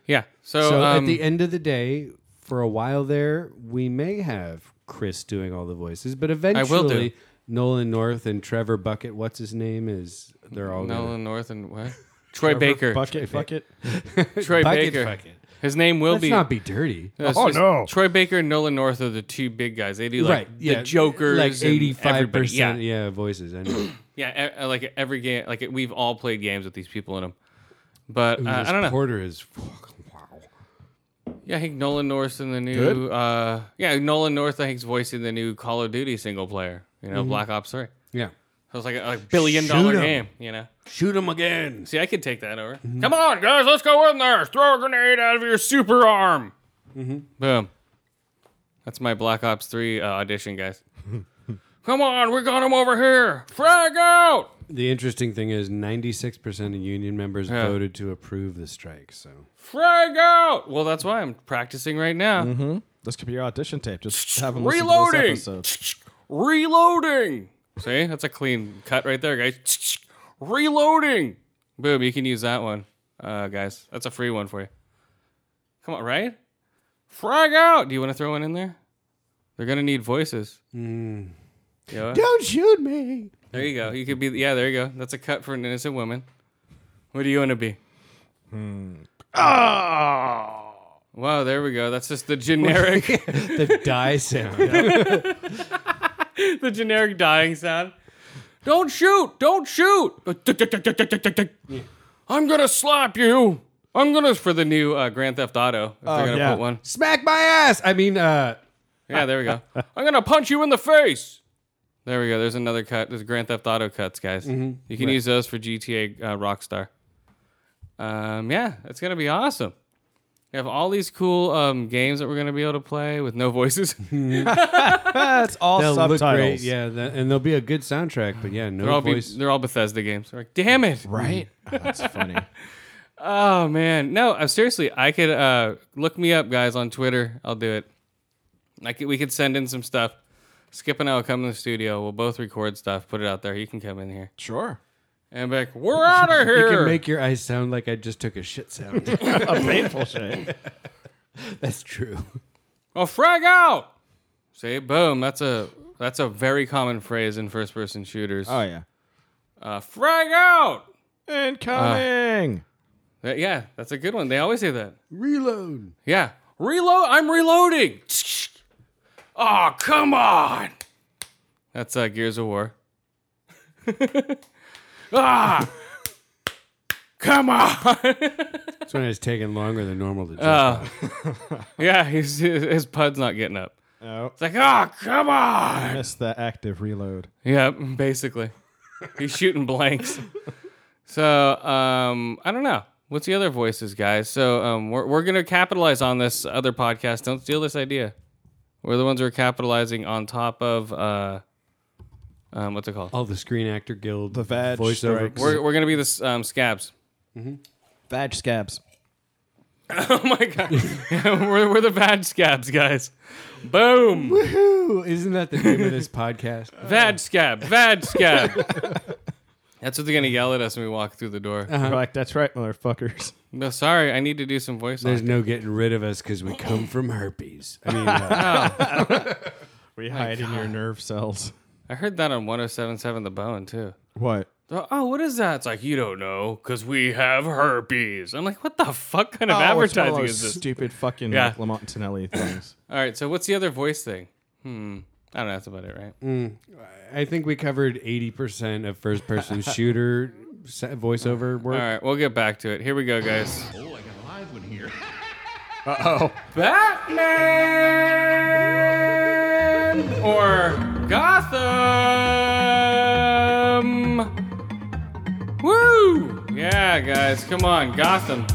[SPEAKER 1] Yeah. So,
[SPEAKER 2] So
[SPEAKER 1] um,
[SPEAKER 2] at the end of the day, for a while there, we may have Chris doing all the voices, but
[SPEAKER 1] will
[SPEAKER 2] eventually
[SPEAKER 1] do.
[SPEAKER 2] Nolan North and Trevor Bucket, what's his name, is they're all
[SPEAKER 1] Nolan
[SPEAKER 2] gonna-
[SPEAKER 1] North and what? Troy Baker.
[SPEAKER 4] Bucket, bucket.
[SPEAKER 1] Troy
[SPEAKER 2] Bucket,
[SPEAKER 1] Baker.
[SPEAKER 2] Bucket.
[SPEAKER 1] His name will
[SPEAKER 2] Let's
[SPEAKER 1] be.
[SPEAKER 2] not be dirty.
[SPEAKER 1] No, it's
[SPEAKER 4] Oh,
[SPEAKER 1] just-
[SPEAKER 4] no.
[SPEAKER 1] Troy Baker and Nolan North are the two big guys. They do like
[SPEAKER 2] right.
[SPEAKER 1] the
[SPEAKER 2] yeah.
[SPEAKER 1] Jokers,
[SPEAKER 2] like
[SPEAKER 1] and everybody.
[SPEAKER 2] eighty-five percent,
[SPEAKER 1] Yeah,
[SPEAKER 2] yeah, voices. I know.
[SPEAKER 1] yeah. e- Like every game, like we've all played games with these people in them. But uh,
[SPEAKER 2] This
[SPEAKER 1] I don't know.
[SPEAKER 2] Porter is fucking wow.
[SPEAKER 1] Yeah, I think Nolan North in the new.
[SPEAKER 4] Good.
[SPEAKER 1] Uh, yeah, Nolan North. I think's voicing the new Call of Duty single player. You know, Black Ops Three.
[SPEAKER 2] Yeah.
[SPEAKER 1] So it's like a like billion
[SPEAKER 2] Mm-hmm. Shoot
[SPEAKER 1] dollar
[SPEAKER 2] 'em.
[SPEAKER 1] game. You know.
[SPEAKER 2] Shoot him again.
[SPEAKER 1] See, I could take that over. Come on, guys, let's go in there. Throw a grenade out of your super arm. Boom. That's my Black Ops 3 uh, audition, guys. Come on, we got him over here. Frag out.
[SPEAKER 2] The interesting thing is 96% of union members
[SPEAKER 1] Yeah.
[SPEAKER 2] voted to approve the strike. So
[SPEAKER 1] Frag out. Well, that's why I'm practicing right now.
[SPEAKER 4] This could be your audition tape. Just have them
[SPEAKER 1] Reloading.
[SPEAKER 4] Listen to this episode.
[SPEAKER 1] Reloading. See, that's a clean cut right there, guys. Reloading. Boom. You can use that one, uh, guys. That's a free one for you. Come on, right? Frag out. Do you want to throw one in there? They're gonna need voices. You know what?
[SPEAKER 2] Don't shoot me.
[SPEAKER 1] There you go. You could be. Yeah, there you go. That's a cut for an innocent woman. What do you want to be? Hmm. Wow, there we go. That's just the generic,
[SPEAKER 2] The die sound.
[SPEAKER 1] the generic dying sound. Don't shoot! Don't shoot! Uh, I'm gonna slap you. I'm gonna for the new uh, Grand Theft Auto. If
[SPEAKER 2] Oh,
[SPEAKER 1] they're gonna
[SPEAKER 4] yeah.
[SPEAKER 1] put one.
[SPEAKER 2] Smack my ass. I mean, uh,
[SPEAKER 1] Yeah, there we go. I'm gonna punch you in the face. There we go. There's another cut. There's Grand Theft Auto cuts, guys.
[SPEAKER 2] Mm-hmm.
[SPEAKER 1] You can use those for GTA uh, Rockstar. Um, yeah, it's gonna be awesome. We have all these cool um, games that we're gonna be able to play with no voices.
[SPEAKER 4] That's all
[SPEAKER 2] they'll
[SPEAKER 4] subtitles.
[SPEAKER 2] look great. Yeah, that, and there'll be a good soundtrack. But yeah,
[SPEAKER 1] they're
[SPEAKER 2] no
[SPEAKER 1] all be,
[SPEAKER 2] voice.
[SPEAKER 1] they're all Bethesda games. We're like, damn it.
[SPEAKER 4] Right? Oh, that's funny.
[SPEAKER 1] Oh man, no. Uh, seriously, I could uh, look me up, guys, on Twitter. I'll do it. I could, we could send in some stuff. Skip and I will come in the studio. We'll both record stuff, put it out there. You can come in here.
[SPEAKER 4] sure.
[SPEAKER 1] And be like, we're out of
[SPEAKER 2] you
[SPEAKER 1] here.
[SPEAKER 2] can make your eyes sound like I just took a shit sound.
[SPEAKER 4] A painful shit.
[SPEAKER 2] That's true.
[SPEAKER 1] a frag out. Say boom. That's a that's a very common phrase in first person shooters.
[SPEAKER 4] Oh, yeah.
[SPEAKER 1] Uh, frag out.
[SPEAKER 4] Incoming!
[SPEAKER 1] Uh, yeah, that's a good one. They always say that.
[SPEAKER 2] Reload.
[SPEAKER 1] Yeah. Reload. I'm reloading. Oh, come on. That's uh, Gears of War. ah. come on.
[SPEAKER 2] That's when it's taking longer than normal to. Just
[SPEAKER 1] yeah, he's, his, his pud's not getting up.
[SPEAKER 4] oh,
[SPEAKER 1] It's like, ah, come on.
[SPEAKER 4] missed the active reload.
[SPEAKER 1] Yeah, basically. He's shooting blanks. So, um, I don't know. What's the other voices, guys? So, um, we're, we're going to capitalize on this other podcast. Don't steal this idea. We're the ones who are capitalizing on top of, uh, um, what's it called?
[SPEAKER 2] all the Screen Actor Guild,
[SPEAKER 4] The Vag
[SPEAKER 2] voiceover.
[SPEAKER 4] strikes.
[SPEAKER 1] We're, we're going to be the s- um, scabs.
[SPEAKER 4] Badge scabs.
[SPEAKER 1] Oh my God. we're, we're the bad scabs, guys. Boom.
[SPEAKER 2] Woohoo! Isn't that the name of this podcast?
[SPEAKER 1] Vad scab. Vad scab. That's what they're going to yell at us when we walk through the door.
[SPEAKER 4] We're like, that's right, motherfuckers.
[SPEAKER 1] No, sorry. I need to do some voice
[SPEAKER 2] There's no getting rid of us because we come from herpes. I mean, uh,
[SPEAKER 4] We hide in your nerve cells.
[SPEAKER 1] I heard that on 1077 The Bone too.
[SPEAKER 4] What?
[SPEAKER 1] They're, Oh, what is that? It's like, you don't know, because we have herpes. I'm like, what the fuck kind of
[SPEAKER 4] Oh, it's one of
[SPEAKER 1] advertising
[SPEAKER 4] those
[SPEAKER 1] is this?
[SPEAKER 4] Stupid fucking
[SPEAKER 1] Yeah.
[SPEAKER 4] like, Lamont Tonelli things.
[SPEAKER 1] All right, so what's the other voice thing? Hmm. I don't know. That's about it, right?
[SPEAKER 2] I think we covered eighty percent of first-person shooter se- voiceover work.
[SPEAKER 1] All right, we'll get back to it. Here we go, guys. Oh, I got a live one here. uh oh. Batman or Gotham? Woo! Yeah, guys, come on, Gotham.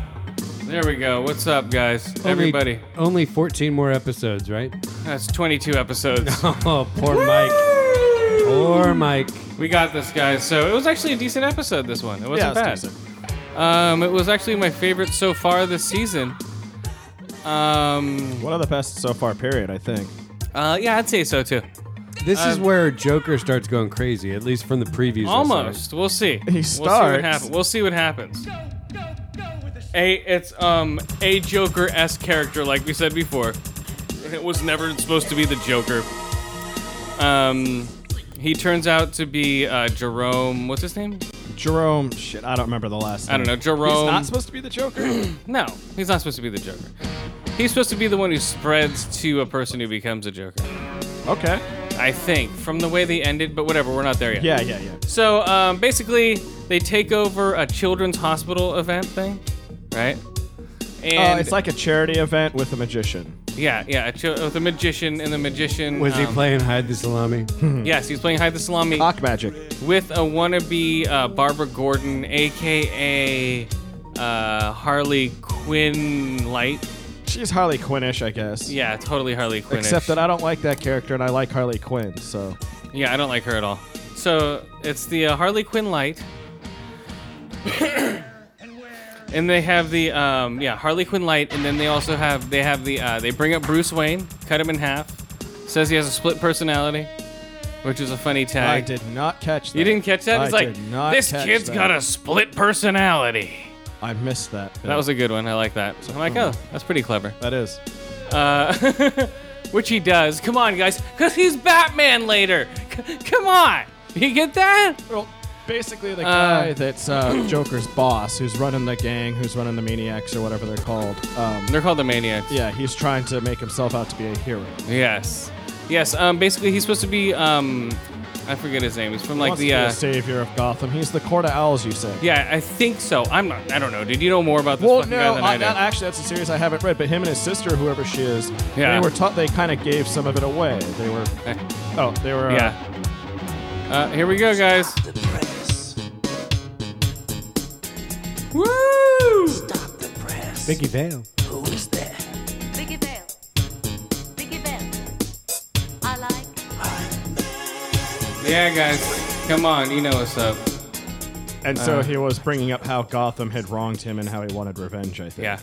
[SPEAKER 1] There we go. What's up, guys?
[SPEAKER 2] Only-
[SPEAKER 1] Everybody.
[SPEAKER 2] Only fourteen more episodes, right?
[SPEAKER 1] That's 22 episodes.
[SPEAKER 2] Oh, poor Mike. Poor Mike.
[SPEAKER 1] We got this, guys. So it was actually a decent episode. This one, it wasn't
[SPEAKER 4] Yeah,
[SPEAKER 1] bad.
[SPEAKER 4] it's
[SPEAKER 1] Um, it was actually my favorite so far this season. Um,
[SPEAKER 4] One of the best so far, period, I think.
[SPEAKER 1] uh, yeah, I'd say so too.
[SPEAKER 2] This
[SPEAKER 1] Uh,
[SPEAKER 2] is where Joker starts going crazy, at least from the previews. I saw.
[SPEAKER 1] Almost. We'll see.
[SPEAKER 4] He
[SPEAKER 1] We'll see what
[SPEAKER 4] starts.
[SPEAKER 1] happens. We'll see what happens. A, it's um a Joker s character, like we said before. It was never supposed to be the Joker. Um, he turns out to be uh, Jerome. What's his name?
[SPEAKER 4] Jerome, shit, I don't remember the last
[SPEAKER 1] I don't know. Jerome.
[SPEAKER 4] He's not supposed to be the Joker?
[SPEAKER 1] No, he's not supposed to be the Joker. He's supposed to be the one who spreads to a person who becomes a Joker.
[SPEAKER 4] okay.
[SPEAKER 1] I think, from the way they ended, but whatever, we're not there yet.
[SPEAKER 4] Yeah, yeah, Uh, yeah.
[SPEAKER 1] So um, basically, they take over a children's hospital event thing, right? And
[SPEAKER 4] Uh, it's like a charity event with a magician.
[SPEAKER 1] yeah, yeah, a chi- with a magician, and the magician
[SPEAKER 2] Was he
[SPEAKER 1] um,
[SPEAKER 2] playing hide the salami?
[SPEAKER 1] Yes, he's playing hide the salami
[SPEAKER 4] Cock magic.
[SPEAKER 1] with a wannabe uh, Barbara Gordon, aka uh, Harley Quinn Light.
[SPEAKER 4] She's Harley Quinnish, I guess.
[SPEAKER 1] Yeah, totally Harley Quinn.
[SPEAKER 4] Except that I don't like that character and I like Harley Quinn, so.
[SPEAKER 1] Yeah, I don't like her at all. So it's the uh, Harley Quinn light. and they have the um, yeah Harley Quinn light, and then they also have they have the uh, they bring up Bruce Wayne, cut him in half, says he has a split personality, which was a funny
[SPEAKER 4] I
[SPEAKER 1] tag.
[SPEAKER 4] did not catch that.
[SPEAKER 1] You didn't catch that?
[SPEAKER 4] I
[SPEAKER 1] It's like
[SPEAKER 4] did not
[SPEAKER 1] this
[SPEAKER 4] catch
[SPEAKER 1] kid's
[SPEAKER 4] that.
[SPEAKER 1] got a split personality.
[SPEAKER 4] I missed that.
[SPEAKER 1] That was a good one. I like that. I'm
[SPEAKER 4] Hmm.
[SPEAKER 1] like, oh, that's pretty clever.
[SPEAKER 4] that is.
[SPEAKER 1] Uh, which he does. Come on, guys, because he's Batman later. C- come on, you get that?
[SPEAKER 4] Well, basically the guy that's uh, Joker's boss, who's running the gang, who's running the maniacs or whatever they're called. Um,
[SPEAKER 1] They're called the Maniacs.
[SPEAKER 4] yeah, he's trying to make himself out to be a hero.
[SPEAKER 1] Yes. Yes. Um, basically, he's supposed to be. Um, I forget his name. He's from like
[SPEAKER 4] Wants to
[SPEAKER 1] the.
[SPEAKER 4] be
[SPEAKER 1] Uh,
[SPEAKER 4] a savior of Gotham. He's the Court of Owls, you said.
[SPEAKER 1] yeah, I think so. I'm not. I don't know. Did you know more about this
[SPEAKER 4] Well,
[SPEAKER 1] fucking guy
[SPEAKER 4] no,
[SPEAKER 1] than
[SPEAKER 4] I,
[SPEAKER 1] I do?
[SPEAKER 4] that, actually, that's a series I haven't read. But him and his sister, whoever she is, they
[SPEAKER 1] Yeah.
[SPEAKER 4] were taught. They kind of gave some of it away. They were,
[SPEAKER 1] Eh,
[SPEAKER 4] oh, they were. Uh,
[SPEAKER 1] yeah. Uh, here we go, guys.
[SPEAKER 7] The press.
[SPEAKER 1] Woo!
[SPEAKER 7] Stop the press.
[SPEAKER 3] Biggie Vale.
[SPEAKER 7] Who is there?
[SPEAKER 8] Biggie Bell. Biggie Bell. I like
[SPEAKER 1] Yeah, guys. Come on, you know what's up.
[SPEAKER 4] And so
[SPEAKER 1] Uh-huh.
[SPEAKER 4] he was bringing up how Gotham had wronged him and how he wanted revenge. I think.
[SPEAKER 1] Yeah.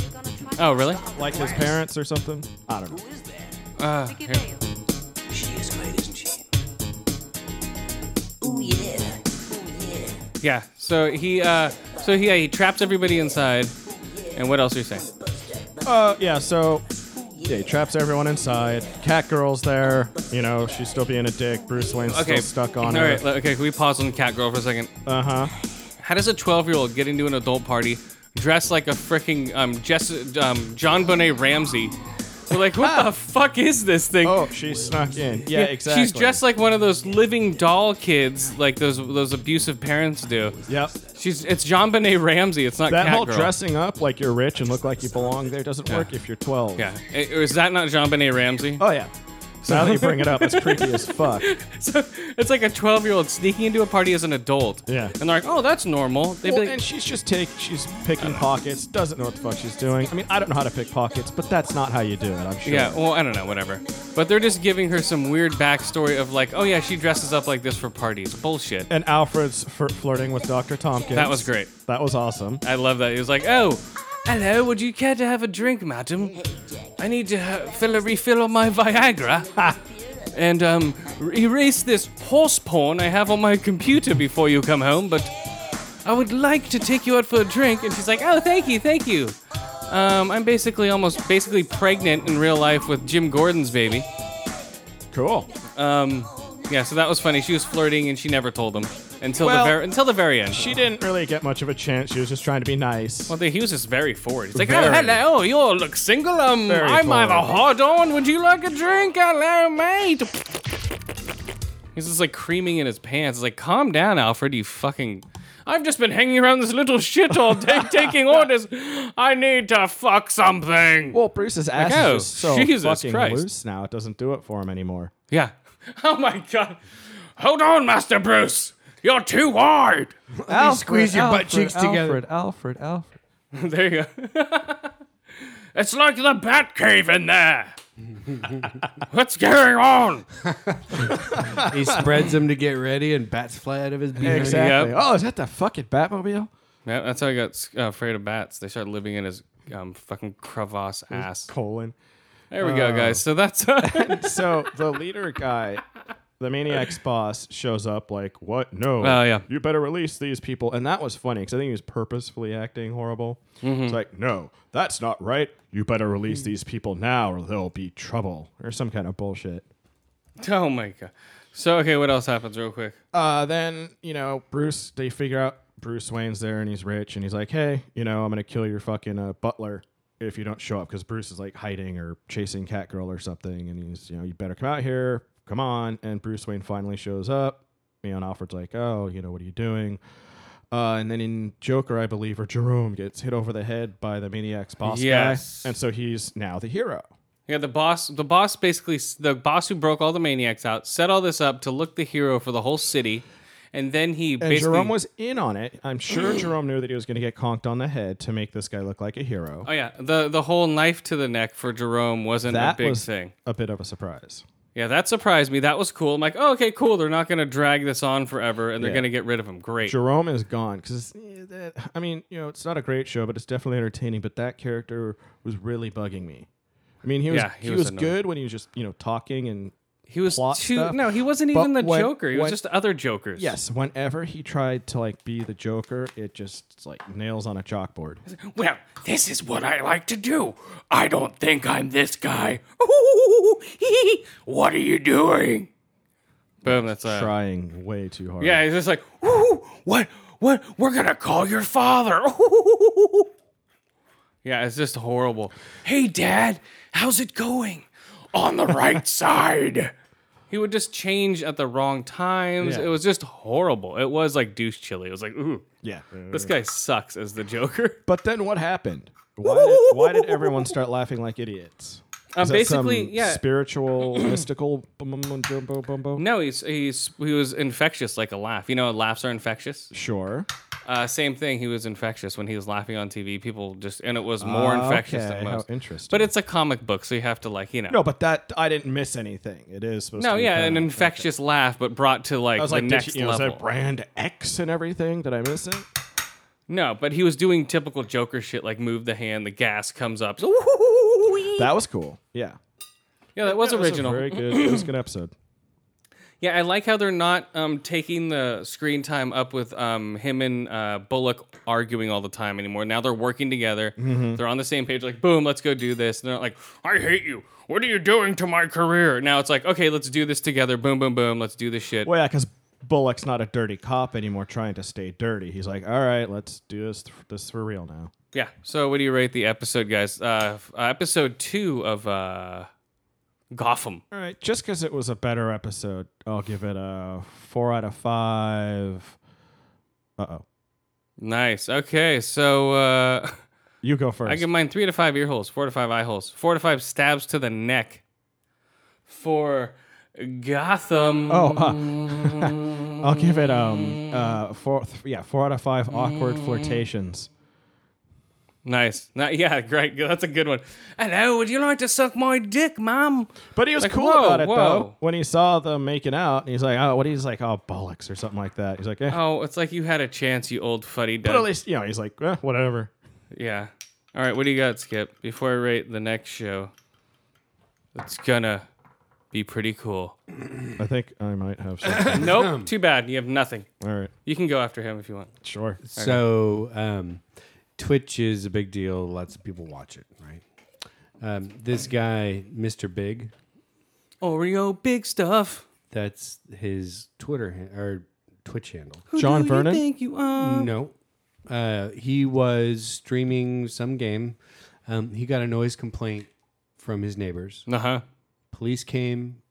[SPEAKER 8] You're gonna try to
[SPEAKER 1] Oh, really?
[SPEAKER 8] stop
[SPEAKER 4] Like his parents or something. I don't know.
[SPEAKER 7] Who is there?
[SPEAKER 1] Uh,
[SPEAKER 8] Biggie
[SPEAKER 1] here.
[SPEAKER 8] Bell.
[SPEAKER 7] She is great, isn't she? Ooh yeah. Ooh yeah.
[SPEAKER 1] Yeah. So he. Uh, so he. Yeah, he traps everybody inside. And what else are you saying?
[SPEAKER 4] Uh, yeah. So. Yeah, he traps everyone inside. Catgirl's there. You know, she's still being a dick. Bruce Wayne's
[SPEAKER 1] Okay.
[SPEAKER 4] still stuck on
[SPEAKER 1] All
[SPEAKER 4] her.
[SPEAKER 1] right, le- Okay. Can we pause on Cat Girl for a second?
[SPEAKER 4] Uh huh.
[SPEAKER 1] How does a 12 year old get into an adult party dressed like a freaking um, Jess, um, John Bonet Ramsey? We're like, what the fuck is this thing?
[SPEAKER 4] Ah. Oh, she snuck in. Yeah,
[SPEAKER 1] Yeah,
[SPEAKER 4] exactly.
[SPEAKER 1] She's dressed like one of those living doll kids, like those those abusive parents do.
[SPEAKER 4] Yep.
[SPEAKER 1] She's it's John Bonet Ramsey. It's not
[SPEAKER 4] That whole
[SPEAKER 1] Catgirl.
[SPEAKER 4] dressing up like you're rich and look like you belong there doesn't work if you're 12.
[SPEAKER 1] Yeah, I- or is that not John Bonet Ramsey?
[SPEAKER 4] Oh yeah. So now that you bring it up, it's creepy as fuck.
[SPEAKER 1] So it's like a 12 year old sneaking into a party as an adult.
[SPEAKER 4] Yeah.
[SPEAKER 1] and they're like, oh, that's normal. They'd
[SPEAKER 4] Well,
[SPEAKER 1] be like,
[SPEAKER 4] and she's just take she's picking pockets, doesn't know what the fuck she's doing. I mean, I don't know how to pick pockets, but that's not how you do it, I'm sure.
[SPEAKER 1] Yeah, well, I don't know, whatever. But they're just giving her some weird backstory of like, oh yeah, she dresses up like this for parties. Bullshit.
[SPEAKER 4] And Alfred's fir- flirting with Dr. Tompkins.
[SPEAKER 1] That was great.
[SPEAKER 4] That was awesome.
[SPEAKER 1] I love that. He was like, oh, hello, would you care to have a drink, madam? I need to uh, fill a refill on my Viagra. Ha. And um, r- erase this horse porn I have on my computer before you come home, but I would like to take you out for a drink. And she's like, oh, thank you, thank you. Um, I'm basically almost basically pregnant in real life with Jim Gordon's baby.
[SPEAKER 4] Cool.
[SPEAKER 1] Yeah, so that was funny. She was flirting and she never told him until
[SPEAKER 4] Well,
[SPEAKER 1] the very until the very end.
[SPEAKER 4] She didn't really get much of a chance. She was just trying to be nice.
[SPEAKER 1] well, he was just very forward. He's like, "Oh,
[SPEAKER 4] Very.
[SPEAKER 1] hello, you all look single. Um,
[SPEAKER 4] Very
[SPEAKER 1] I might have a
[SPEAKER 4] forward.
[SPEAKER 1] hard on. Would you like a drink? Hello, mate." He's just like creaming in his pants. It's like, "Calm down, Alfred. You fucking." I've just been hanging around this little shit all day taking orders. I need to fuck something.
[SPEAKER 4] Well, Bruce's ass
[SPEAKER 1] Like, oh,
[SPEAKER 4] is just so
[SPEAKER 1] Jesus
[SPEAKER 4] fucking
[SPEAKER 1] Christ.
[SPEAKER 4] loose now. It doesn't do it for him anymore.
[SPEAKER 1] Yeah.
[SPEAKER 6] Oh my god. Hold on, Master Bruce. You're too hard.
[SPEAKER 4] Alfred,
[SPEAKER 2] squeeze your butt cheeks together.
[SPEAKER 4] Alfred, Alfred, Alfred.
[SPEAKER 1] there you go.
[SPEAKER 6] It's like the Bat Cave in there. What's going on?
[SPEAKER 2] He spreads them to get ready, and bats fly out of his behind.
[SPEAKER 4] Exactly.
[SPEAKER 1] Yep.
[SPEAKER 4] Oh, is that the fucking Batmobile?
[SPEAKER 1] Yeah, that's how he got uh, afraid of bats. They started living in his um, fucking crevasse ass.
[SPEAKER 4] Colon.
[SPEAKER 1] There we go,
[SPEAKER 6] Oh.
[SPEAKER 1] guys. So that's
[SPEAKER 4] so the leader guy, the maniac's boss, shows up like, "What? No!
[SPEAKER 1] Oh, yeah.
[SPEAKER 4] you better release these people." And that was funny because I think he was purposefully acting horrible.
[SPEAKER 2] Mm-hmm.
[SPEAKER 4] It's like, "No, that's not right. You better release these people now, or there'll be trouble," or some kind of bullshit.
[SPEAKER 1] oh my god. So okay, what else happens real quick?
[SPEAKER 4] Uh, then you know, Bruce. They figure out Bruce Wayne's there and he's rich, and he's like, "Hey, you know, I'm gonna kill your fucking uh, butler." If you don't show up, because Bruce is like hiding or chasing Catgirl or something, and he's, you know, you better come out here, come on. And Bruce Wayne finally shows up. You know, and Alfred's like, oh, you know, what are you doing? Uh, and then in Joker, I believe, or Jerome gets hit over the head by the maniac's boss
[SPEAKER 1] Yes.
[SPEAKER 4] guy, and so he's now the hero.
[SPEAKER 1] Yeah, the boss. The boss basically the boss who broke all the maniacs out set all this up to look the hero for the whole city, and then he
[SPEAKER 4] And
[SPEAKER 1] basically.
[SPEAKER 4] Jerome was in on it. I'm sure Jerome knew that he was going to get conked on the head to make this guy look like a hero.
[SPEAKER 1] oh yeah, the the whole knife to the neck for Jerome wasn't
[SPEAKER 4] that
[SPEAKER 1] a big
[SPEAKER 4] was
[SPEAKER 1] thing.
[SPEAKER 4] a bit of a surprise.
[SPEAKER 1] Yeah, that surprised me. That was cool. I'm like, oh, okay, cool. They're not gonna drag this on forever, and they're
[SPEAKER 4] Yeah.
[SPEAKER 1] gonna get rid of him. Great.
[SPEAKER 4] Jerome is gone because I mean, you know, it's not a great show, but it's definitely entertaining. But that character was really bugging me. I mean, he was
[SPEAKER 1] Yeah, he
[SPEAKER 4] he,
[SPEAKER 1] was
[SPEAKER 4] was,
[SPEAKER 1] annoying.
[SPEAKER 4] good when he was just you know talking and
[SPEAKER 1] He was
[SPEAKER 4] plot
[SPEAKER 1] too.
[SPEAKER 4] stuff.
[SPEAKER 1] No, he wasn't
[SPEAKER 4] But
[SPEAKER 1] even the
[SPEAKER 4] when-
[SPEAKER 1] Joker. He was
[SPEAKER 4] when-
[SPEAKER 1] just other Jokers.
[SPEAKER 4] Yes, whenever he tried to like be the Joker, it just like nails on a chalkboard.
[SPEAKER 6] Well, this is what I like to do. I don't think I'm this guy. Ooh, what are you doing?
[SPEAKER 1] Boom. That's uh,
[SPEAKER 4] trying way too hard.
[SPEAKER 1] Yeah, he's just like,
[SPEAKER 6] Ooh, what? What? We're gonna call your father. Ooh.
[SPEAKER 1] yeah, it's just horrible.
[SPEAKER 6] Hey, Dad, how's it going? On the right side.
[SPEAKER 1] He would just change at the wrong times.
[SPEAKER 4] Yeah.
[SPEAKER 1] It was just horrible. It was like douche chili. It was like, ooh,
[SPEAKER 4] yeah.
[SPEAKER 1] this guy sucks as the Joker.
[SPEAKER 4] But then what happened? Why did, why did everyone start laughing like idiots?
[SPEAKER 1] Um,
[SPEAKER 4] Is that some
[SPEAKER 1] basically, yeah.
[SPEAKER 4] spiritual, mystical, bum, bum, bum, bum, bum, bum, bum?
[SPEAKER 1] no, he's he's he was infectious like a laugh. You know, laughs are infectious.
[SPEAKER 4] Sure.
[SPEAKER 1] Uh, same thing. He was infectious when he was laughing on TV. People just and it was more infectious
[SPEAKER 4] Ah, okay,
[SPEAKER 1] than
[SPEAKER 4] how
[SPEAKER 1] most.
[SPEAKER 4] interesting.
[SPEAKER 1] But it's a comic book, so you have to like you know.
[SPEAKER 4] No, but that I didn't miss anything. It is supposed
[SPEAKER 1] No,
[SPEAKER 4] to. be
[SPEAKER 1] yeah,
[SPEAKER 4] kinda-
[SPEAKER 1] an infectious laugh, but brought to like
[SPEAKER 4] I was
[SPEAKER 1] the
[SPEAKER 4] like, did
[SPEAKER 1] next
[SPEAKER 4] she, you know, is
[SPEAKER 1] level.
[SPEAKER 4] that brand X and everything? Did I miss it?
[SPEAKER 1] No, but he was doing typical Joker shit, like move the hand, the gas comes up.
[SPEAKER 4] That was cool. Yeah,
[SPEAKER 1] yeah, that was
[SPEAKER 4] That was a
[SPEAKER 1] original.
[SPEAKER 4] very good. It was a good episode.
[SPEAKER 1] Yeah, I like how they're not um, taking the screen time up with um, him and uh, Bullock arguing all the time anymore. Now they're working together.
[SPEAKER 4] Mm-hmm.
[SPEAKER 1] They're on the same page. Like, boom, let's go do this. And they're not like,
[SPEAKER 6] I hate you. What are you doing to my career?
[SPEAKER 1] now it's like, okay, let's do this together. Boom, boom, boom. Let's do this shit.
[SPEAKER 4] Well, yeah, because Bullock's not a dirty cop anymore, trying to stay dirty. He's like, all right, let's do this this for real now.
[SPEAKER 1] Yeah. So, what do you rate the episode, guys? Uh, f- uh, episode two of uh, Gotham.
[SPEAKER 4] All right, just because it was a better episode, I'll give it a four out of five. Uh oh,
[SPEAKER 1] Nice. Okay. So, uh,
[SPEAKER 4] you go first.
[SPEAKER 1] I give mine three to five ear holes, four to five eye holes, four to five stabs to the neck for Gotham.
[SPEAKER 4] oh, huh. I'll give it um uh four th- yeah four out of five awkward
[SPEAKER 1] Mm.
[SPEAKER 4] flirtations.
[SPEAKER 1] Nice. Ni- yeah, great. Good. That's a good one. Hello, would you like to suck my dick, mom?
[SPEAKER 4] But he was
[SPEAKER 1] Like,
[SPEAKER 4] cool
[SPEAKER 1] whoa,
[SPEAKER 4] about it
[SPEAKER 1] whoa.
[SPEAKER 4] though. When he saw them making out, and he's like, oh, what? He's like, oh, bollocks or something like that. He's like, eh.
[SPEAKER 1] Oh, it's like you had a chance, you old fuddy
[SPEAKER 4] but at
[SPEAKER 1] duddy.
[SPEAKER 4] least you know he's like, eh, whatever.
[SPEAKER 1] Yeah. All right, what do you got, Skip? Before I rate the next show, it's gonna be pretty cool.
[SPEAKER 4] I think I might have. Something.
[SPEAKER 1] Nope, too bad. You have nothing.
[SPEAKER 4] All right,
[SPEAKER 1] You can go after him if you want.
[SPEAKER 4] sure.
[SPEAKER 2] So um, Twitch is a big deal. Lots of people watch it, right? Um, this guy, Mr. Big,
[SPEAKER 1] Oreo big stuff.
[SPEAKER 2] that's his Twitter han- or Twitch handle.
[SPEAKER 4] John
[SPEAKER 1] Who do you
[SPEAKER 4] Vernon.
[SPEAKER 1] think you
[SPEAKER 6] um,
[SPEAKER 1] are?
[SPEAKER 2] No, uh, he was streaming some game. Um, he got a noise complaint from his neighbors.
[SPEAKER 1] Uh huh.
[SPEAKER 2] Police came,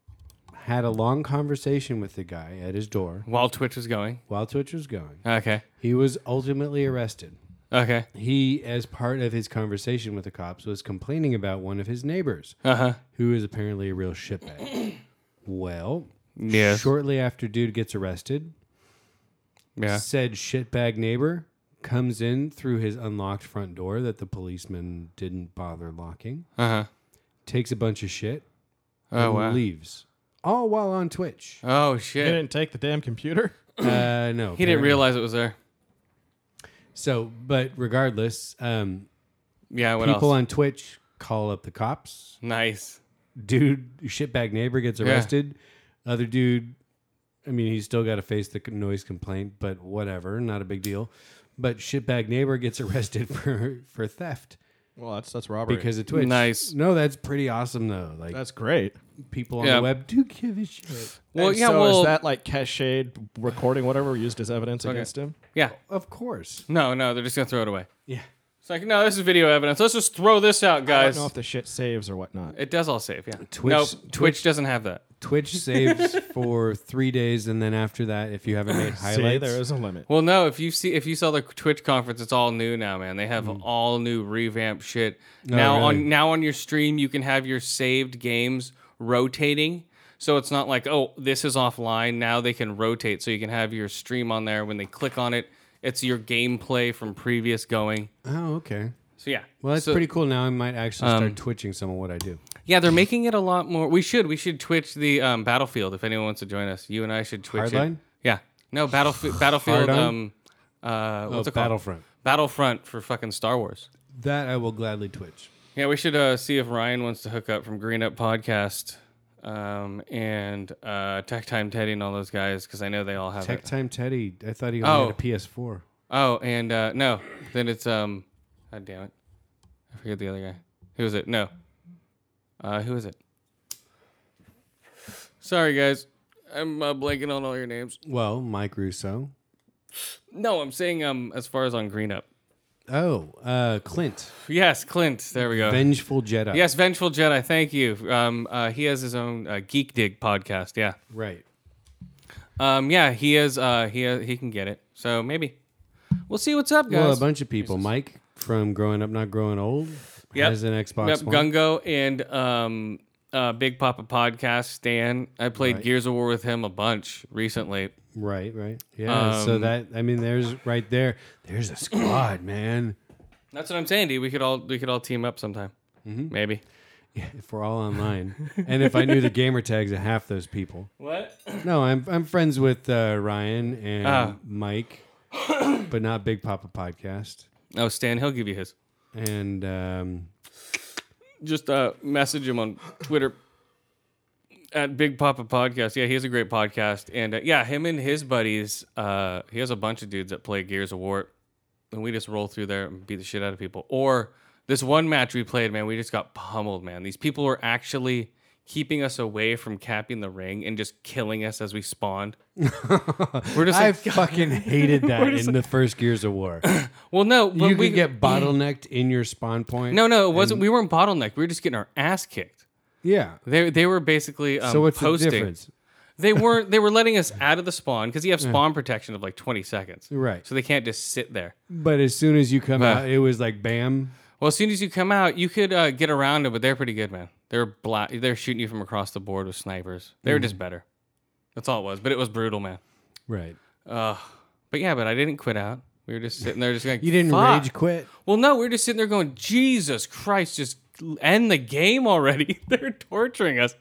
[SPEAKER 2] had a long conversation with the guy at his door
[SPEAKER 1] While Twitch was going.
[SPEAKER 2] while Twitch was going.
[SPEAKER 1] Okay.
[SPEAKER 2] He was ultimately arrested.
[SPEAKER 1] Okay.
[SPEAKER 2] He, as part of his conversation with the cops, was complaining about one of his neighbors,
[SPEAKER 1] Uh huh.
[SPEAKER 2] who is apparently a real shitbag. well,
[SPEAKER 1] Yes.
[SPEAKER 2] shortly after dude gets arrested,
[SPEAKER 1] Yeah.
[SPEAKER 2] said shitbag neighbor comes in through his unlocked front door that the policeman didn't bother locking,
[SPEAKER 1] Uh huh.
[SPEAKER 2] takes a bunch of shit,
[SPEAKER 1] Oh
[SPEAKER 2] and
[SPEAKER 1] wow.
[SPEAKER 2] leaves. All while on Twitch.
[SPEAKER 1] Oh
[SPEAKER 4] He
[SPEAKER 1] shit.
[SPEAKER 4] didn't take the damn computer.
[SPEAKER 2] Uh, no,
[SPEAKER 1] He didn't
[SPEAKER 2] apparently-
[SPEAKER 1] realize it was there.
[SPEAKER 2] So, but regardless, um,
[SPEAKER 1] Yeah. What
[SPEAKER 2] people
[SPEAKER 1] else?
[SPEAKER 2] on Twitch call up the cops.
[SPEAKER 1] nice.
[SPEAKER 2] dude shitbag neighbor gets arrested other dude i mean he's still got to face the c- noise complaint but whatever not a big deal but shitbag neighbor gets arrested for for theft
[SPEAKER 4] Well, that's that's robbery.
[SPEAKER 2] because of twitch
[SPEAKER 1] Nice.
[SPEAKER 2] no that's pretty awesome though like
[SPEAKER 4] that's great.
[SPEAKER 2] people on
[SPEAKER 1] Yeah.
[SPEAKER 2] the web do give a shit
[SPEAKER 1] Well,
[SPEAKER 4] And
[SPEAKER 1] yeah.
[SPEAKER 4] So
[SPEAKER 1] well,
[SPEAKER 4] is that like cached recording, whatever used as evidence against him?
[SPEAKER 1] yeah.
[SPEAKER 2] of course
[SPEAKER 1] No, no. They're just gonna throw it away.
[SPEAKER 2] yeah
[SPEAKER 1] It's like, no, this is video evidence. Let's just throw this out,
[SPEAKER 4] I
[SPEAKER 1] guys.
[SPEAKER 4] don't know if the shit saves or whatnot.
[SPEAKER 1] it does all save. Yeah.
[SPEAKER 2] Twitch-
[SPEAKER 1] nope. Twitch,
[SPEAKER 2] Twitch-
[SPEAKER 1] doesn't have that.
[SPEAKER 2] twitch saves for three days and then after that if you haven't made
[SPEAKER 4] See,
[SPEAKER 2] highlights
[SPEAKER 4] there is a limit.
[SPEAKER 1] Well, no. If you see, if you saw the Twitch conference, it's all new now, man. They have all new revamped shit. now
[SPEAKER 2] Hmm. Oh, really?
[SPEAKER 1] on now on your stream, you can have your saved games rotating. So it's not like, oh, this is offline. Now they can rotate, so you can have your stream on there. When they click on it, it's your gameplay from previous going.
[SPEAKER 2] oh okay
[SPEAKER 1] So yeah.
[SPEAKER 2] well that's
[SPEAKER 1] So-
[SPEAKER 2] pretty cool now i might actually start twitching some of what i do
[SPEAKER 1] Yeah, they're making it a lot more. We should we should Twitch the um, Battlefield if anyone wants to join us. You and I should Twitch it.
[SPEAKER 2] Hardline?
[SPEAKER 1] Yeah, no Battlefield Battlefield.
[SPEAKER 2] Hardline?
[SPEAKER 1] Um, uh, what's
[SPEAKER 2] oh,
[SPEAKER 1] it called?
[SPEAKER 2] battlefront
[SPEAKER 1] Battlefront for fucking Star Wars.
[SPEAKER 2] that i will gladly twitch
[SPEAKER 1] Yeah, we should uh, see if Ryan wants to hook up from Green Up Podcast um, and uh, Tech Time Teddy and all those guys because I know they all have
[SPEAKER 2] Tech
[SPEAKER 1] it.
[SPEAKER 2] Time Teddy. I thought he only
[SPEAKER 1] Uh, Oh.
[SPEAKER 2] had a PS4.
[SPEAKER 1] Oh, and uh, no, then it's um, God damn it, I forget the other guy. Who is it? No, uh, who is it? Sorry guys, I'm uh, blanking on all your names.
[SPEAKER 2] Well, Mike Russo.
[SPEAKER 1] No, I'm saying um, as far as on Green Up.
[SPEAKER 2] Oh, uh, Clint.
[SPEAKER 1] Yes, Clint. There we go.
[SPEAKER 2] Vengeful Jedi.
[SPEAKER 1] Oh. yes, Vengeful Jedi. Thank you. Um, uh, he has his own uh, Geek Dig podcast. Yeah.
[SPEAKER 2] Right.
[SPEAKER 1] Um, yeah, he is. Uh, he he can get it. So maybe we'll see what's up, guys.
[SPEAKER 2] Well, a bunch of people. Mike from Growing Up Not Growing Old
[SPEAKER 1] Yep.
[SPEAKER 2] has an Xbox
[SPEAKER 1] Yep,
[SPEAKER 2] One.
[SPEAKER 1] Gungo and um, uh, Big Papa podcast. Stan, I played Gears of War with him a bunch recently.
[SPEAKER 2] Right, right. Yeah. so
[SPEAKER 1] Um,
[SPEAKER 2] that I mean, there's right there. There's a squad, man.
[SPEAKER 1] That's what I'm saying, dude. We could all we could all team up sometime.
[SPEAKER 2] Mm-hmm.
[SPEAKER 1] Maybe.
[SPEAKER 2] If we're all online, and if I knew the gamer tags of half those people,
[SPEAKER 1] What?
[SPEAKER 2] no, I'm I'm friends with uh, Ryan and
[SPEAKER 1] Ah.
[SPEAKER 2] Mike, but not Big Papa Podcast.
[SPEAKER 1] Oh, Stan, he'll give you his.
[SPEAKER 2] And um,
[SPEAKER 1] Just uh, message him on Twitter at Big Papa Podcast. Yeah, he has a great podcast, and uh, yeah, him and his buddies. Uh, he has a bunch of dudes that play Gears of War, and we just roll through there and beat the shit out of people. Or this one match we played, man, we just got pummeled, man. These people were actually keeping us away from capping the ring and just killing us as we spawned. we're just
[SPEAKER 2] I
[SPEAKER 1] like,
[SPEAKER 2] fucking hated that in the first Gears of War.
[SPEAKER 1] well, no, but
[SPEAKER 2] you
[SPEAKER 1] we
[SPEAKER 2] could get bottlenecked in your spawn point.
[SPEAKER 1] no, no, it wasn't. We weren't bottlenecked. We were just getting our ass kicked.
[SPEAKER 2] Yeah.
[SPEAKER 1] They, they were basically um,
[SPEAKER 2] So what's
[SPEAKER 1] posting.
[SPEAKER 2] the difference?
[SPEAKER 1] They weren't. They were letting us out of the spawn because you have spawn protection of like twenty seconds.
[SPEAKER 2] Right.
[SPEAKER 1] So they can't just sit there.
[SPEAKER 2] But as soon as you come
[SPEAKER 1] Uh.
[SPEAKER 2] out, it was like bam.
[SPEAKER 1] Well, as soon as you come out, you could uh, get around it, but they're pretty good, man. They're black. They're shooting you from across the board with snipers. They were
[SPEAKER 2] Mm-hmm.
[SPEAKER 1] just better. That's all it was. But it was brutal, man.
[SPEAKER 2] Right.
[SPEAKER 1] Uh, but yeah, but I didn't quit out. We were just sitting there, just like
[SPEAKER 2] You didn't
[SPEAKER 1] Fuck.
[SPEAKER 2] rage quit.
[SPEAKER 1] Well, no, we were just sitting there going, Jesus Christ, just end the game already. They're torturing us.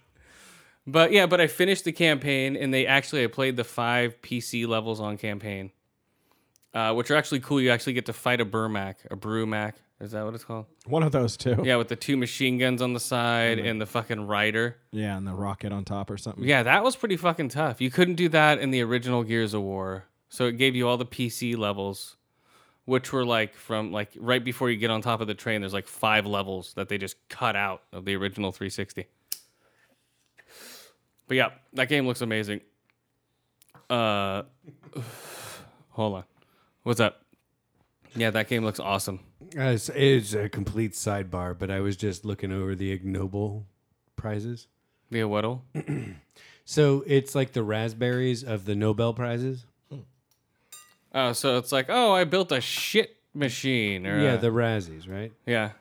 [SPEAKER 1] But yeah, but I finished the campaign, and they actually I played the five PC levels on campaign, uh, which are actually cool. You actually get to fight a Burmac, a Brumac. Is that what it's called?
[SPEAKER 4] One of those two.
[SPEAKER 1] Yeah, with the two machine guns on the side and the fucking rider.
[SPEAKER 4] Yeah, and the rocket on top or something.
[SPEAKER 1] Yeah, that was pretty fucking tough. You couldn't do that in the original Gears of War. So it gave you all the PC levels, which were like from like right before you get on top of the train, there's like five levels that they just cut out of the original 360. But yeah, that game looks amazing. Uh hold on. What's up? Yeah, that game looks awesome.
[SPEAKER 2] Uh, it's, it's a complete sidebar, but I was just looking over the ignoble prizes.
[SPEAKER 1] The Weddle.
[SPEAKER 2] So it's like the raspberries of the Nobel prizes.
[SPEAKER 1] Oh, so it's like, oh, I built a shit machine. Or
[SPEAKER 2] Yeah,
[SPEAKER 1] a-
[SPEAKER 2] the Razzies, right?
[SPEAKER 1] yeah.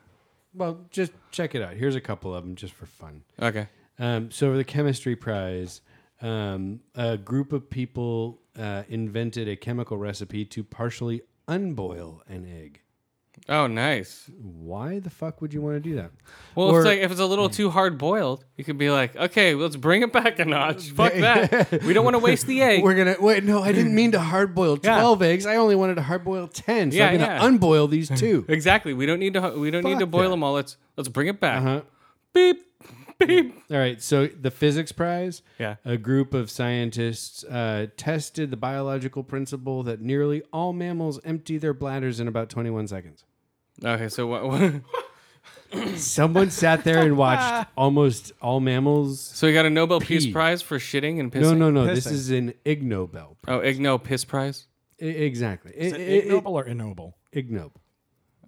[SPEAKER 2] Well, just check it out. Here's a couple of them just for fun.
[SPEAKER 1] Okay.
[SPEAKER 2] Um, so for the chemistry prize, um, a group of people uh, invented a chemical recipe to partially unboil an egg.
[SPEAKER 1] Oh, nice.
[SPEAKER 2] Why the fuck would you want to do that?
[SPEAKER 1] Well,
[SPEAKER 2] Or-
[SPEAKER 1] it's like if it's a little too hard boiled, you could be like, okay, let's bring it back a notch. Fuck that. We don't want to waste the egg.
[SPEAKER 2] We're gonna wait. No, I didn't mean to hard boil twelve eggs. I only wanted to hard boil ten. So
[SPEAKER 1] Yeah,
[SPEAKER 2] I'm gonna
[SPEAKER 1] yeah.
[SPEAKER 2] unboil these two.
[SPEAKER 1] exactly. We don't need to. We don't need to
[SPEAKER 2] Fuck
[SPEAKER 1] boil
[SPEAKER 2] that.
[SPEAKER 1] them all. Let's let's bring it back.
[SPEAKER 2] Uh-huh.
[SPEAKER 1] Beep beep.
[SPEAKER 2] All right. So the physics prize.
[SPEAKER 1] Yeah.
[SPEAKER 2] A group of scientists uh, tested the biological principle that nearly all mammals empty their bladders in about 21 seconds.
[SPEAKER 1] Okay, so what, what-
[SPEAKER 2] Someone sat there and watched almost all mammals.
[SPEAKER 1] so we got a Nobel Peace
[SPEAKER 2] Pee.
[SPEAKER 1] Prize for shitting and pissing.
[SPEAKER 2] No, no, no. This
[SPEAKER 4] Pissing.
[SPEAKER 2] is an Ig Nobel.
[SPEAKER 1] Oh, Ig no piss prize.
[SPEAKER 2] I- exactly. E,
[SPEAKER 4] Is
[SPEAKER 2] I-
[SPEAKER 4] it
[SPEAKER 2] I- I-
[SPEAKER 4] ignoble or ignoble?
[SPEAKER 2] Ig Nobel.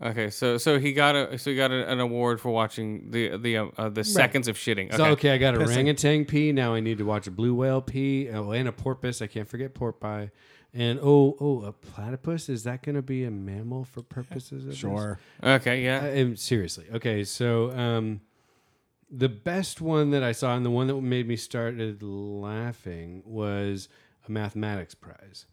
[SPEAKER 1] Okay, so so he got a so he got a, an award for watching the the uh, uh, the seconds of shitting. Okay.
[SPEAKER 2] So okay, I got orangutan pee. Now I need to watch a blue whale pee. Oh, and a porpoise. I can't forget porpoise. And oh, oh, a platypus. Is that going to be a mammal for purposes of This?
[SPEAKER 4] Sure.
[SPEAKER 1] Okay, yeah.
[SPEAKER 2] I am- seriously. Okay, so um, the best one that I saw and the one that made me started laughing was a mathematics prize.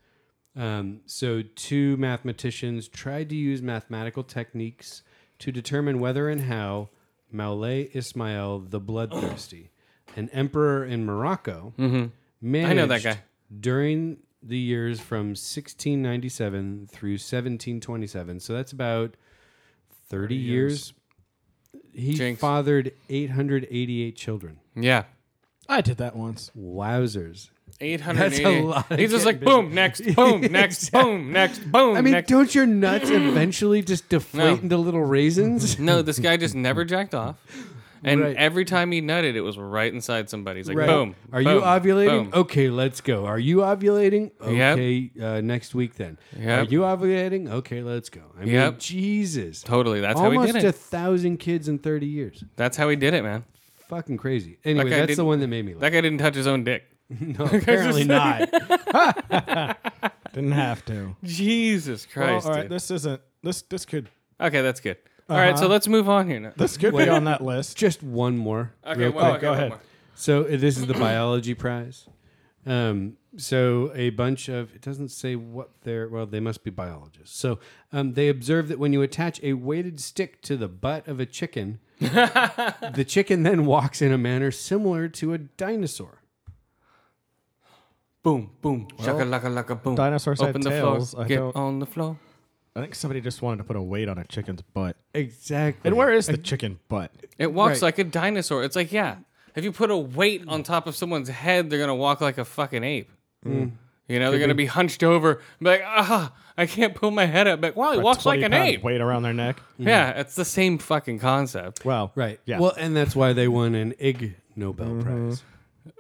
[SPEAKER 2] Um, so two mathematicians tried to use mathematical techniques to determine whether and how Maulay Ismail the Bloodthirsty, an emperor in Morocco, managed
[SPEAKER 1] Mm-hmm. know that guy.
[SPEAKER 2] during the years from 1697 through 1727. So that's about 30 years. He
[SPEAKER 1] Jinx.
[SPEAKER 2] fathered 888 children.
[SPEAKER 1] Yeah.
[SPEAKER 4] I did that once.
[SPEAKER 2] Wowzers.
[SPEAKER 1] Eight hundred
[SPEAKER 2] That's a lot
[SPEAKER 1] eighty. He's
[SPEAKER 2] of
[SPEAKER 1] just like
[SPEAKER 2] getting
[SPEAKER 1] boom, next, boom, next, boom, next, boom.
[SPEAKER 2] I mean,
[SPEAKER 1] next.
[SPEAKER 2] don't your nuts eventually just deflate
[SPEAKER 1] No.
[SPEAKER 2] into little raisins?
[SPEAKER 1] no, this guy just never jacked off. And
[SPEAKER 2] Right.
[SPEAKER 1] every time he nutted, it was right inside somebody. He's like,
[SPEAKER 2] Right.
[SPEAKER 1] boom.
[SPEAKER 2] Are you
[SPEAKER 1] boom,
[SPEAKER 2] ovulating? Oh.
[SPEAKER 1] boom.
[SPEAKER 2] Okay, let's go. Are you ovulating?
[SPEAKER 1] Yep.
[SPEAKER 2] Okay, uh, next week then.
[SPEAKER 1] Yep.
[SPEAKER 2] Are you ovulating? Okay, let's go. I mean,
[SPEAKER 1] Yep.
[SPEAKER 2] Jesus.
[SPEAKER 1] Totally. That's how he
[SPEAKER 2] Almost
[SPEAKER 1] did
[SPEAKER 2] a
[SPEAKER 1] it.
[SPEAKER 2] thousand kids in 30 years.
[SPEAKER 1] That's how he did it, man.
[SPEAKER 2] Fucking crazy. Anyway,
[SPEAKER 1] guy
[SPEAKER 2] that's the
[SPEAKER 1] didn't-
[SPEAKER 2] one that made me
[SPEAKER 1] That
[SPEAKER 2] laugh.
[SPEAKER 1] guy didn't touch his own dick.
[SPEAKER 2] No, apparently not.
[SPEAKER 4] Didn't have to.
[SPEAKER 1] Jesus
[SPEAKER 4] Well,
[SPEAKER 1] Christ.
[SPEAKER 4] all right,
[SPEAKER 1] dude.
[SPEAKER 4] this isn't this. This could
[SPEAKER 1] okay, that's good. All right, so let's move on here now.
[SPEAKER 4] this could be on that list.
[SPEAKER 2] Just one more.
[SPEAKER 1] Okay,
[SPEAKER 2] real
[SPEAKER 1] well,
[SPEAKER 2] quick.
[SPEAKER 1] okay,
[SPEAKER 4] go
[SPEAKER 1] one
[SPEAKER 4] ahead.
[SPEAKER 1] more.
[SPEAKER 2] So uh, this is the biology prize. Um, so a bunch of it doesn't say what they're well they must be biologists. So um, they observed that when you attach a weighted stick to the butt of a chicken, the chicken then walks in a manner similar to a dinosaur.
[SPEAKER 1] Boom, boom, shaka laka laka boom.
[SPEAKER 4] dinosaurs had
[SPEAKER 1] Open the
[SPEAKER 4] tails.
[SPEAKER 1] floor.
[SPEAKER 4] I
[SPEAKER 1] get
[SPEAKER 4] don't-
[SPEAKER 1] on the floor.
[SPEAKER 4] I think somebody just wanted to put a weight on a chicken's butt.
[SPEAKER 2] Exactly.
[SPEAKER 4] And where is the chicken butt?
[SPEAKER 1] It walks
[SPEAKER 2] Right.
[SPEAKER 1] like a dinosaur. It's like, yeah, if you put a weight on top of someone's head, they're gonna walk like a fucking ape. You know, they're gonna be hunched over, and be like, ah, I can't pull my head up. But wow, he walks like
[SPEAKER 4] 20
[SPEAKER 1] an
[SPEAKER 4] pound
[SPEAKER 1] ape.
[SPEAKER 4] Weight around their neck.
[SPEAKER 1] Yeah, it's the same fucking concept.
[SPEAKER 4] Wow.
[SPEAKER 2] Right.
[SPEAKER 4] Yeah. Mm-hmm.
[SPEAKER 2] Well, and that's why they won an Ig Nobel Prize.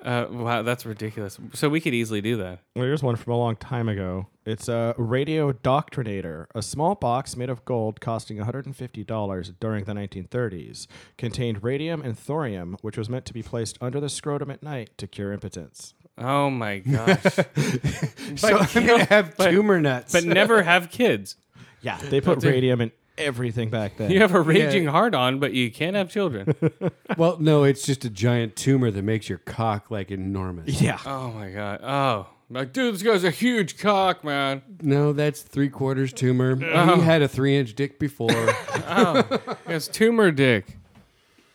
[SPEAKER 1] Uh, wow, that's ridiculous. So we could easily do that.
[SPEAKER 4] Well, here's one from a long time ago. It's a radio doctrinator, a small box made of gold costing $150 during the 1930s. Contained radium and thorium, which was meant to be placed under the scrotum at night to cure impotence.
[SPEAKER 1] Oh my gosh!
[SPEAKER 2] So I'm gonna have tumor nuts.
[SPEAKER 1] but never have kids.
[SPEAKER 4] Yeah, they put radium in everything back then.
[SPEAKER 1] You have a raging hard on, but you can't have children.
[SPEAKER 2] well, no, it's just a giant tumor that makes your cock like enormous.
[SPEAKER 4] Yeah.
[SPEAKER 1] oh my god. Oh, like dude, this guy's a huge cock, man.
[SPEAKER 2] No, that's three quarters tumor. He had a three inch dick before.
[SPEAKER 1] He has tumor dick.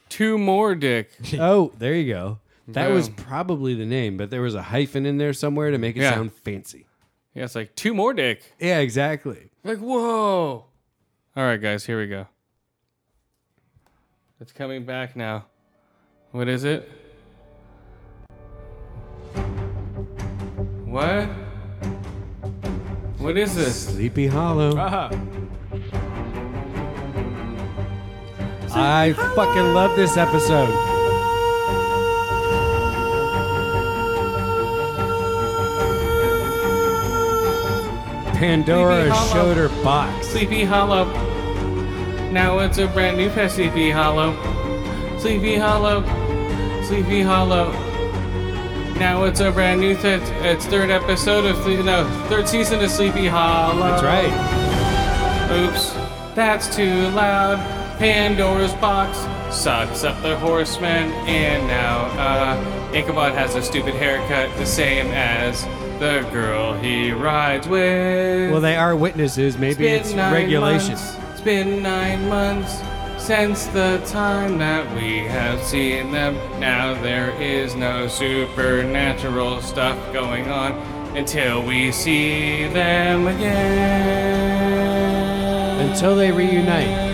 [SPEAKER 1] Two more dick.
[SPEAKER 2] oh, there you go. That
[SPEAKER 1] Yeah.
[SPEAKER 2] was probably the name, but there was a hyphen in there somewhere to make it
[SPEAKER 1] Yeah.
[SPEAKER 2] sound fancy.
[SPEAKER 1] Yeah, it's like two more dick.
[SPEAKER 2] Yeah, exactly.
[SPEAKER 1] Like, whoa. All right, guys, here we go. It's coming back now. What is it? What? What is this?
[SPEAKER 2] Sleepy Hollow.
[SPEAKER 1] Uh-huh.
[SPEAKER 2] I fucking love this episode. Pandora
[SPEAKER 1] Sleepy Hollow.
[SPEAKER 2] showed her box.
[SPEAKER 1] Sleepy Hollow. Now it's a brand new pet, Sleepy Hollow. Sleepy Hollow. Sleepy Hollow. Now it's a brand new th- it's third episode of Sleepy no third season of Sleepy Hollow.
[SPEAKER 2] That's right.
[SPEAKER 1] Oops, that's too loud. Pandora's box sucks up the horseman, and now uh, Ichabod has a stupid haircut, the same as the girl he rides with.
[SPEAKER 2] Well, they are witnesses. Maybe it's regulation.
[SPEAKER 1] Months, it's been nine months since the time that we have seen them. Now there is no supernatural stuff going on until we see them again.
[SPEAKER 2] Until they reunite.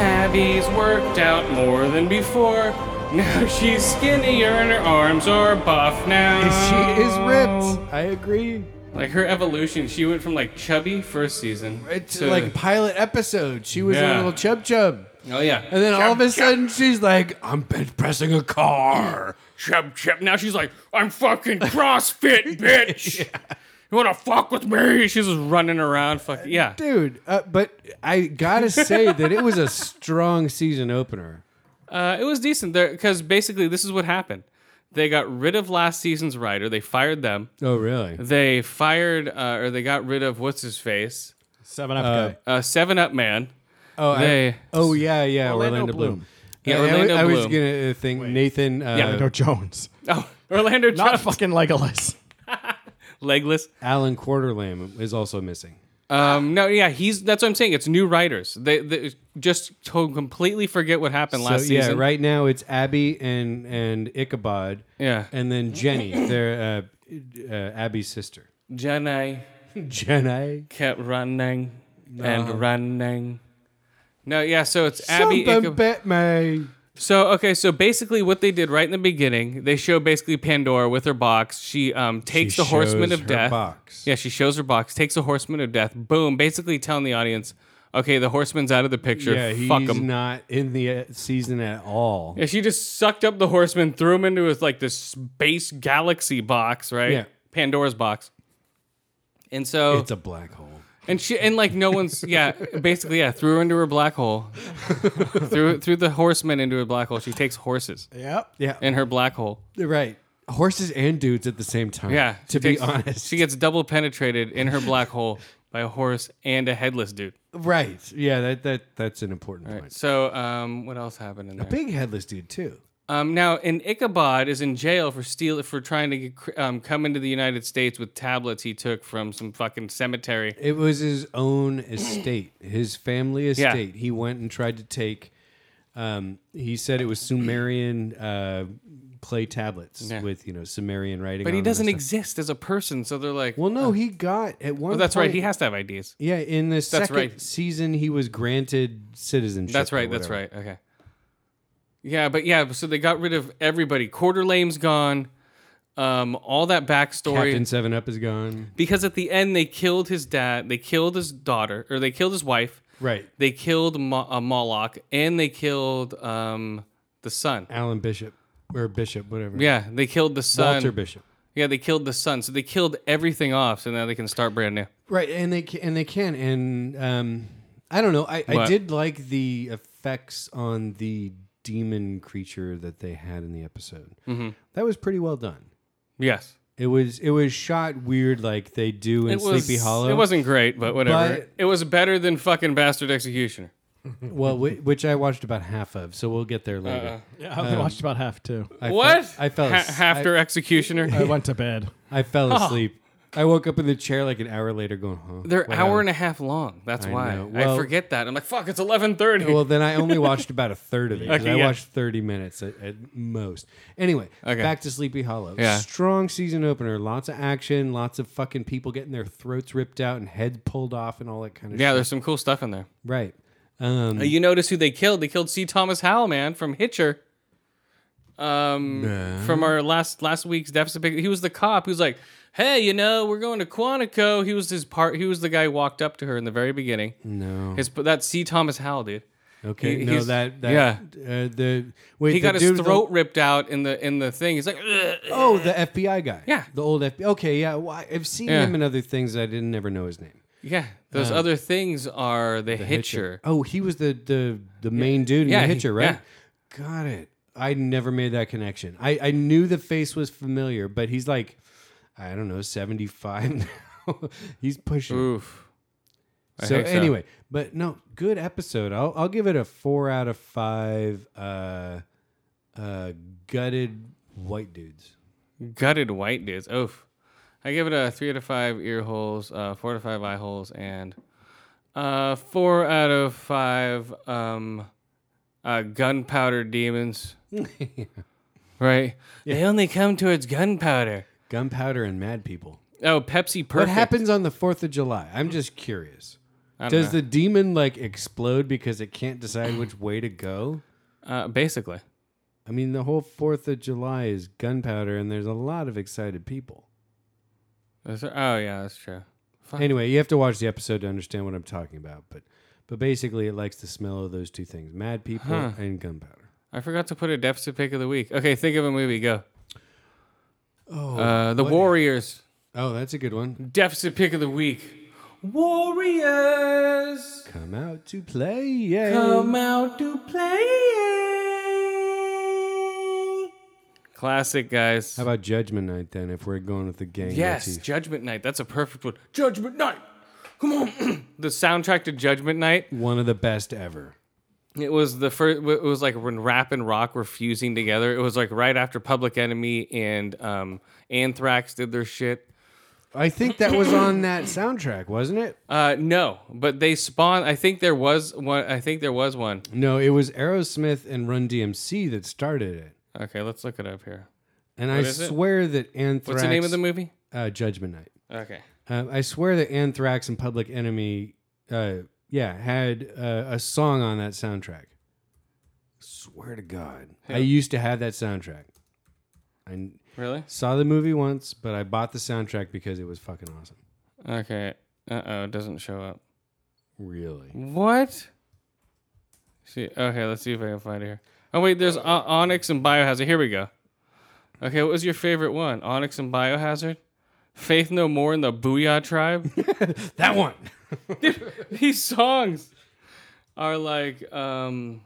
[SPEAKER 1] Abby's worked out more than before. Now she's skinnier and her arms are buff now.
[SPEAKER 2] She is ripped. I agree.
[SPEAKER 1] Like her evolution, she went from like chubby first season.
[SPEAKER 2] It's
[SPEAKER 1] to-
[SPEAKER 2] like pilot episode. She was a
[SPEAKER 1] Yeah.
[SPEAKER 2] little chub chub.
[SPEAKER 1] oh yeah,
[SPEAKER 2] And then all of a sudden she's like, I'm bench pressing a car.
[SPEAKER 6] Chub chub. Now she's like, I'm fucking CrossFit, bitch. You wanna fuck with me?
[SPEAKER 1] She's just running around, fucking yeah.
[SPEAKER 2] Dude, uh, but I gotta say that it was a strong season opener.
[SPEAKER 1] Uh, it was decent there because basically this is what happened. They got rid of last season's writer. They fired them.
[SPEAKER 2] Oh, really?
[SPEAKER 1] They fired uh, or they got rid of what's his face,
[SPEAKER 4] Seven up guy.
[SPEAKER 1] uh, Seven Up Man.
[SPEAKER 2] Oh, I-
[SPEAKER 1] They-
[SPEAKER 2] oh yeah, yeah. Orlando, Bloom.
[SPEAKER 1] Yeah,
[SPEAKER 2] I- I
[SPEAKER 1] Orlando
[SPEAKER 2] was- I, was
[SPEAKER 1] Bloom.
[SPEAKER 2] gonna uh, think Nathan. Uh,
[SPEAKER 1] Yeah.
[SPEAKER 4] No Jones.
[SPEAKER 1] Oh, Orlando
[SPEAKER 4] Not fucking
[SPEAKER 1] Johnson,
[SPEAKER 4] Legolas.
[SPEAKER 1] legless.
[SPEAKER 2] Alan Quarterlam is also missing.
[SPEAKER 1] Um, no, yeah, he's that's what I'm saying. It's new writers. They, they just to completely forget what happened last
[SPEAKER 2] so, yeah,
[SPEAKER 1] season.
[SPEAKER 2] right now it's Abby and and Ichabod.
[SPEAKER 1] Yeah.
[SPEAKER 2] and then Jenny, their uh, uh, Abby's sister.
[SPEAKER 1] Jenny
[SPEAKER 2] Jenny.
[SPEAKER 1] kept running and running. No, yeah. So it's Abby.
[SPEAKER 2] Something
[SPEAKER 1] Ichabod-
[SPEAKER 2] bit me.
[SPEAKER 1] So okay, so basically what they did right in the beginning, they show basically Pandora with her box. She um takes the horseman of
[SPEAKER 2] shows her
[SPEAKER 1] death.
[SPEAKER 2] box.
[SPEAKER 1] Yeah, she shows her box, takes the horseman of death. Boom, basically telling the audience, okay, the horseman's out of the picture.
[SPEAKER 2] Yeah, he's
[SPEAKER 1] Fuck him.
[SPEAKER 2] not in the uh, season at all.
[SPEAKER 1] yeah, she just sucked up the horseman, threw him into his like this space galaxy box, right?
[SPEAKER 2] Yeah.
[SPEAKER 1] Pandora's box. And so
[SPEAKER 2] It's a black hole.
[SPEAKER 1] and she and like no one's yeah basically yeah threw her into her black hole threw threw the horseman into a black hole she takes horses
[SPEAKER 4] Yep.
[SPEAKER 2] Yeah,
[SPEAKER 1] in her black hole
[SPEAKER 2] right. Horses and dudes at the same time.
[SPEAKER 1] Yeah.
[SPEAKER 2] to
[SPEAKER 1] she
[SPEAKER 2] be
[SPEAKER 1] takes-
[SPEAKER 2] honest.
[SPEAKER 1] She gets double penetrated in her black hole by a horse and a headless dude.
[SPEAKER 2] right. Yeah, that that that's an important point.
[SPEAKER 1] So, um, what else happened in there?
[SPEAKER 2] Big headless dude too.
[SPEAKER 1] Um, now, in Ichabod is in jail for steal for trying to get, cr- um, come into the United States with tablets he took from some fucking cemetery.
[SPEAKER 2] It was his own estate, his family estate. He went and tried to take. Um, he said it was Sumerian uh, clay tablets
[SPEAKER 1] Yeah.
[SPEAKER 2] with you know Sumerian writing.
[SPEAKER 1] But he
[SPEAKER 2] on them
[SPEAKER 1] doesn't
[SPEAKER 2] and stuff.
[SPEAKER 1] exist as a person, so they're like,
[SPEAKER 2] Well, no, he got at one.
[SPEAKER 1] "Oh, that's right.
[SPEAKER 2] point-
[SPEAKER 1] He has to have IDs."
[SPEAKER 2] Yeah, in the second
[SPEAKER 1] right.
[SPEAKER 2] season, he was granted citizenship.
[SPEAKER 1] That's
[SPEAKER 2] or
[SPEAKER 1] right. That's
[SPEAKER 2] whatever.
[SPEAKER 1] right. Okay. Yeah, but yeah, so they got rid of everybody. Quarterlame's gone. Um, all that backstory.
[SPEAKER 2] Captain Seven Up is gone.
[SPEAKER 1] because at the end they killed his dad, they killed his daughter, or they killed his wife,
[SPEAKER 2] Right,
[SPEAKER 1] they killed Mo- uh, Moloch, and they killed um, the son.
[SPEAKER 2] Alan Bishop or Bishop, whatever.
[SPEAKER 1] Yeah, they killed the son.
[SPEAKER 2] Walter Bishop.
[SPEAKER 1] Yeah, they killed the son. So they killed everything off, so now they can start brand new.
[SPEAKER 2] Right, and they ca- and they can, and um, I don't know. I, I
[SPEAKER 1] What?
[SPEAKER 2] did like the effects on the demon creature that they had in the episode.
[SPEAKER 1] Mm-hmm.
[SPEAKER 2] That was pretty well done.
[SPEAKER 1] Yes,
[SPEAKER 2] It was it was shot weird, like they do in
[SPEAKER 1] it was.
[SPEAKER 2] Sleepy Hollow.
[SPEAKER 1] It wasn't great, but whatever.
[SPEAKER 2] But-
[SPEAKER 1] it was better than fucking Bastard Executioner.
[SPEAKER 2] well, whi- which I watched about half of, so we'll get there
[SPEAKER 1] Uh-uh.
[SPEAKER 2] later.
[SPEAKER 4] Yeah, I watched about half too.
[SPEAKER 2] I
[SPEAKER 1] what?
[SPEAKER 2] Fell, I fell.
[SPEAKER 1] Ha-
[SPEAKER 2] as-
[SPEAKER 1] after Executioner.
[SPEAKER 4] I went to bed.
[SPEAKER 2] I, I fell asleep. I woke up in the chair like an hour later, going, "Huh."
[SPEAKER 1] They're
[SPEAKER 2] what
[SPEAKER 1] hour
[SPEAKER 2] happened?"
[SPEAKER 1] and a half long. That's
[SPEAKER 2] I
[SPEAKER 1] why
[SPEAKER 2] know. Well-
[SPEAKER 1] I forget that. I'm like, fuck, it's 11:30.
[SPEAKER 2] Well, then I only watched about a third of it. 'cause
[SPEAKER 1] Okay,
[SPEAKER 2] I
[SPEAKER 1] yeah.
[SPEAKER 2] watched 30 minutes at, at most. Anyway,
[SPEAKER 1] Okay.
[SPEAKER 2] back to Sleepy Hollow.
[SPEAKER 1] Yeah.
[SPEAKER 2] Strong season opener. Lots of action, lots of fucking people getting their throats ripped out and heads pulled off and all that kind of
[SPEAKER 1] yeah,
[SPEAKER 2] shit.
[SPEAKER 1] there's some cool stuff in there.
[SPEAKER 2] Right. Um,
[SPEAKER 1] Uh, You notice who they killed? They killed C. Thomas Howell, man, from Hitcher. Um, from our last last week's deficit pick, he was the cop who's like, "Hey, you know, we're going to Quantico." He was his part. He was the guy who walked up to her in the very beginning.
[SPEAKER 2] no.
[SPEAKER 1] His that C. Thomas Howell dude.
[SPEAKER 2] okay.
[SPEAKER 1] he-
[SPEAKER 2] no,
[SPEAKER 1] he's-
[SPEAKER 2] that, that.
[SPEAKER 1] yeah.
[SPEAKER 2] Uh, the, wait,
[SPEAKER 1] He
[SPEAKER 2] the
[SPEAKER 1] got
[SPEAKER 2] dude
[SPEAKER 1] his
[SPEAKER 2] with
[SPEAKER 1] throat ripped out in the in the thing. He's like, "Ugh."
[SPEAKER 2] The, oh, the FBI guy.
[SPEAKER 1] Yeah.
[SPEAKER 2] The old FBI. Okay. Yeah. Well, I- I've seen
[SPEAKER 1] Yeah.
[SPEAKER 2] him in other things. I didn't ever know his name.
[SPEAKER 1] "Yeah,
[SPEAKER 2] Uh.
[SPEAKER 1] those other things are the, Hitcher."
[SPEAKER 2] Oh, he was the the, the main dude in
[SPEAKER 1] Yeah,
[SPEAKER 2] the
[SPEAKER 1] he-
[SPEAKER 2] hitcher, right? Got it. I never made that connection. I, I knew the face was familiar, but he's like, I don't know, 75 now. he's pushing.
[SPEAKER 1] Oof. I
[SPEAKER 2] so,
[SPEAKER 1] think
[SPEAKER 2] anyway, but no, good episode. I'll I'll give it a four out of five uh uh gutted white dudes.
[SPEAKER 1] gutted white dudes. Oof. I give it a three out of five ear holes, uh, four out of five eye holes, and uh, four out of five um, uh, gunpowder demons. Right? They only come towards gunpowder.
[SPEAKER 2] Gunpowder and mad people.
[SPEAKER 1] Oh, Pepsi Perfect.
[SPEAKER 2] What happens on the fourth of July? I'm just curious.
[SPEAKER 1] I don't
[SPEAKER 2] Does the demon like explode because it can't decide which way to go?
[SPEAKER 1] know. uh, basically?
[SPEAKER 2] I mean, the whole Fourth of July is gunpowder, and there's a lot of excited people.
[SPEAKER 1] Is there- oh yeah, that's true. Fuck.
[SPEAKER 2] Anyway, you have to watch the episode to understand what I'm talking about, but but basically, it likes the smell of those two things: mad people and gunpowder.
[SPEAKER 1] I forgot to put a deficit pick of the week. Okay, think of a movie. Go. Oh, uh, the Warriors.
[SPEAKER 2] Oh, that's a good one.
[SPEAKER 1] Deficit pick of the week. Warriors.
[SPEAKER 2] Come out to play, yeah.
[SPEAKER 1] Come out to play. Classic, guys.
[SPEAKER 2] How about Judgment Night then? If we're going with the gang,
[SPEAKER 1] yes,
[SPEAKER 2] motif?
[SPEAKER 1] Judgment Night. That's a perfect one. Judgment Night. Come on. the soundtrack to Judgment Night.
[SPEAKER 2] one of the best ever.
[SPEAKER 1] It was the first. It was like when rap and rock were fusing together. It was like right after Public Enemy and um, Anthrax did their shit.
[SPEAKER 2] I think that was on that soundtrack, wasn't it?
[SPEAKER 1] Uh, no, but they spawned. I think there was one. I think there was one.
[SPEAKER 2] No, it was Aerosmith and Run DMC that started it.
[SPEAKER 1] Okay, let's look it up here.
[SPEAKER 2] And I
[SPEAKER 1] is it?
[SPEAKER 2] swear that Anthrax.
[SPEAKER 1] What's the name of the movie?
[SPEAKER 2] Uh, Judgment Night.
[SPEAKER 1] Okay.
[SPEAKER 2] Um, I swear that Anthrax and Public Enemy, uh, yeah, had uh, a song on that soundtrack. Swear to God, I used to have that soundtrack. I
[SPEAKER 1] Really?
[SPEAKER 2] saw the movie once, but I bought the soundtrack because it was fucking awesome.
[SPEAKER 1] Okay. Uh oh, it doesn't show up.
[SPEAKER 2] Really?
[SPEAKER 1] What? See, okay, let's see if I can find it here. Oh wait, there's o- Onyx and Biohazard. Here we go. Okay, what was your favorite one? Onyx and Biohazard, Faith No More and the Booyah Tribe.
[SPEAKER 2] That one.
[SPEAKER 1] These songs are like, um,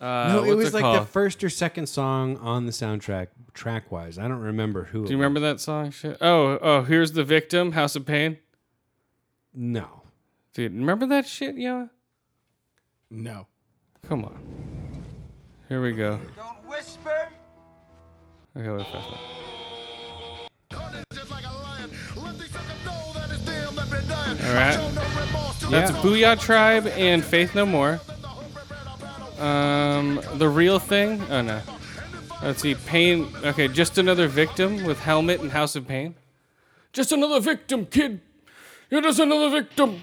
[SPEAKER 1] uh,
[SPEAKER 2] no,
[SPEAKER 1] what's
[SPEAKER 2] it was like
[SPEAKER 1] called?
[SPEAKER 2] the first or second song on the soundtrack, track wise. I don't remember who.
[SPEAKER 1] Do you remember that song? Shit. Oh, oh, here's the victim, House of Pain.
[SPEAKER 2] No.
[SPEAKER 1] Dude, remember that shit, yeah?
[SPEAKER 4] No.
[SPEAKER 1] Come on. Here we go.
[SPEAKER 9] Don't whisper.
[SPEAKER 1] Okay, wait, fast forward. All right. That's Booyah Tribe and Faith No More. Um, the real thing. Oh no. Let's see. Pain. Okay, just another victim with helmet and House of Pain. Just another victim, kid. You're just another victim.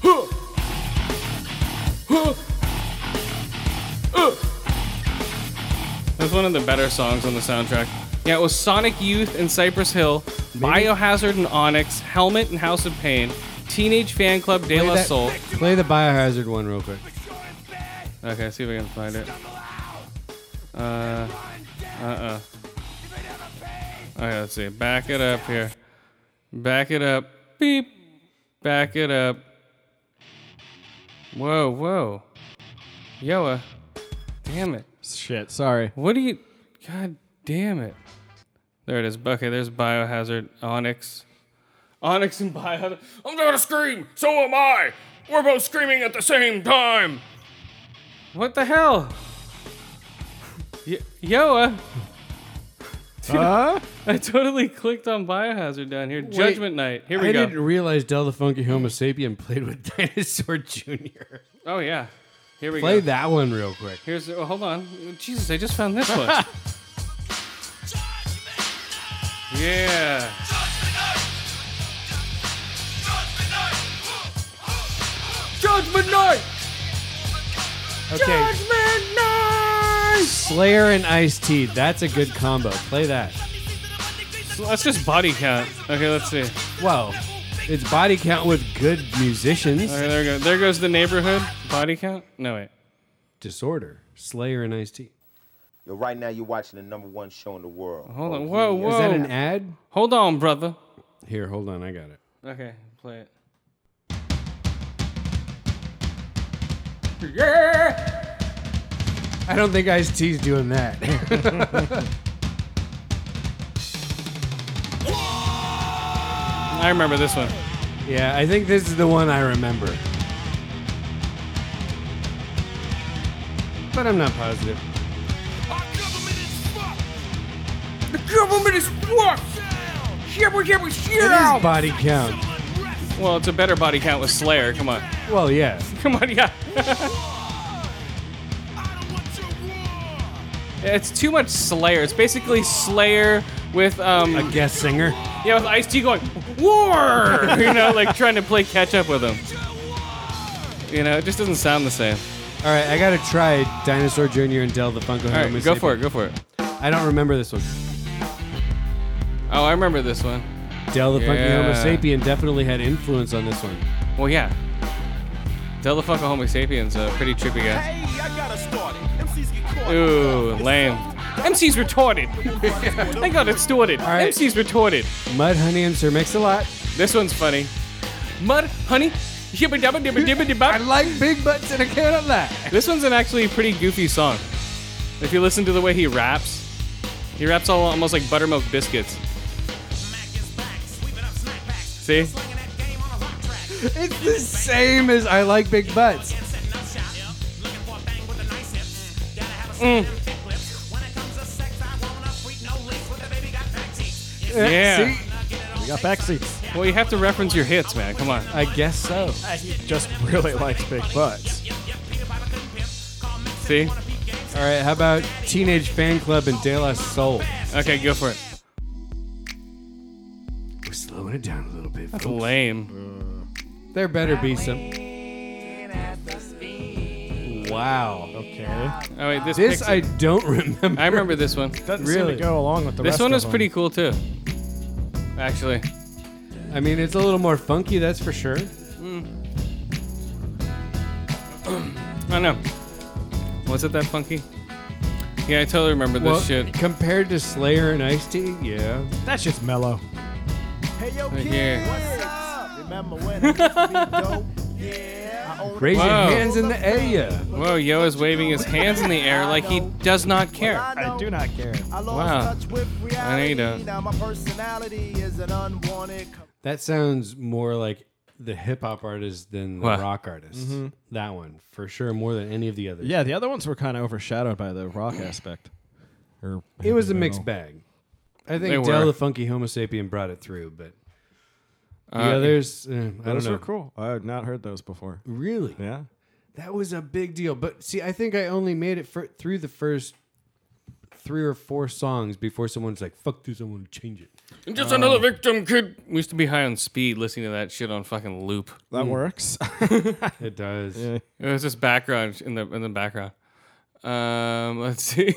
[SPEAKER 1] Huh. Huh. Uh. That's one of the better songs on the soundtrack. Yeah, it was Sonic Youth and Cypress Hill, Biohazard and Onyx, Helmet and House of Pain, Teenage Fan Club De La
[SPEAKER 2] that-
[SPEAKER 1] Soul.
[SPEAKER 2] Play the Biohazard one real quick.
[SPEAKER 1] Okay, see if I can find it. Uh, uh, uh. Okay, let's see. Back it up here. Back it up. Beep. Back it up. Whoa, whoa. Yoa. Damn it.
[SPEAKER 4] Shit. Sorry.
[SPEAKER 1] What do you. God damn it. There it is. Okay, there's Biohazard. Onyx. Onyx and Biohazard.
[SPEAKER 6] I'm gonna scream. So am I. We're both screaming at the same time.
[SPEAKER 1] What the hell? Y- Yoa.
[SPEAKER 4] Huh?
[SPEAKER 1] I totally clicked on Biohazard down here. Judgment Night. Here we
[SPEAKER 2] I
[SPEAKER 1] go.
[SPEAKER 2] didn't realize Del the Funky Homo Sapien played with Dinosaur Jr.
[SPEAKER 1] Oh yeah. Here we
[SPEAKER 2] Play
[SPEAKER 1] go.
[SPEAKER 2] that one real quick.
[SPEAKER 1] Here's oh, hold on. Jesus, I just found this one. yeah. Judgment Night.
[SPEAKER 2] Okay,
[SPEAKER 1] Judgment Night.
[SPEAKER 2] Slayer and Ice T. That's a good combo. Play that.
[SPEAKER 1] Let's just body count. Okay, let's see.
[SPEAKER 2] Well, it's body count with good musicians.
[SPEAKER 1] Okay, there we go. There goes the neighborhood. Body count? No wait.
[SPEAKER 2] Disorder. Slayer and Ice T.
[SPEAKER 9] Yo, right now you're watching the number one show in the world.
[SPEAKER 1] Hold on. Whoa, whoa.
[SPEAKER 2] Is that an ad?
[SPEAKER 1] hold on, brother.
[SPEAKER 2] Here, hold on. I got it.
[SPEAKER 1] Okay, play it.
[SPEAKER 2] I don't think Ice T's doing that.
[SPEAKER 1] I remember this one.
[SPEAKER 2] yeah, I think this is the one I remember. But I'm not positive. It is body count.
[SPEAKER 1] Well, it's a better body count with Slayer. Come on.
[SPEAKER 2] Well, yeah.
[SPEAKER 1] Come on, yeah. it's too much Slayer. It's basically Slayer with
[SPEAKER 2] A
[SPEAKER 1] um
[SPEAKER 2] guest singer.
[SPEAKER 1] yeah with Ice T going war, you know, like trying to play catch up with him. You know, it just doesn't sound the same.
[SPEAKER 2] All right, I gotta try Dinosaur Jr. and Del the Funko.
[SPEAKER 1] All right, go for it, go for it.
[SPEAKER 2] I don't remember this one.
[SPEAKER 1] Oh, I remember this one.
[SPEAKER 2] Del the Funky Homo
[SPEAKER 1] Yeah.
[SPEAKER 2] Sapien definitely had influence on this one.
[SPEAKER 1] Well, yeah. Tell the fuck a Homo sapiens a pretty trippy guy.
[SPEAKER 9] Hey, I got to start it. MCs get caught.
[SPEAKER 1] Ooh, lame. MC's retorted. I got distorted.
[SPEAKER 2] right.
[SPEAKER 1] MC's retorted.
[SPEAKER 2] Mud Honey and Sir Mix-a-Lot.
[SPEAKER 1] This one's funny. Mud, honey, shibba dabba dibba dibba
[SPEAKER 2] I
[SPEAKER 1] dibba.
[SPEAKER 2] like big butts and I cannot lie.
[SPEAKER 1] This one's an actually pretty goofy song. If you listen to the way he raps, he raps all almost like buttermilk biscuits. See?
[SPEAKER 2] It's the same as I like big butts. Mm.
[SPEAKER 1] Yeah.
[SPEAKER 2] See?
[SPEAKER 4] We got backseats.
[SPEAKER 1] Well, you have to reference your hits, man. Come on.
[SPEAKER 2] I guess so.
[SPEAKER 4] He just really likes big butts.
[SPEAKER 1] See?
[SPEAKER 2] All right, how about Teenage Fan Club and De La Soul?
[SPEAKER 1] Okay, go for it.
[SPEAKER 2] We're slowing it down a little bit.
[SPEAKER 1] Lame.
[SPEAKER 2] There better be some. Wow.
[SPEAKER 4] Okay.
[SPEAKER 1] Oh wait, this.
[SPEAKER 2] This
[SPEAKER 1] picks
[SPEAKER 2] I
[SPEAKER 1] it.
[SPEAKER 2] don't remember.
[SPEAKER 1] I remember this one.
[SPEAKER 4] Doesn't
[SPEAKER 2] Really?
[SPEAKER 4] seem to go along with the
[SPEAKER 1] This
[SPEAKER 4] rest
[SPEAKER 1] one
[SPEAKER 4] of
[SPEAKER 1] was pretty cool too. Actually,
[SPEAKER 2] I mean, it's a little more funky, that's for sure.
[SPEAKER 1] I don't know. Was it that funky? Yeah, I totally remember this
[SPEAKER 2] Well,
[SPEAKER 1] shit.
[SPEAKER 2] compared to Slayer and Ice T, yeah.
[SPEAKER 4] them. That's just mellow.
[SPEAKER 9] Hey, yo,
[SPEAKER 1] Right here.
[SPEAKER 9] Remember when it used to be dope? Yeah. I owned
[SPEAKER 2] Raise
[SPEAKER 1] Wow.
[SPEAKER 2] your hands in the air. yeah.
[SPEAKER 1] Whoa, Yo is waving his hands in the air like he does not care.
[SPEAKER 9] I
[SPEAKER 4] I do not care.
[SPEAKER 9] I lost
[SPEAKER 1] Wow.
[SPEAKER 9] touch with
[SPEAKER 1] I know you
[SPEAKER 9] reality.
[SPEAKER 1] don't.
[SPEAKER 9] Now my personality is an unwanted. co-
[SPEAKER 2] That sounds more like the hip hop artist than the
[SPEAKER 1] What? Mm-hmm.
[SPEAKER 2] rock artist. That one, for sure, more than any of the others.
[SPEAKER 4] Yeah, the other ones were kind of overshadowed by the rock aspect. Or
[SPEAKER 2] It was a mixed bag. I
[SPEAKER 1] They
[SPEAKER 2] think
[SPEAKER 1] were.
[SPEAKER 2] Dell the Funky Homo Sapien brought it through, but the
[SPEAKER 1] Uh,
[SPEAKER 2] others, eh, I don't
[SPEAKER 4] Those
[SPEAKER 2] know.
[SPEAKER 4] were cool. I had not heard those before.
[SPEAKER 2] Really?
[SPEAKER 4] Yeah.
[SPEAKER 2] That was a big deal. But see, I think I only made it fir- through the first three or four songs before someone's like, fuck this, I want to change it.
[SPEAKER 1] Just another victim, kid. We used to be high on speed listening to that shit on fucking loop.
[SPEAKER 4] That works.
[SPEAKER 2] It does.
[SPEAKER 1] It was just background in the in the background. Um, let's see.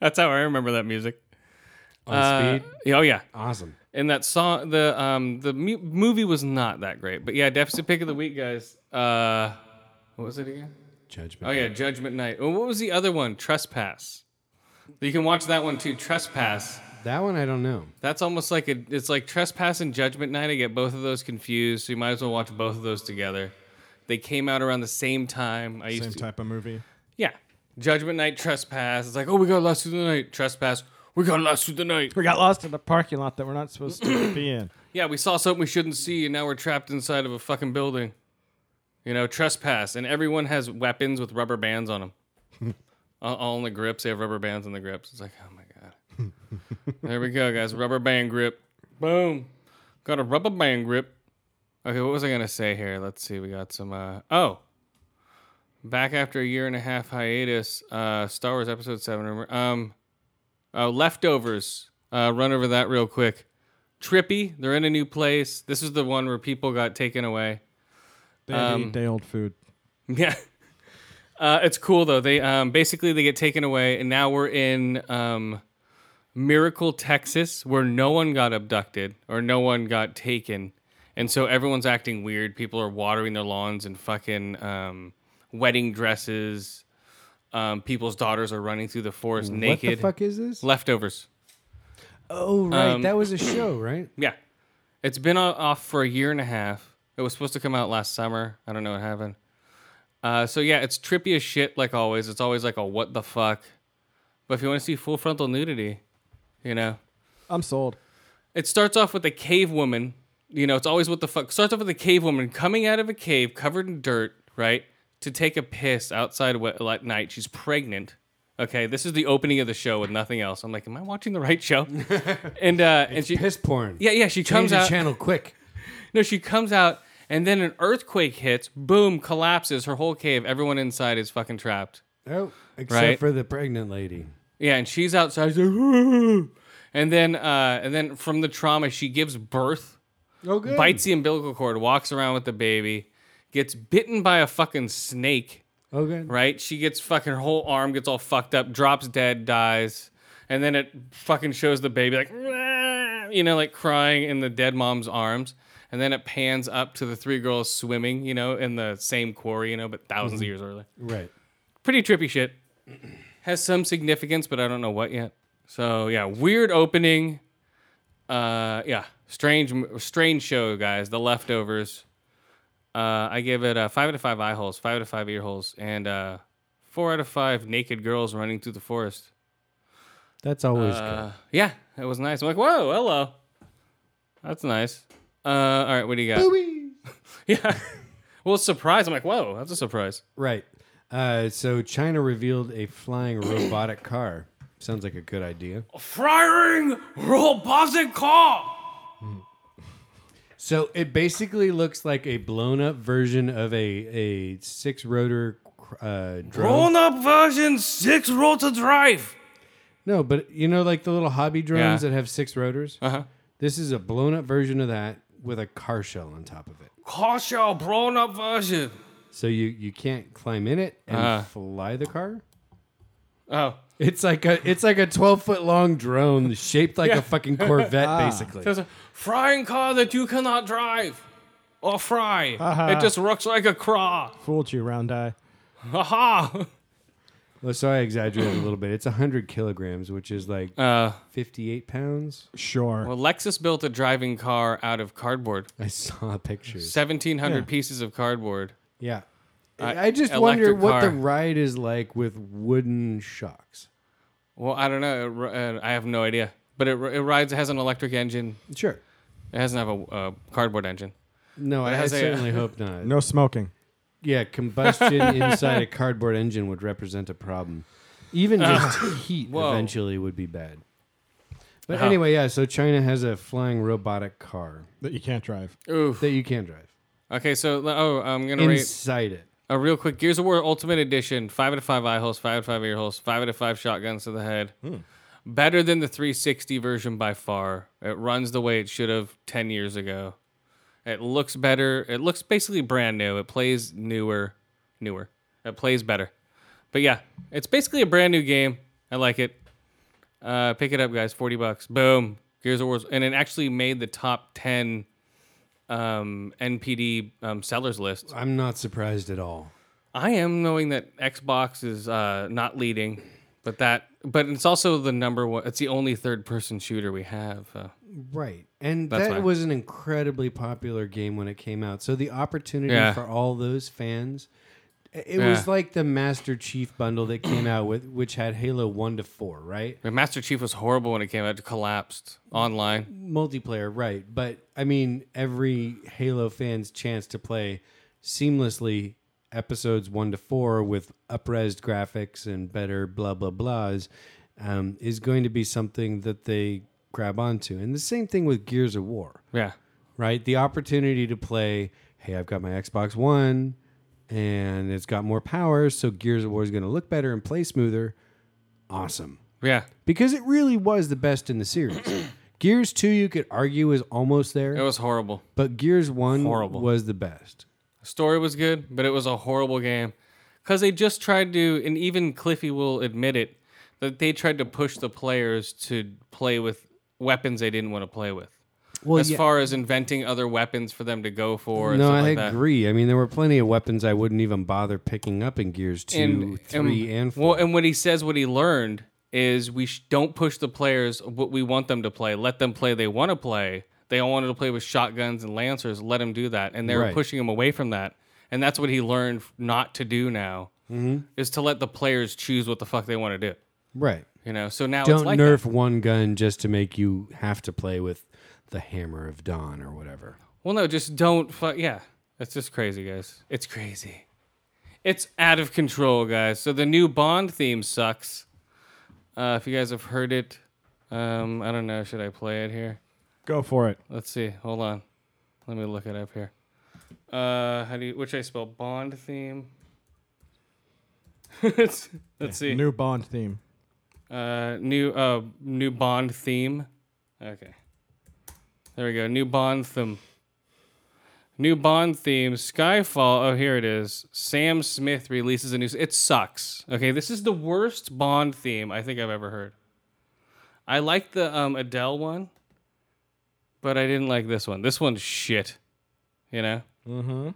[SPEAKER 1] That's how I remember that music.
[SPEAKER 2] On
[SPEAKER 1] Uh,
[SPEAKER 2] speed.
[SPEAKER 1] yeah, oh yeah,
[SPEAKER 2] Awesome.
[SPEAKER 1] and that song, the um, the mu- movie was not that great, but yeah, deficit pick of the week, guys. Uh, what was it again? Oh
[SPEAKER 2] Judgment.
[SPEAKER 1] yeah, Judgment Night. Oh, what was the other one? Trespass. You can watch that one too. Trespass.
[SPEAKER 2] That one, I don't know.
[SPEAKER 1] That's almost like a, it's like Trespass and Judgment Night. I get both of those confused, so you might as well watch both of those together. They came out around the same time. I used
[SPEAKER 4] Same
[SPEAKER 1] to,
[SPEAKER 4] type of movie.
[SPEAKER 1] yeah. Judgment Night, Trespass. It's like, oh, we got lost through the night. Trespass. We got lost through the night.
[SPEAKER 4] We got lost in the parking lot that we're not supposed to be in.
[SPEAKER 1] Yeah, we saw something we shouldn't see, and now we're trapped inside of a fucking building. You know, trespass, and everyone has weapons with rubber bands on them. all, all in the grips, they have rubber bands on the grips. It's like, oh my god. there we go, guys. Rubber band grip. Boom. Got a rubber band grip. Okay, what was I gonna say here? Let's see. We got some. Uh, oh, back after a year and a half hiatus, uh, Star Wars Episode Seven. remember- Um, uh, leftovers. Uh, run over that real quick trippy. They're in a new place. This is the one where people got taken away.
[SPEAKER 4] They
[SPEAKER 2] Um,
[SPEAKER 4] eat day old food.
[SPEAKER 1] Yeah. Uh, it's cool though. They um, basically they get taken away, and now we're in um, Miracle, Texas, where no one got abducted or no one got taken, and so everyone's acting weird. People are watering their lawns in fucking um, wedding dresses. Um, people's daughters are running through the forest naked.
[SPEAKER 2] What the fuck is this?
[SPEAKER 1] Leftovers.
[SPEAKER 2] Oh, right.
[SPEAKER 1] Um,
[SPEAKER 2] that was a show, right?
[SPEAKER 1] Yeah. It's been o- off for a year and a half. It was supposed to come out last summer. I don't know what happened. Uh, so yeah, it's trippy as shit, like always. It's always like a what the fuck. But if you want to see full frontal nudity, you know,
[SPEAKER 4] I'm sold.
[SPEAKER 1] it starts off with a cave woman. You know, it's always what the fuck. Starts off with a cave woman coming out of a cave covered in dirt, right, to take a piss outside wa- at night. She's pregnant. Okay, this is the opening of the show with nothing else. I'm like, am I watching the right show? and uh, and she,
[SPEAKER 2] Piss porn.
[SPEAKER 1] yeah, yeah, she
[SPEAKER 2] Change
[SPEAKER 1] comes
[SPEAKER 2] the
[SPEAKER 1] out.
[SPEAKER 2] channel quick.
[SPEAKER 1] No, she comes out and then an earthquake hits, boom, collapses her whole cave. Everyone inside is fucking trapped.
[SPEAKER 2] Oh, except
[SPEAKER 1] Right.
[SPEAKER 2] for the pregnant lady.
[SPEAKER 1] Yeah, and she's outside. she's like, "Ooh." and then uh, and then from the trauma, she gives birth,
[SPEAKER 2] Oh, good.
[SPEAKER 1] bites the umbilical cord, walks around with the baby, gets bitten by a fucking snake.
[SPEAKER 2] Oh, good.
[SPEAKER 1] right? She gets fucking her whole arm gets all fucked up, drops dead, dies, and then it fucking shows the baby like, "Wah," you know, like crying in the dead mom's arms, and then it pans up to the three girls swimming, you know, in the same quarry, you know, but 1000s of years earlier.
[SPEAKER 2] Right.
[SPEAKER 1] Pretty trippy shit. Has some significance, but I don't know what yet. So yeah, weird opening. Uh, yeah, strange, strange show, guys. The leftovers. Uh, I give it uh, five out of five eye holes, five out of five ear holes, and uh, four out of five naked girls running through the forest.
[SPEAKER 2] That's always
[SPEAKER 1] Uh, yeah, it was nice. I'm like, whoa, hello. That's nice. Uh, all right, what do you got?
[SPEAKER 2] good. Whee!
[SPEAKER 1] Yeah. well, surprise. I'm like, whoa, that's a surprise.
[SPEAKER 2] Right. Uh, so China revealed a flying robotic car. Sounds like a good idea.
[SPEAKER 1] Firing robotic car.
[SPEAKER 2] So it basically looks like a blown up version of a a six rotor uh, drone.
[SPEAKER 1] up version six rotor drive.
[SPEAKER 2] No, but you know, like the little hobby drones
[SPEAKER 1] Yeah.
[SPEAKER 2] that have six rotors.
[SPEAKER 1] Uh huh.
[SPEAKER 2] This is a blown up version of that with a car shell on top of it.
[SPEAKER 1] Caution, shell blown up version.
[SPEAKER 2] So you you can't climb in it and
[SPEAKER 1] Uh.
[SPEAKER 2] fly the car.
[SPEAKER 1] Oh,
[SPEAKER 2] Uh-huh. It's like a it's like a twelve foot long drone shaped like
[SPEAKER 1] Yeah.
[SPEAKER 2] a fucking Corvette, basically.
[SPEAKER 1] there's a frying car that you cannot drive or fry. It just looks like a craw.
[SPEAKER 4] Fooled you, round eye.
[SPEAKER 1] Aha!
[SPEAKER 2] Well, so I exaggerated a little bit. It's hundred kilograms, which is like fifty eight pounds.
[SPEAKER 4] Sure.
[SPEAKER 1] Well, Lexus built a driving car out of cardboard.
[SPEAKER 2] I saw pictures.
[SPEAKER 1] Seventeen hundred pieces of cardboard.
[SPEAKER 2] Yeah,
[SPEAKER 1] Uh,
[SPEAKER 2] I just wonder
[SPEAKER 1] electric
[SPEAKER 2] what the
[SPEAKER 1] car.
[SPEAKER 2] ride is like with wooden shocks.
[SPEAKER 1] Well, I don't know. It ri- uh, I have no idea. But it, ri- it rides. It has an electric engine.
[SPEAKER 2] Sure.
[SPEAKER 1] It doesn't have a uh, cardboard engine.
[SPEAKER 2] No, I, I
[SPEAKER 1] has a-
[SPEAKER 2] certainly hope not.
[SPEAKER 4] No smoking.
[SPEAKER 2] Yeah, combustion inside a cardboard engine would represent a problem. Even just heat
[SPEAKER 1] Ah. Whoa. Uh-huh.
[SPEAKER 2] eventually would be bad. But anyway, yeah, so China has a flying robotic car
[SPEAKER 4] That you can't drive.
[SPEAKER 1] Oof.
[SPEAKER 2] that you can drive
[SPEAKER 1] Okay, so oh, I'm gonna rate.
[SPEAKER 2] inside it.
[SPEAKER 1] Uh, real quick, Gears of War Ultimate Edition, five out of five eye holes, five out of five ear holes, five out of five shotguns to the head. Better than the 360 version by far. It runs the way it should have 10 years ago. It looks better. It looks basically brand new. It plays newer, newer. It plays better. But yeah, it's basically a brand new game. I like it. Uh, pick it up, guys. 40 bucks. Boom. Gears of War. And it actually made the top 10 um, NPD um, sellers list.
[SPEAKER 2] I'm not surprised at all.
[SPEAKER 1] I am knowing that Xbox is uh, not leading, but that but it's also the number one. It's the only third person shooter we have. Uh,
[SPEAKER 2] Right. And
[SPEAKER 1] That's
[SPEAKER 2] that
[SPEAKER 1] fine.
[SPEAKER 2] was an incredibly popular game when it came out. So the opportunity
[SPEAKER 1] Yeah.
[SPEAKER 2] for all those fans i- it
[SPEAKER 1] Yeah.
[SPEAKER 2] was like the Master Chief bundle that came out with which had Halo 1 to 4, right?
[SPEAKER 1] but Master Chief was horrible when it came out. It collapsed online.
[SPEAKER 2] multiplayer, right? But I mean, every Halo fan's chance to play seamlessly episodes one to four with upresed graphics and better blah blah blahs um, is going to be something that they grab onto. And the same thing with Gears of War,
[SPEAKER 1] Yeah,
[SPEAKER 2] right? The opportunity to play, hey, I've got my Xbox One and it's got more power, so Gears of War is going to look better and play smoother. Awesome
[SPEAKER 1] yeah.
[SPEAKER 2] because it really was the best in the series. Gears 2, you could argue, is almost
[SPEAKER 1] It
[SPEAKER 2] there,
[SPEAKER 1] was horrible.
[SPEAKER 2] but Gears 1
[SPEAKER 1] Horrible.
[SPEAKER 2] was the best.
[SPEAKER 1] Story was good, but it was a horrible game because they just tried to, and even Cliffy will admit it, that they tried to push the players to play with weapons they didn't want to play with.
[SPEAKER 2] Well,
[SPEAKER 1] as far as inventing other weapons for them to go for, and
[SPEAKER 2] no,
[SPEAKER 1] stuff
[SPEAKER 2] I
[SPEAKER 1] like that.
[SPEAKER 2] agree. I mean, there were plenty of weapons I wouldn't even bother picking up in Gears 2, 3, and, 4.
[SPEAKER 1] um, well, and what he says, what he learned is we sh- don't push the players what we want them to play. Let them play they want to play. They all wanted to play with shotguns and lancers. Let them do that, and they were
[SPEAKER 2] Right.
[SPEAKER 1] pushing him away from that. And that's what he learned not to do now
[SPEAKER 2] Mm-hmm.
[SPEAKER 1] is to let the players choose what the fuck they want to do.
[SPEAKER 2] right.
[SPEAKER 1] You know, so now
[SPEAKER 2] Don't
[SPEAKER 1] it's like
[SPEAKER 2] nerf
[SPEAKER 1] That.
[SPEAKER 2] one gun just to make you have to play with the Hammer of Dawn or whatever.
[SPEAKER 1] Well, no, just don't. Fu- yeah, it's just crazy, guys. It's crazy. It's out of control, guys. So the new Bond theme sucks. Uh, if you guys have heard it, um, I don't know. Should I play it here?
[SPEAKER 4] Go for it.
[SPEAKER 1] Let's see. Hold on. Let me look it up here. Uh, how do you? Which I spell Bond theme. Let's see.
[SPEAKER 4] New Bond theme.
[SPEAKER 1] Uh, new uh new Bond theme. Okay. There we go. New Bond theme. New Bond theme. Skyfall. Oh, here it is. Sam Smith releases a new. It sucks. Okay, this is the worst Bond theme I think I've ever heard. I like the um, Adele one, but I didn't like this one. This one's shit. You know. Mm-hmm.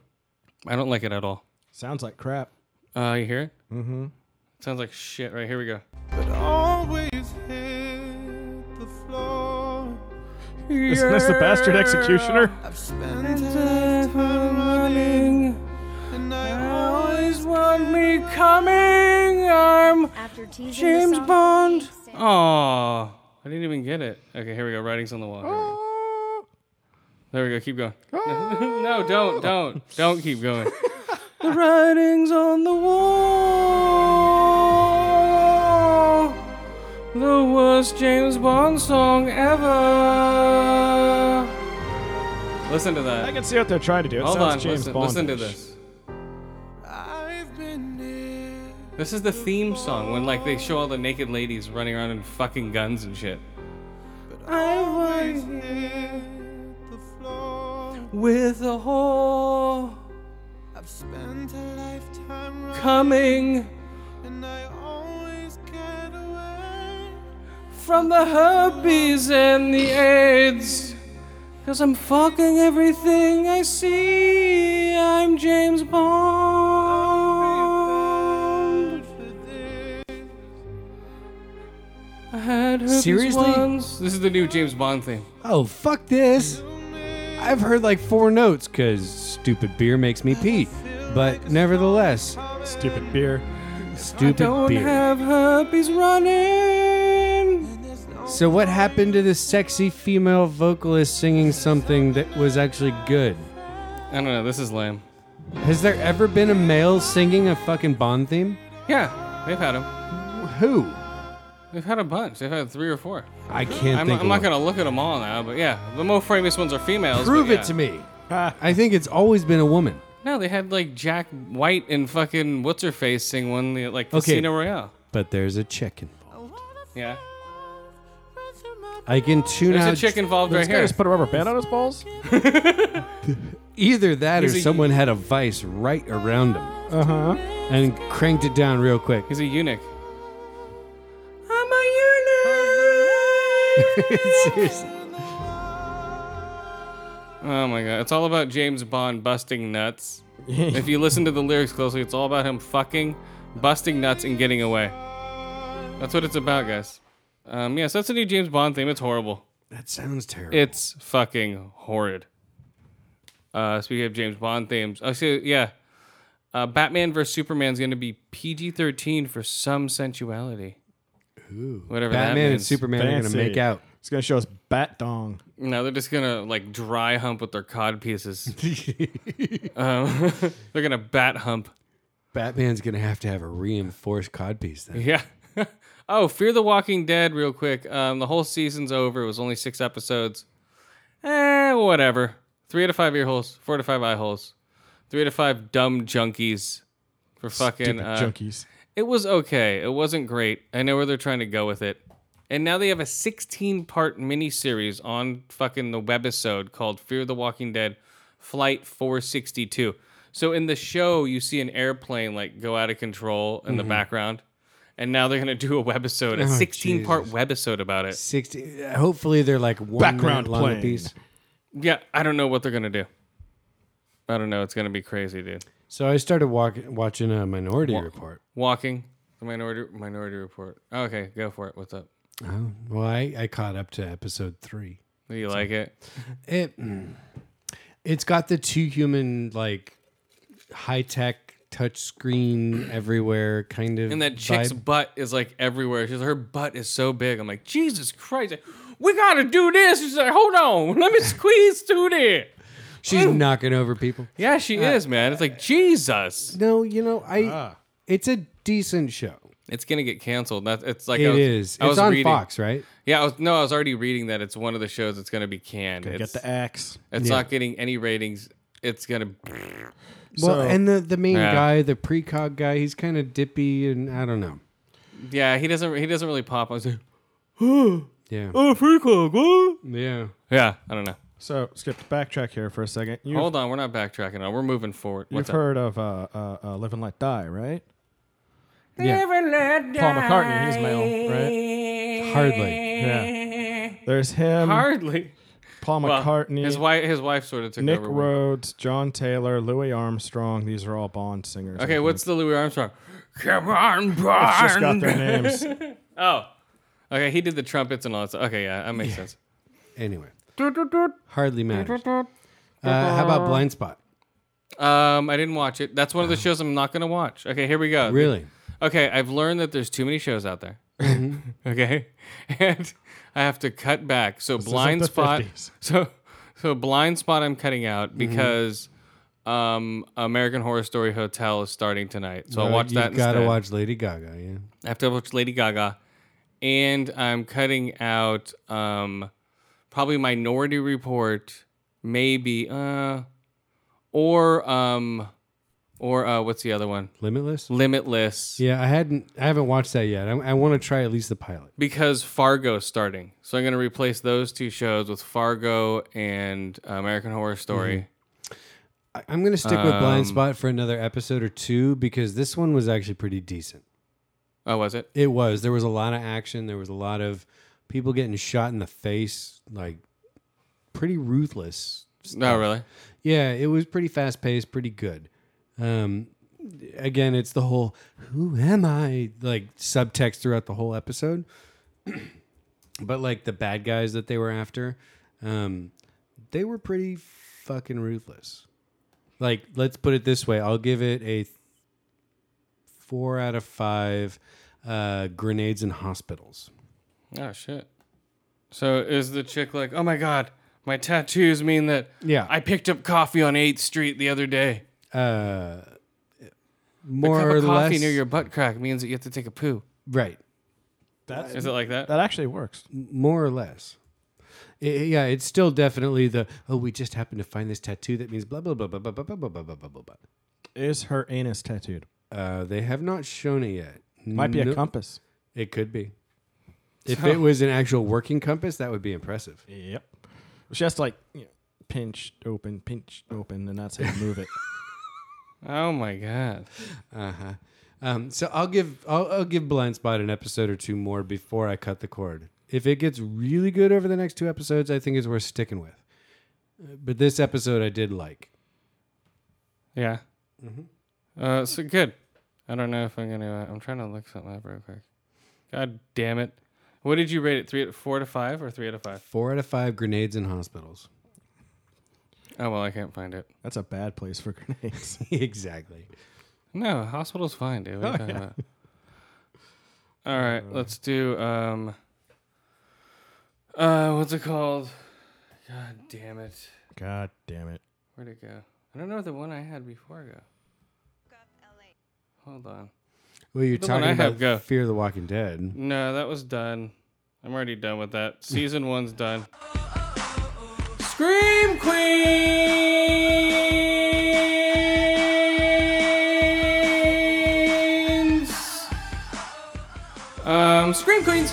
[SPEAKER 1] I don't like it at all.
[SPEAKER 4] Sounds like crap.
[SPEAKER 1] Uh, you hear it? Mm-hmm. Sounds like shit. Right here we go.
[SPEAKER 4] Isn't this the bastard executioner?
[SPEAKER 8] After teasing James Bond.
[SPEAKER 1] Oh, I didn't even get it. Okay, here we go. Writings on the wall. Here we go. There we go. Keep going. no, don't, don't, don't keep going. Ah. the writings on the wall. The worst James Bond song ever. Listen to
[SPEAKER 4] I
[SPEAKER 1] that.
[SPEAKER 4] can see what they're trying to do. It
[SPEAKER 1] Hold
[SPEAKER 4] sounds
[SPEAKER 1] on.
[SPEAKER 4] James
[SPEAKER 1] listen,
[SPEAKER 4] Bond.
[SPEAKER 1] listen to this. This is the theme song when like they show all the naked ladies running around in fucking guns and shit. with a hole
[SPEAKER 9] I've spent a lifetime running,
[SPEAKER 1] coming
[SPEAKER 9] and I always get away.
[SPEAKER 1] from the herpes and the AIDS. Cause I'm fucking everything I see. I'm James Bond. I had herpes
[SPEAKER 2] Seriously?
[SPEAKER 1] once. This is the new James Bond thing.
[SPEAKER 2] Oh, fuck this. I've heard like four notes because stupid beer makes me pee. But nevertheless,
[SPEAKER 4] Stupid beer.
[SPEAKER 2] stupid
[SPEAKER 1] Don't
[SPEAKER 2] beer.
[SPEAKER 1] have herpes running.
[SPEAKER 2] so, what happened to the sexy female vocalist singing something that was actually good?
[SPEAKER 1] I don't know. This is lame.
[SPEAKER 2] Has there ever been a male singing a fucking Bond theme?
[SPEAKER 1] Yeah, they've had them.
[SPEAKER 2] Who?
[SPEAKER 1] They've had a bunch. They've had three or four.
[SPEAKER 2] I can't
[SPEAKER 1] I'm,
[SPEAKER 2] think
[SPEAKER 1] I'm not
[SPEAKER 2] of one.
[SPEAKER 1] gonna look at them all now, but yeah, the more famous ones are females.
[SPEAKER 2] Prove
[SPEAKER 1] but yeah.
[SPEAKER 2] it to me. I think it's always been a woman.
[SPEAKER 1] No, they had like Jack White and fucking what's her face sing one the- like Casino Royale.
[SPEAKER 2] But there's a chick involved.
[SPEAKER 1] Yeah,
[SPEAKER 2] I can tune
[SPEAKER 1] there's
[SPEAKER 2] out
[SPEAKER 1] a chick involved right
[SPEAKER 4] This guy
[SPEAKER 1] here.
[SPEAKER 4] just put a rubber band on his balls?
[SPEAKER 2] either that or
[SPEAKER 1] He's a-
[SPEAKER 2] someone had a vice right around him. Uh huh. And cranked it down real quick.
[SPEAKER 1] He's a eunuch.
[SPEAKER 8] I'm a eunuch.
[SPEAKER 2] Seriously.
[SPEAKER 1] Oh my god, it's all about James Bond busting nuts. if you listen to the lyrics closely, it's all about him fucking, busting nuts, and getting away. That's what it's about, guys. Um, yeah, so that's the new James Bond theme. It's horrible.
[SPEAKER 2] That sounds terrible.
[SPEAKER 1] It's fucking horrid. Uh, speaking of James Bond themes, oh, so, yeah, uh, Batman vs Superman's going to be PG thirteen for some sensuality. Ooh, whatever that
[SPEAKER 2] Batman and
[SPEAKER 1] means.
[SPEAKER 2] Superman are gonna
[SPEAKER 4] Fancy.
[SPEAKER 2] make out.
[SPEAKER 4] He's going to show us bat dong.
[SPEAKER 1] No, they're just gonna like dry hump with their cod pieces. um, they're gonna bat hump.
[SPEAKER 2] Batman's gonna have to have a reinforced codpiece then.
[SPEAKER 1] Yeah. oh, Fear the Walking Dead, real quick. Um, the whole season's over. It was only six episodes. Eh, whatever. Three to five ear holes, four to five eye holes, three to five dumb junkies for fucking.
[SPEAKER 4] Stupid
[SPEAKER 1] Uh,
[SPEAKER 4] junkies.
[SPEAKER 1] It was okay. It wasn't great. I know where they're trying to go with it. And now they have a 16 part miniseries on fucking the webisode called Fear the Walking Dead Flight 462. So in the show, you see an airplane like go out of control in the background. And now they're going to do a webisode, a 16 part webisode about it.
[SPEAKER 2] Sixty. Hopefully they're like one
[SPEAKER 4] Background
[SPEAKER 2] minute long
[SPEAKER 4] plane.
[SPEAKER 2] piece.
[SPEAKER 1] Yeah, I don't know what they're going to do. I don't know. It's going to be crazy, dude.
[SPEAKER 2] So I started walk, watching a Minority Report.
[SPEAKER 1] Walking, the minority, minority report. Okay, go for it. What's up?
[SPEAKER 2] Oh, well, I, I caught up to episode three.
[SPEAKER 1] Do you like it?
[SPEAKER 2] It it's got the two human like high tech touch screen everywhere kind of
[SPEAKER 1] And that chick's
[SPEAKER 2] vibe.
[SPEAKER 1] butt is like everywhere. She's her butt is so big. I'm like, Jesus Christ, we gotta do this. She's like, hold on, let me squeeze through there.
[SPEAKER 2] she's knocking over people.
[SPEAKER 1] Yeah, she is, man. It's like Jesus.
[SPEAKER 2] No, you know I.
[SPEAKER 4] Ah.
[SPEAKER 2] It's a decent show.
[SPEAKER 1] It's gonna get canceled. That it's like
[SPEAKER 2] It
[SPEAKER 1] I was,
[SPEAKER 2] is.
[SPEAKER 1] I was
[SPEAKER 2] It's on
[SPEAKER 1] reading-
[SPEAKER 2] Fox, right?
[SPEAKER 1] Yeah, I was, no, I was already reading that it's one of the shows that's gonna be canned.
[SPEAKER 4] Get
[SPEAKER 1] It's,
[SPEAKER 4] the axe.
[SPEAKER 1] it's not getting any ratings. It's gonna.
[SPEAKER 2] Well,
[SPEAKER 4] So-
[SPEAKER 2] and the the main
[SPEAKER 1] Yeah.
[SPEAKER 2] guy, the precog guy, he's kind of dippy, and I don't know.
[SPEAKER 1] Yeah, he doesn't. He doesn't really pop. I was like,
[SPEAKER 2] Yeah,
[SPEAKER 1] oh, free cook, what?
[SPEAKER 2] yeah.
[SPEAKER 1] Yeah, I don't know.
[SPEAKER 4] So, Skip, backtrack here for a second. You've,
[SPEAKER 1] Hold on, we're not backtracking. Now. We're moving forward.
[SPEAKER 4] you've
[SPEAKER 1] What's up?
[SPEAKER 4] heard of uh, uh, uh, Live and Let Die, right?
[SPEAKER 8] Never let
[SPEAKER 4] Paul McCartney, he's male, right?
[SPEAKER 2] Hardly.
[SPEAKER 4] Yeah. There's him,
[SPEAKER 1] Hardly.
[SPEAKER 4] Paul
[SPEAKER 1] Well,
[SPEAKER 4] McCartney,
[SPEAKER 1] His wife. His wife sort of took
[SPEAKER 4] Nick
[SPEAKER 1] over.
[SPEAKER 4] Rhodes, John Taylor, Louis Armstrong. These are all Bond singers. I
[SPEAKER 1] Okay,
[SPEAKER 4] think.
[SPEAKER 1] what's the Louis Armstrong? Come on, Brian.
[SPEAKER 4] It's just got their names.
[SPEAKER 1] Oh, okay. He did the trumpets and all that. Stuff. Okay, yeah, that makes sense.
[SPEAKER 2] Anyway, hardly matters. Uh, how about Blind Spot?
[SPEAKER 1] Um, I didn't watch it. That's one of the shows I'm not gonna watch. Okay, here we go.
[SPEAKER 2] Really?
[SPEAKER 1] Okay, I've learned that there's too many shows out there. okay, and I have to cut back. So blind
[SPEAKER 4] the
[SPEAKER 1] spot.
[SPEAKER 4] 50s.
[SPEAKER 1] So so blind spot. I'm cutting out because um, American Horror Story Hotel is starting tonight. So I'll
[SPEAKER 2] Uh,
[SPEAKER 1] watch that.
[SPEAKER 2] You gotta
[SPEAKER 1] instead.
[SPEAKER 2] watch Lady Gaga. Yeah.
[SPEAKER 1] I have to watch Lady Gaga, and I'm cutting out um, probably Minority Report, maybe, uh, or um, or uh, what's the other one?
[SPEAKER 2] Limitless.
[SPEAKER 1] Limitless.
[SPEAKER 2] Yeah, I hadn't. I haven't watched that yet. I, I want to try at least the pilot.
[SPEAKER 1] Because Fargo's starting, so I'm going to replace those two shows with Fargo and uh, American Horror Story.
[SPEAKER 2] I, I'm going to stick with
[SPEAKER 1] Um,
[SPEAKER 2] Blind Spot for another episode or two because this one was actually pretty decent.
[SPEAKER 1] Oh, was it?
[SPEAKER 2] It was. There was a lot of action. There was a lot of people getting shot in the face, like pretty ruthless.
[SPEAKER 1] No, Oh, really.
[SPEAKER 2] Yeah, it was pretty fast paced, pretty good. Um, again, it's the whole "Who am I?" like subtext throughout the whole episode. but like the bad guys that they were after, um, they were pretty fucking ruthless. Like, let's put it this way: I'll give it a four out of five uh, grenades in hospitals.
[SPEAKER 1] Oh shit. So is the chick like, oh my god, my tattoos mean that
[SPEAKER 2] Yeah.
[SPEAKER 1] I picked up coffee on Eighth Street the other day.
[SPEAKER 2] Uh,
[SPEAKER 1] A
[SPEAKER 2] more
[SPEAKER 1] cup
[SPEAKER 2] or
[SPEAKER 1] of coffee
[SPEAKER 2] less,
[SPEAKER 1] near your butt crack means that you have to take a poo.
[SPEAKER 2] right.
[SPEAKER 4] That's,
[SPEAKER 1] Is it like that?
[SPEAKER 4] that actually works.
[SPEAKER 2] more or less. I- yeah, it's still definitely the oh, we just happened to find this tattoo that means blah blah blah blah blah blah blah blah blah blah blah blah. blah.
[SPEAKER 4] Is her anus tattooed?
[SPEAKER 2] Uh, they have not shown it yet.
[SPEAKER 4] Might be a
[SPEAKER 2] No-
[SPEAKER 4] compass.
[SPEAKER 2] It could be. If it was an actual working compass, that would be impressive.
[SPEAKER 4] Yep. She has to like you know, pinch open, pinch open, and that's how you move it.
[SPEAKER 1] Oh my god.
[SPEAKER 2] Uh huh. Um, so I'll give I'll, I'll give Blind Spot an episode or two more before I cut the cord. If it gets really good over the next two episodes, I think it's worth sticking with. Uh, But this episode I did like.
[SPEAKER 1] Yeah.
[SPEAKER 2] Mm-hmm.
[SPEAKER 1] Uh, so good. I don't know if I'm gonna. Uh, I'm trying to look something up real quick. God damn it! What did you rate it? Three, out- four to five, or three out of five?
[SPEAKER 2] Four out of five grenades in hospitals.
[SPEAKER 1] Oh well, I can't find it.
[SPEAKER 4] That's a bad place for grenades.
[SPEAKER 2] exactly.
[SPEAKER 1] No, hospital's fine, dude. What
[SPEAKER 2] Oh,
[SPEAKER 1] are you talking about? All right,
[SPEAKER 2] Uh,
[SPEAKER 1] let's do. Um, uh, what's it called? God damn it!
[SPEAKER 4] God damn it.
[SPEAKER 1] Where'd it go? I don't know where the one I had before go. Hold on.
[SPEAKER 2] Well, you're
[SPEAKER 1] The one
[SPEAKER 2] talking
[SPEAKER 1] I
[SPEAKER 2] about
[SPEAKER 1] have, go.
[SPEAKER 2] Fear the Walking Dead.
[SPEAKER 1] No, that was done. I'm already done with that. Season one's done. Scream Queens! Um, Scream Queens!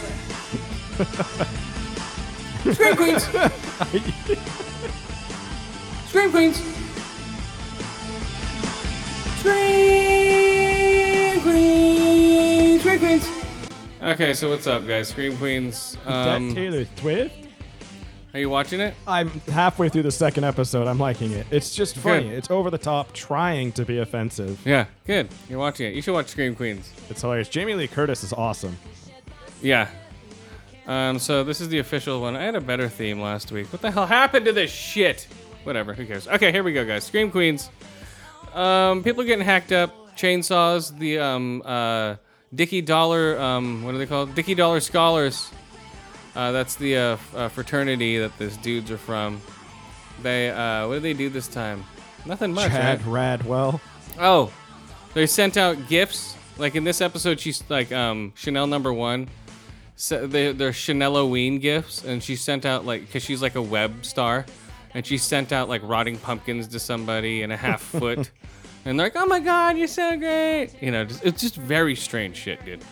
[SPEAKER 1] Scream Queens! Scream Queens! Scream Queens! Scream Queens! Okay, so what's up, guys? Scream Queens. Um,
[SPEAKER 4] that Taylor Swift?
[SPEAKER 1] Are you watching it?
[SPEAKER 4] I'm halfway through the second episode. I'm liking it. It's just funny.
[SPEAKER 1] Good.
[SPEAKER 4] It's over the top, trying to be offensive.
[SPEAKER 1] Yeah, good. You're watching it. You should watch Scream Queens.
[SPEAKER 4] It's hilarious. Jamie Lee Curtis is awesome.
[SPEAKER 1] Yeah. Um, so this is the official one. I had a better theme last week. What the hell happened to this shit? Whatever. Who cares? Okay, here we go, guys. Scream Queens. Um, people are getting hacked up. Chainsaws. The um, uh, Dicky Dollar. Um, what are they called? Dicky Dollar Scholars. Uh, that's the uh, f- uh, fraternity that these dudes are from. They. Uh, what did they do this time? Nothing much.
[SPEAKER 4] Chad
[SPEAKER 1] right?
[SPEAKER 4] Radwell.
[SPEAKER 1] Oh, they sent out gifts. Like in this episode, she's like um, Chanel number one. So they, they're Chanel Halloween gifts, and she sent out like because she's like a web star, and she sent out like rotting pumpkins to somebody and a half foot, and they're like, "Oh my god, you're so great!" You know, just, it's just very strange shit, dude.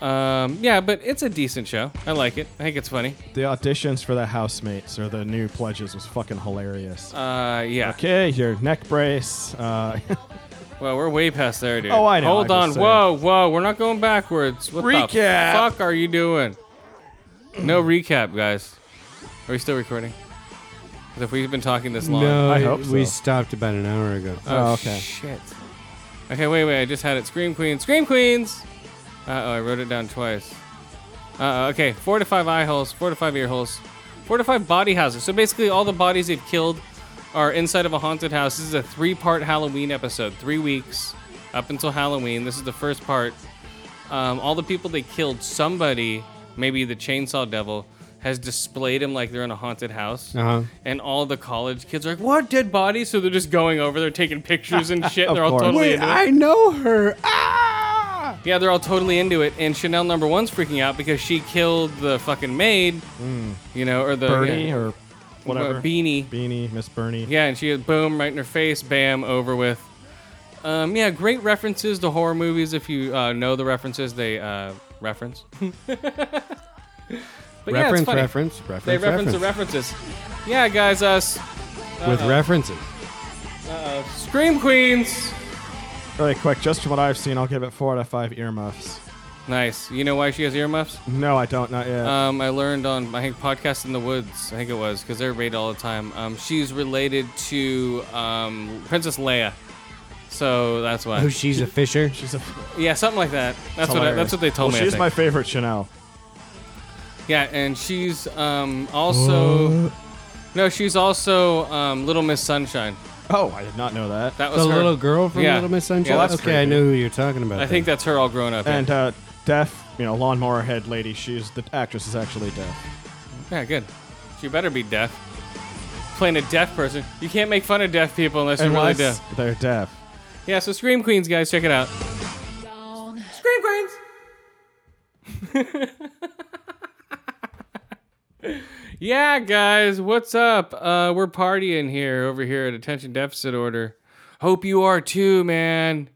[SPEAKER 1] Um, yeah, but it's a decent show. I like it. I think it's funny.
[SPEAKER 4] The auditions for the housemates or the new pledges was fucking hilarious.
[SPEAKER 1] Uh, yeah.
[SPEAKER 4] okay, your neck brace. Uh,
[SPEAKER 1] Well, we're way past there, dude.
[SPEAKER 4] Oh, I know,
[SPEAKER 1] Hold
[SPEAKER 4] I'm
[SPEAKER 1] on.
[SPEAKER 4] just saying.
[SPEAKER 1] Whoa, whoa. We're not going backwards. What
[SPEAKER 4] Recap.
[SPEAKER 1] the fuck are you doing? No recap, guys. Are we still recording? 'Cause If we've been talking this long.
[SPEAKER 2] No,
[SPEAKER 4] I hope
[SPEAKER 2] Oh, we
[SPEAKER 4] so.
[SPEAKER 2] stopped about an hour ago.
[SPEAKER 4] oh, okay.
[SPEAKER 1] Shit. Okay, wait, wait. I just had it. Scream Queens. Scream Queens! Uh oh, I wrote it down twice. Uh oh, okay. Four to five eye holes, four to five ear holes, four to five body houses. So basically, all the bodies they've killed are inside of a haunted house. This is a three part Halloween episode. Three weeks up until Halloween. This is the first part. Um, all the people they killed, somebody, maybe the chainsaw devil, has displayed them like they're in a haunted house.
[SPEAKER 2] Uh-huh.
[SPEAKER 1] And all the college kids are like, what, dead bodies? So they're just going over there taking pictures and shit. and they're all
[SPEAKER 4] course.
[SPEAKER 1] totally into it. Oh,
[SPEAKER 2] know her. Ah!
[SPEAKER 1] Yeah, they're all totally into it, and Chanel number one's freaking out because she killed the fucking maid, you know, or the
[SPEAKER 4] Bernie
[SPEAKER 1] Oh, yeah,
[SPEAKER 4] or
[SPEAKER 1] well,
[SPEAKER 4] whatever.
[SPEAKER 1] beanie.
[SPEAKER 4] Beanie, Miss Bernie.
[SPEAKER 1] Yeah, and she had boom right in her face, bam, over with. Um, yeah, great references to horror movies. If you uh, know the references, they uh, reference. but yeah, it's
[SPEAKER 2] reference,
[SPEAKER 1] funny.
[SPEAKER 2] reference, reference,
[SPEAKER 1] They reference the uh, references. Yeah, guys, uh, s-
[SPEAKER 2] with references.
[SPEAKER 1] Scream Queens.
[SPEAKER 4] Really quick, just from what I've seen, I'll give it four out of five earmuffs.
[SPEAKER 1] Nice. You know why she has earmuffs?
[SPEAKER 4] No, I don't. Not yet.
[SPEAKER 1] Um, I learned on I think podcast in the woods. I think it was because they're rated all the time. Um, she's related to um, Princess Leia, so that's why.
[SPEAKER 2] Oh, she's a fisher.
[SPEAKER 4] she's a,
[SPEAKER 1] yeah, something like that. That's what I, that's what they told
[SPEAKER 4] well,
[SPEAKER 1] me. I
[SPEAKER 4] She's
[SPEAKER 1] think.
[SPEAKER 4] my favorite Chanel.
[SPEAKER 1] Yeah, and she's um, also no, she's also um, Little Miss Sunshine.
[SPEAKER 4] Oh, I did not know that.
[SPEAKER 1] That was
[SPEAKER 2] The
[SPEAKER 1] her.
[SPEAKER 2] little girl from
[SPEAKER 1] Yeah.
[SPEAKER 2] Little Miss
[SPEAKER 1] Yeah,
[SPEAKER 2] Sunshine.
[SPEAKER 1] that's
[SPEAKER 2] okay, I know who you're talking about.
[SPEAKER 1] I think
[SPEAKER 2] then.
[SPEAKER 1] that's her all grown up. yeah.
[SPEAKER 4] And uh, deaf, you know, lawnmower head lady. She's the actress is actually deaf.
[SPEAKER 1] yeah, good. She better be deaf. Playing a deaf person, you can't make fun of deaf people unless you're really
[SPEAKER 4] Unless
[SPEAKER 1] deaf.
[SPEAKER 4] they're deaf.
[SPEAKER 1] Yeah, so Scream Queens, guys, check it out. Scream Queens. yeah, guys, what's up? Uh, we're partying here over here at Attention Deficit Order. Hope you are too, man.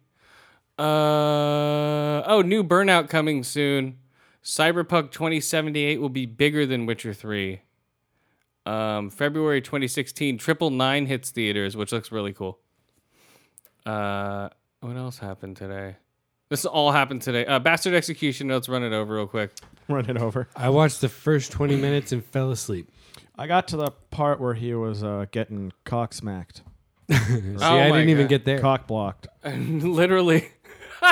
[SPEAKER 1] Uh oh, new Burnout coming soon. Cyberpunk 2078 will be bigger than Witcher 3. Um, February 2016, Triple Nine hits theaters, which looks really cool. Uh, what else happened today? This all happened today. Uh, Bastard Execution. Let's run it over real quick.
[SPEAKER 4] Run it over.
[SPEAKER 2] I watched the first 20 minutes and fell asleep.
[SPEAKER 4] I got to the part where he was uh, getting cock smacked,
[SPEAKER 2] See,
[SPEAKER 1] Oh
[SPEAKER 2] I
[SPEAKER 1] my
[SPEAKER 2] didn't even
[SPEAKER 1] God.
[SPEAKER 2] get there.
[SPEAKER 4] cock blocked.
[SPEAKER 1] Literally,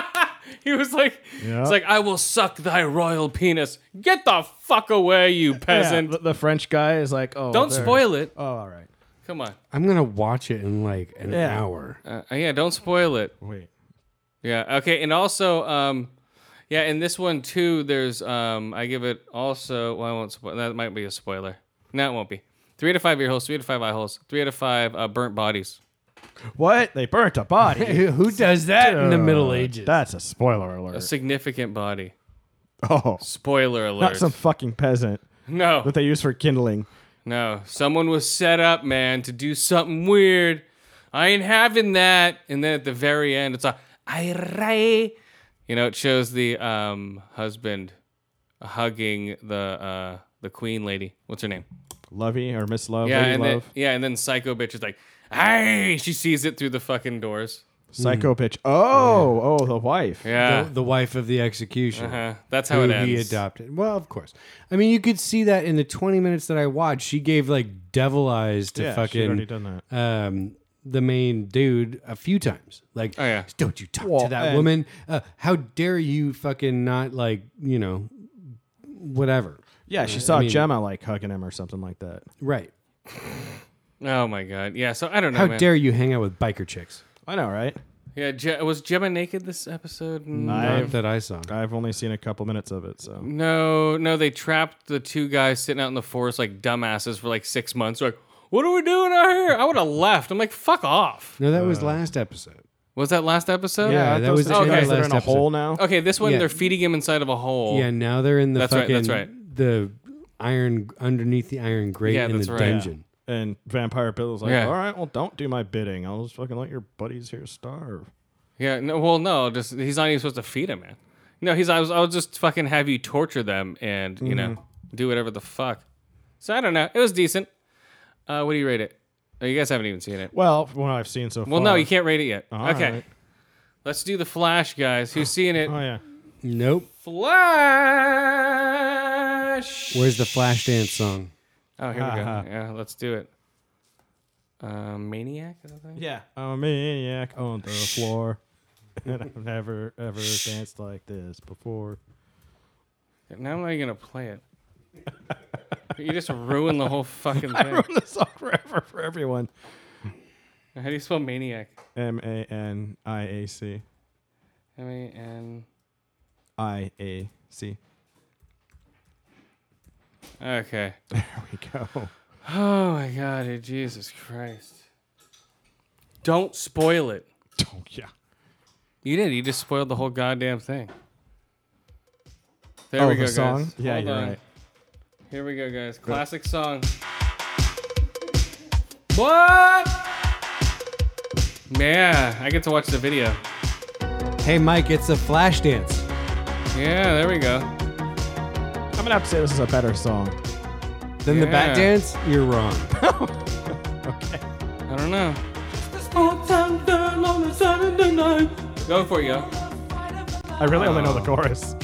[SPEAKER 1] he was like,
[SPEAKER 4] Yeah.
[SPEAKER 1] "It's like I will suck thy royal penis. Get the fuck away, you peasant!
[SPEAKER 4] Yeah, the, the French guy is like, oh,
[SPEAKER 1] don't
[SPEAKER 4] there.
[SPEAKER 1] spoil it.
[SPEAKER 4] Oh, all right.
[SPEAKER 1] Come on.
[SPEAKER 2] I'm gonna watch it in like an
[SPEAKER 4] Yeah.
[SPEAKER 2] hour.
[SPEAKER 1] Uh, yeah, don't spoil it.
[SPEAKER 4] Wait.
[SPEAKER 1] Yeah. Okay. And also, um, yeah, in this one too, there's um, I give it also. Well, I won't spoil. That might be a spoiler. No, it won't be. Three out of five ear holes. Three out of five eye holes. Three out of five uh, burnt bodies.
[SPEAKER 4] What? They burnt a body. Uh,
[SPEAKER 2] Who does that in the Middle Ages?
[SPEAKER 4] That's a spoiler alert.
[SPEAKER 1] A significant body.
[SPEAKER 4] oh,
[SPEAKER 1] Spoiler alert.
[SPEAKER 4] not some fucking peasant
[SPEAKER 1] no,
[SPEAKER 4] that they use for kindling.
[SPEAKER 1] no. Someone was set up, man, to do something weird. I ain't having that. And then at the very end, it's a I ray. You know, it shows the um, husband hugging the uh, the queen lady. What's her name?
[SPEAKER 4] Lovey or Miss Love,
[SPEAKER 1] Yeah,
[SPEAKER 4] Lady
[SPEAKER 1] and then,
[SPEAKER 4] Love,
[SPEAKER 1] yeah, and then psycho bitch is like, hey, she sees it through the fucking doors.
[SPEAKER 4] Psycho bitch. Oh, oh, the wife.
[SPEAKER 1] Yeah,
[SPEAKER 2] the, the wife of the executioner.
[SPEAKER 1] Uh, that's how it
[SPEAKER 2] who he
[SPEAKER 1] ends.
[SPEAKER 2] adopted. Well, of course. I mean, you could see that in the 20 minutes that I watched. She gave like devil eyes to
[SPEAKER 4] Yeah, she'd
[SPEAKER 2] fucking
[SPEAKER 4] already done
[SPEAKER 2] Um, the main dude a few times. Like,
[SPEAKER 1] Oh, yeah.
[SPEAKER 2] don't you talk
[SPEAKER 4] Well,
[SPEAKER 2] to that
[SPEAKER 4] and-
[SPEAKER 2] woman? Uh, how dare you fucking not like you know, whatever.
[SPEAKER 4] Yeah, she saw
[SPEAKER 2] I mean-
[SPEAKER 4] Gemma like hugging him or something like that.
[SPEAKER 2] Right.
[SPEAKER 1] oh my god. Yeah. So I don't know.
[SPEAKER 2] How
[SPEAKER 1] man.
[SPEAKER 2] dare you hang out with biker chicks?
[SPEAKER 4] I know, right?
[SPEAKER 1] Yeah. Je- was Gemma naked this episode?
[SPEAKER 2] Not
[SPEAKER 4] I've
[SPEAKER 2] that I saw.
[SPEAKER 4] I've only seen a couple minutes of it, so
[SPEAKER 1] No, no, they trapped the two guys sitting out in the forest like dumbasses for like six months. They're like, what are we doing out here? I would have left. I'm like, fuck off.
[SPEAKER 2] No, that was last episode.
[SPEAKER 1] Was that last episode?
[SPEAKER 2] Yeah, that
[SPEAKER 4] those
[SPEAKER 2] was
[SPEAKER 4] two
[SPEAKER 1] the
[SPEAKER 4] guys
[SPEAKER 1] end of
[SPEAKER 4] that are
[SPEAKER 2] last
[SPEAKER 4] in a hole
[SPEAKER 2] episode.
[SPEAKER 4] now.
[SPEAKER 1] Okay, this one
[SPEAKER 2] Yeah.
[SPEAKER 1] they're feeding him inside of a hole.
[SPEAKER 2] Yeah, now they're in the
[SPEAKER 1] That's right,
[SPEAKER 2] fucking
[SPEAKER 1] that's
[SPEAKER 2] the iron underneath the iron grate
[SPEAKER 1] Yeah,
[SPEAKER 2] in
[SPEAKER 1] that's
[SPEAKER 2] the
[SPEAKER 1] right.
[SPEAKER 2] dungeon.
[SPEAKER 4] And Vampire Bill's like,
[SPEAKER 1] Yeah.
[SPEAKER 4] all right, well, don't do my bidding. I'll just fucking let your buddies here starve.
[SPEAKER 1] Yeah, no, well, no, just he's not even supposed to feed him, man. No, he's I was I'll just fucking have you torture them and you know
[SPEAKER 2] Mm-hmm.
[SPEAKER 1] do whatever the fuck. So I don't know. It was decent. Uh, what do you rate it? Oh, you guys haven't even seen it.
[SPEAKER 4] Well, from what I've seen so far.
[SPEAKER 1] Well, no, you can't rate it yet.
[SPEAKER 4] All
[SPEAKER 1] okay,
[SPEAKER 4] right.
[SPEAKER 1] let's do the Flash, guys. Who's seeing it?
[SPEAKER 4] Oh yeah.
[SPEAKER 2] Nope.
[SPEAKER 1] Flash.
[SPEAKER 2] Where's the Flashdance song?
[SPEAKER 1] Oh, here we
[SPEAKER 4] Uh-huh.
[SPEAKER 1] go. Yeah, let's do it. Uh, Maniac. Is that the thing?
[SPEAKER 4] Yeah. I'm a maniac on the floor. and I've never ever danced like this before.
[SPEAKER 1] Now I'm not even gonna play it. you just ruined the whole fucking thing.
[SPEAKER 4] Ruined the song forever for everyone.
[SPEAKER 1] How do you spell maniac?
[SPEAKER 4] M A N I A C.
[SPEAKER 1] I mean, and
[SPEAKER 4] I A C.
[SPEAKER 1] okay.
[SPEAKER 4] There we go.
[SPEAKER 1] Oh my god, dude, Jesus Christ! Don't spoil it.
[SPEAKER 4] Oh yeah.
[SPEAKER 1] You did. You just spoiled the whole goddamn thing. There
[SPEAKER 4] oh,
[SPEAKER 1] we
[SPEAKER 4] the
[SPEAKER 1] go,
[SPEAKER 4] song?
[SPEAKER 1] guys.
[SPEAKER 4] Yeah,
[SPEAKER 1] Hold
[SPEAKER 4] you're
[SPEAKER 1] on.
[SPEAKER 4] right.
[SPEAKER 1] Here we go, guys. Classic song. What? Yeah, I get to watch the video.
[SPEAKER 2] Hey, Mike, it's a flash dance.
[SPEAKER 1] Yeah, there we go.
[SPEAKER 4] I'm gonna have to say this is a better song.
[SPEAKER 2] Then the
[SPEAKER 1] Yeah.
[SPEAKER 2] back dance, you're wrong.
[SPEAKER 1] I don't know. Go for it, yo.
[SPEAKER 4] I really only know the chorus.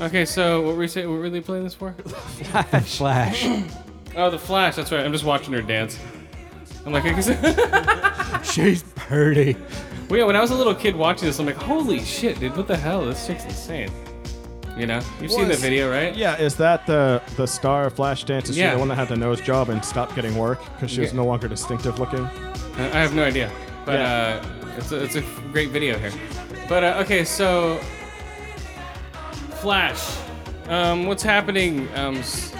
[SPEAKER 1] Okay, so what were, we say, what were they playing this for?
[SPEAKER 2] flash.
[SPEAKER 1] Oh, The Flash. That's right. I'm just watching her dance. I'm like, I guess-
[SPEAKER 2] She's pretty.
[SPEAKER 1] well, yeah, when I was a little kid watching this, I'm like, holy shit, dude, what the hell? This chick's insane. You know? You've seen the
[SPEAKER 4] it's-
[SPEAKER 1] video, right?
[SPEAKER 4] Yeah, is that the the star of Flashdance? Is
[SPEAKER 1] Yeah.
[SPEAKER 4] she the one that had the nose job and stopped getting work because she was
[SPEAKER 1] Yeah.
[SPEAKER 4] no longer distinctive looking?
[SPEAKER 1] I I have no idea, but
[SPEAKER 4] Yeah.
[SPEAKER 1] uh, it's a, it's a great video here. But uh, okay, so Flash, um, what's happening? Um, s-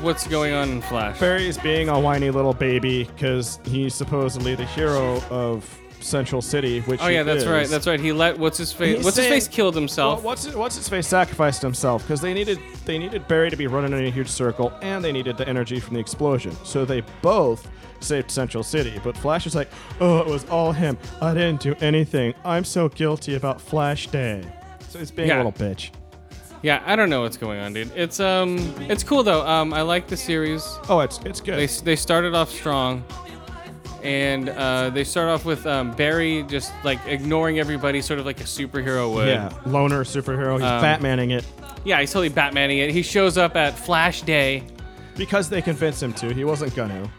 [SPEAKER 1] what's going on in Flash?
[SPEAKER 4] Barry's being a whiny little baby because he's supposedly the hero of Central City, which
[SPEAKER 1] Oh yeah, that's right, that's right. He let what's his face?
[SPEAKER 4] He's
[SPEAKER 1] What's his
[SPEAKER 4] saying-
[SPEAKER 1] face killed himself?
[SPEAKER 4] what's his, what's his face sacrificed himself because they needed they needed Barry to be running in a huge circle and they needed the energy from the explosion. So they both saved Central City. But Flash is like, oh, it was all him. I didn't do anything. I'm so guilty about Flash Day. So he's being
[SPEAKER 1] Yeah.
[SPEAKER 4] a little bitch.
[SPEAKER 1] Yeah, I don't know what's going on, dude. It's um, it's cool though. Um, I like the series.
[SPEAKER 4] Oh, it's it's good.
[SPEAKER 1] They they started off strong. And uh, they start off with um, Barry just like ignoring everybody, sort of like a superhero would.
[SPEAKER 4] yeah, loner superhero. He's
[SPEAKER 1] Um,
[SPEAKER 4] Batmaning it
[SPEAKER 1] Yeah, he's totally Batmaning it. He shows up at Flash Day.
[SPEAKER 4] because they convinced him to. He wasn't gonna.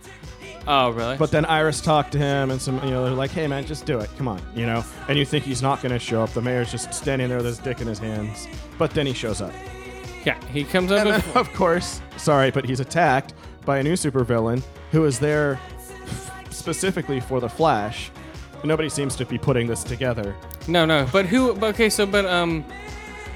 [SPEAKER 1] Oh, really?
[SPEAKER 4] But then Iris talked to him, and some, you know, they're like, "Hey, man, just do it. Come on," you know. And you think he's not going to show up. The mayor's just standing there with his dick in his hands. But then he shows up,
[SPEAKER 1] yeah, he comes up.
[SPEAKER 4] and then,
[SPEAKER 1] with-
[SPEAKER 4] of course, sorry, but he's attacked by a new supervillain who is there specifically for the Flash. Nobody seems to be putting this together.
[SPEAKER 1] no, no. But who? but Okay, so but um,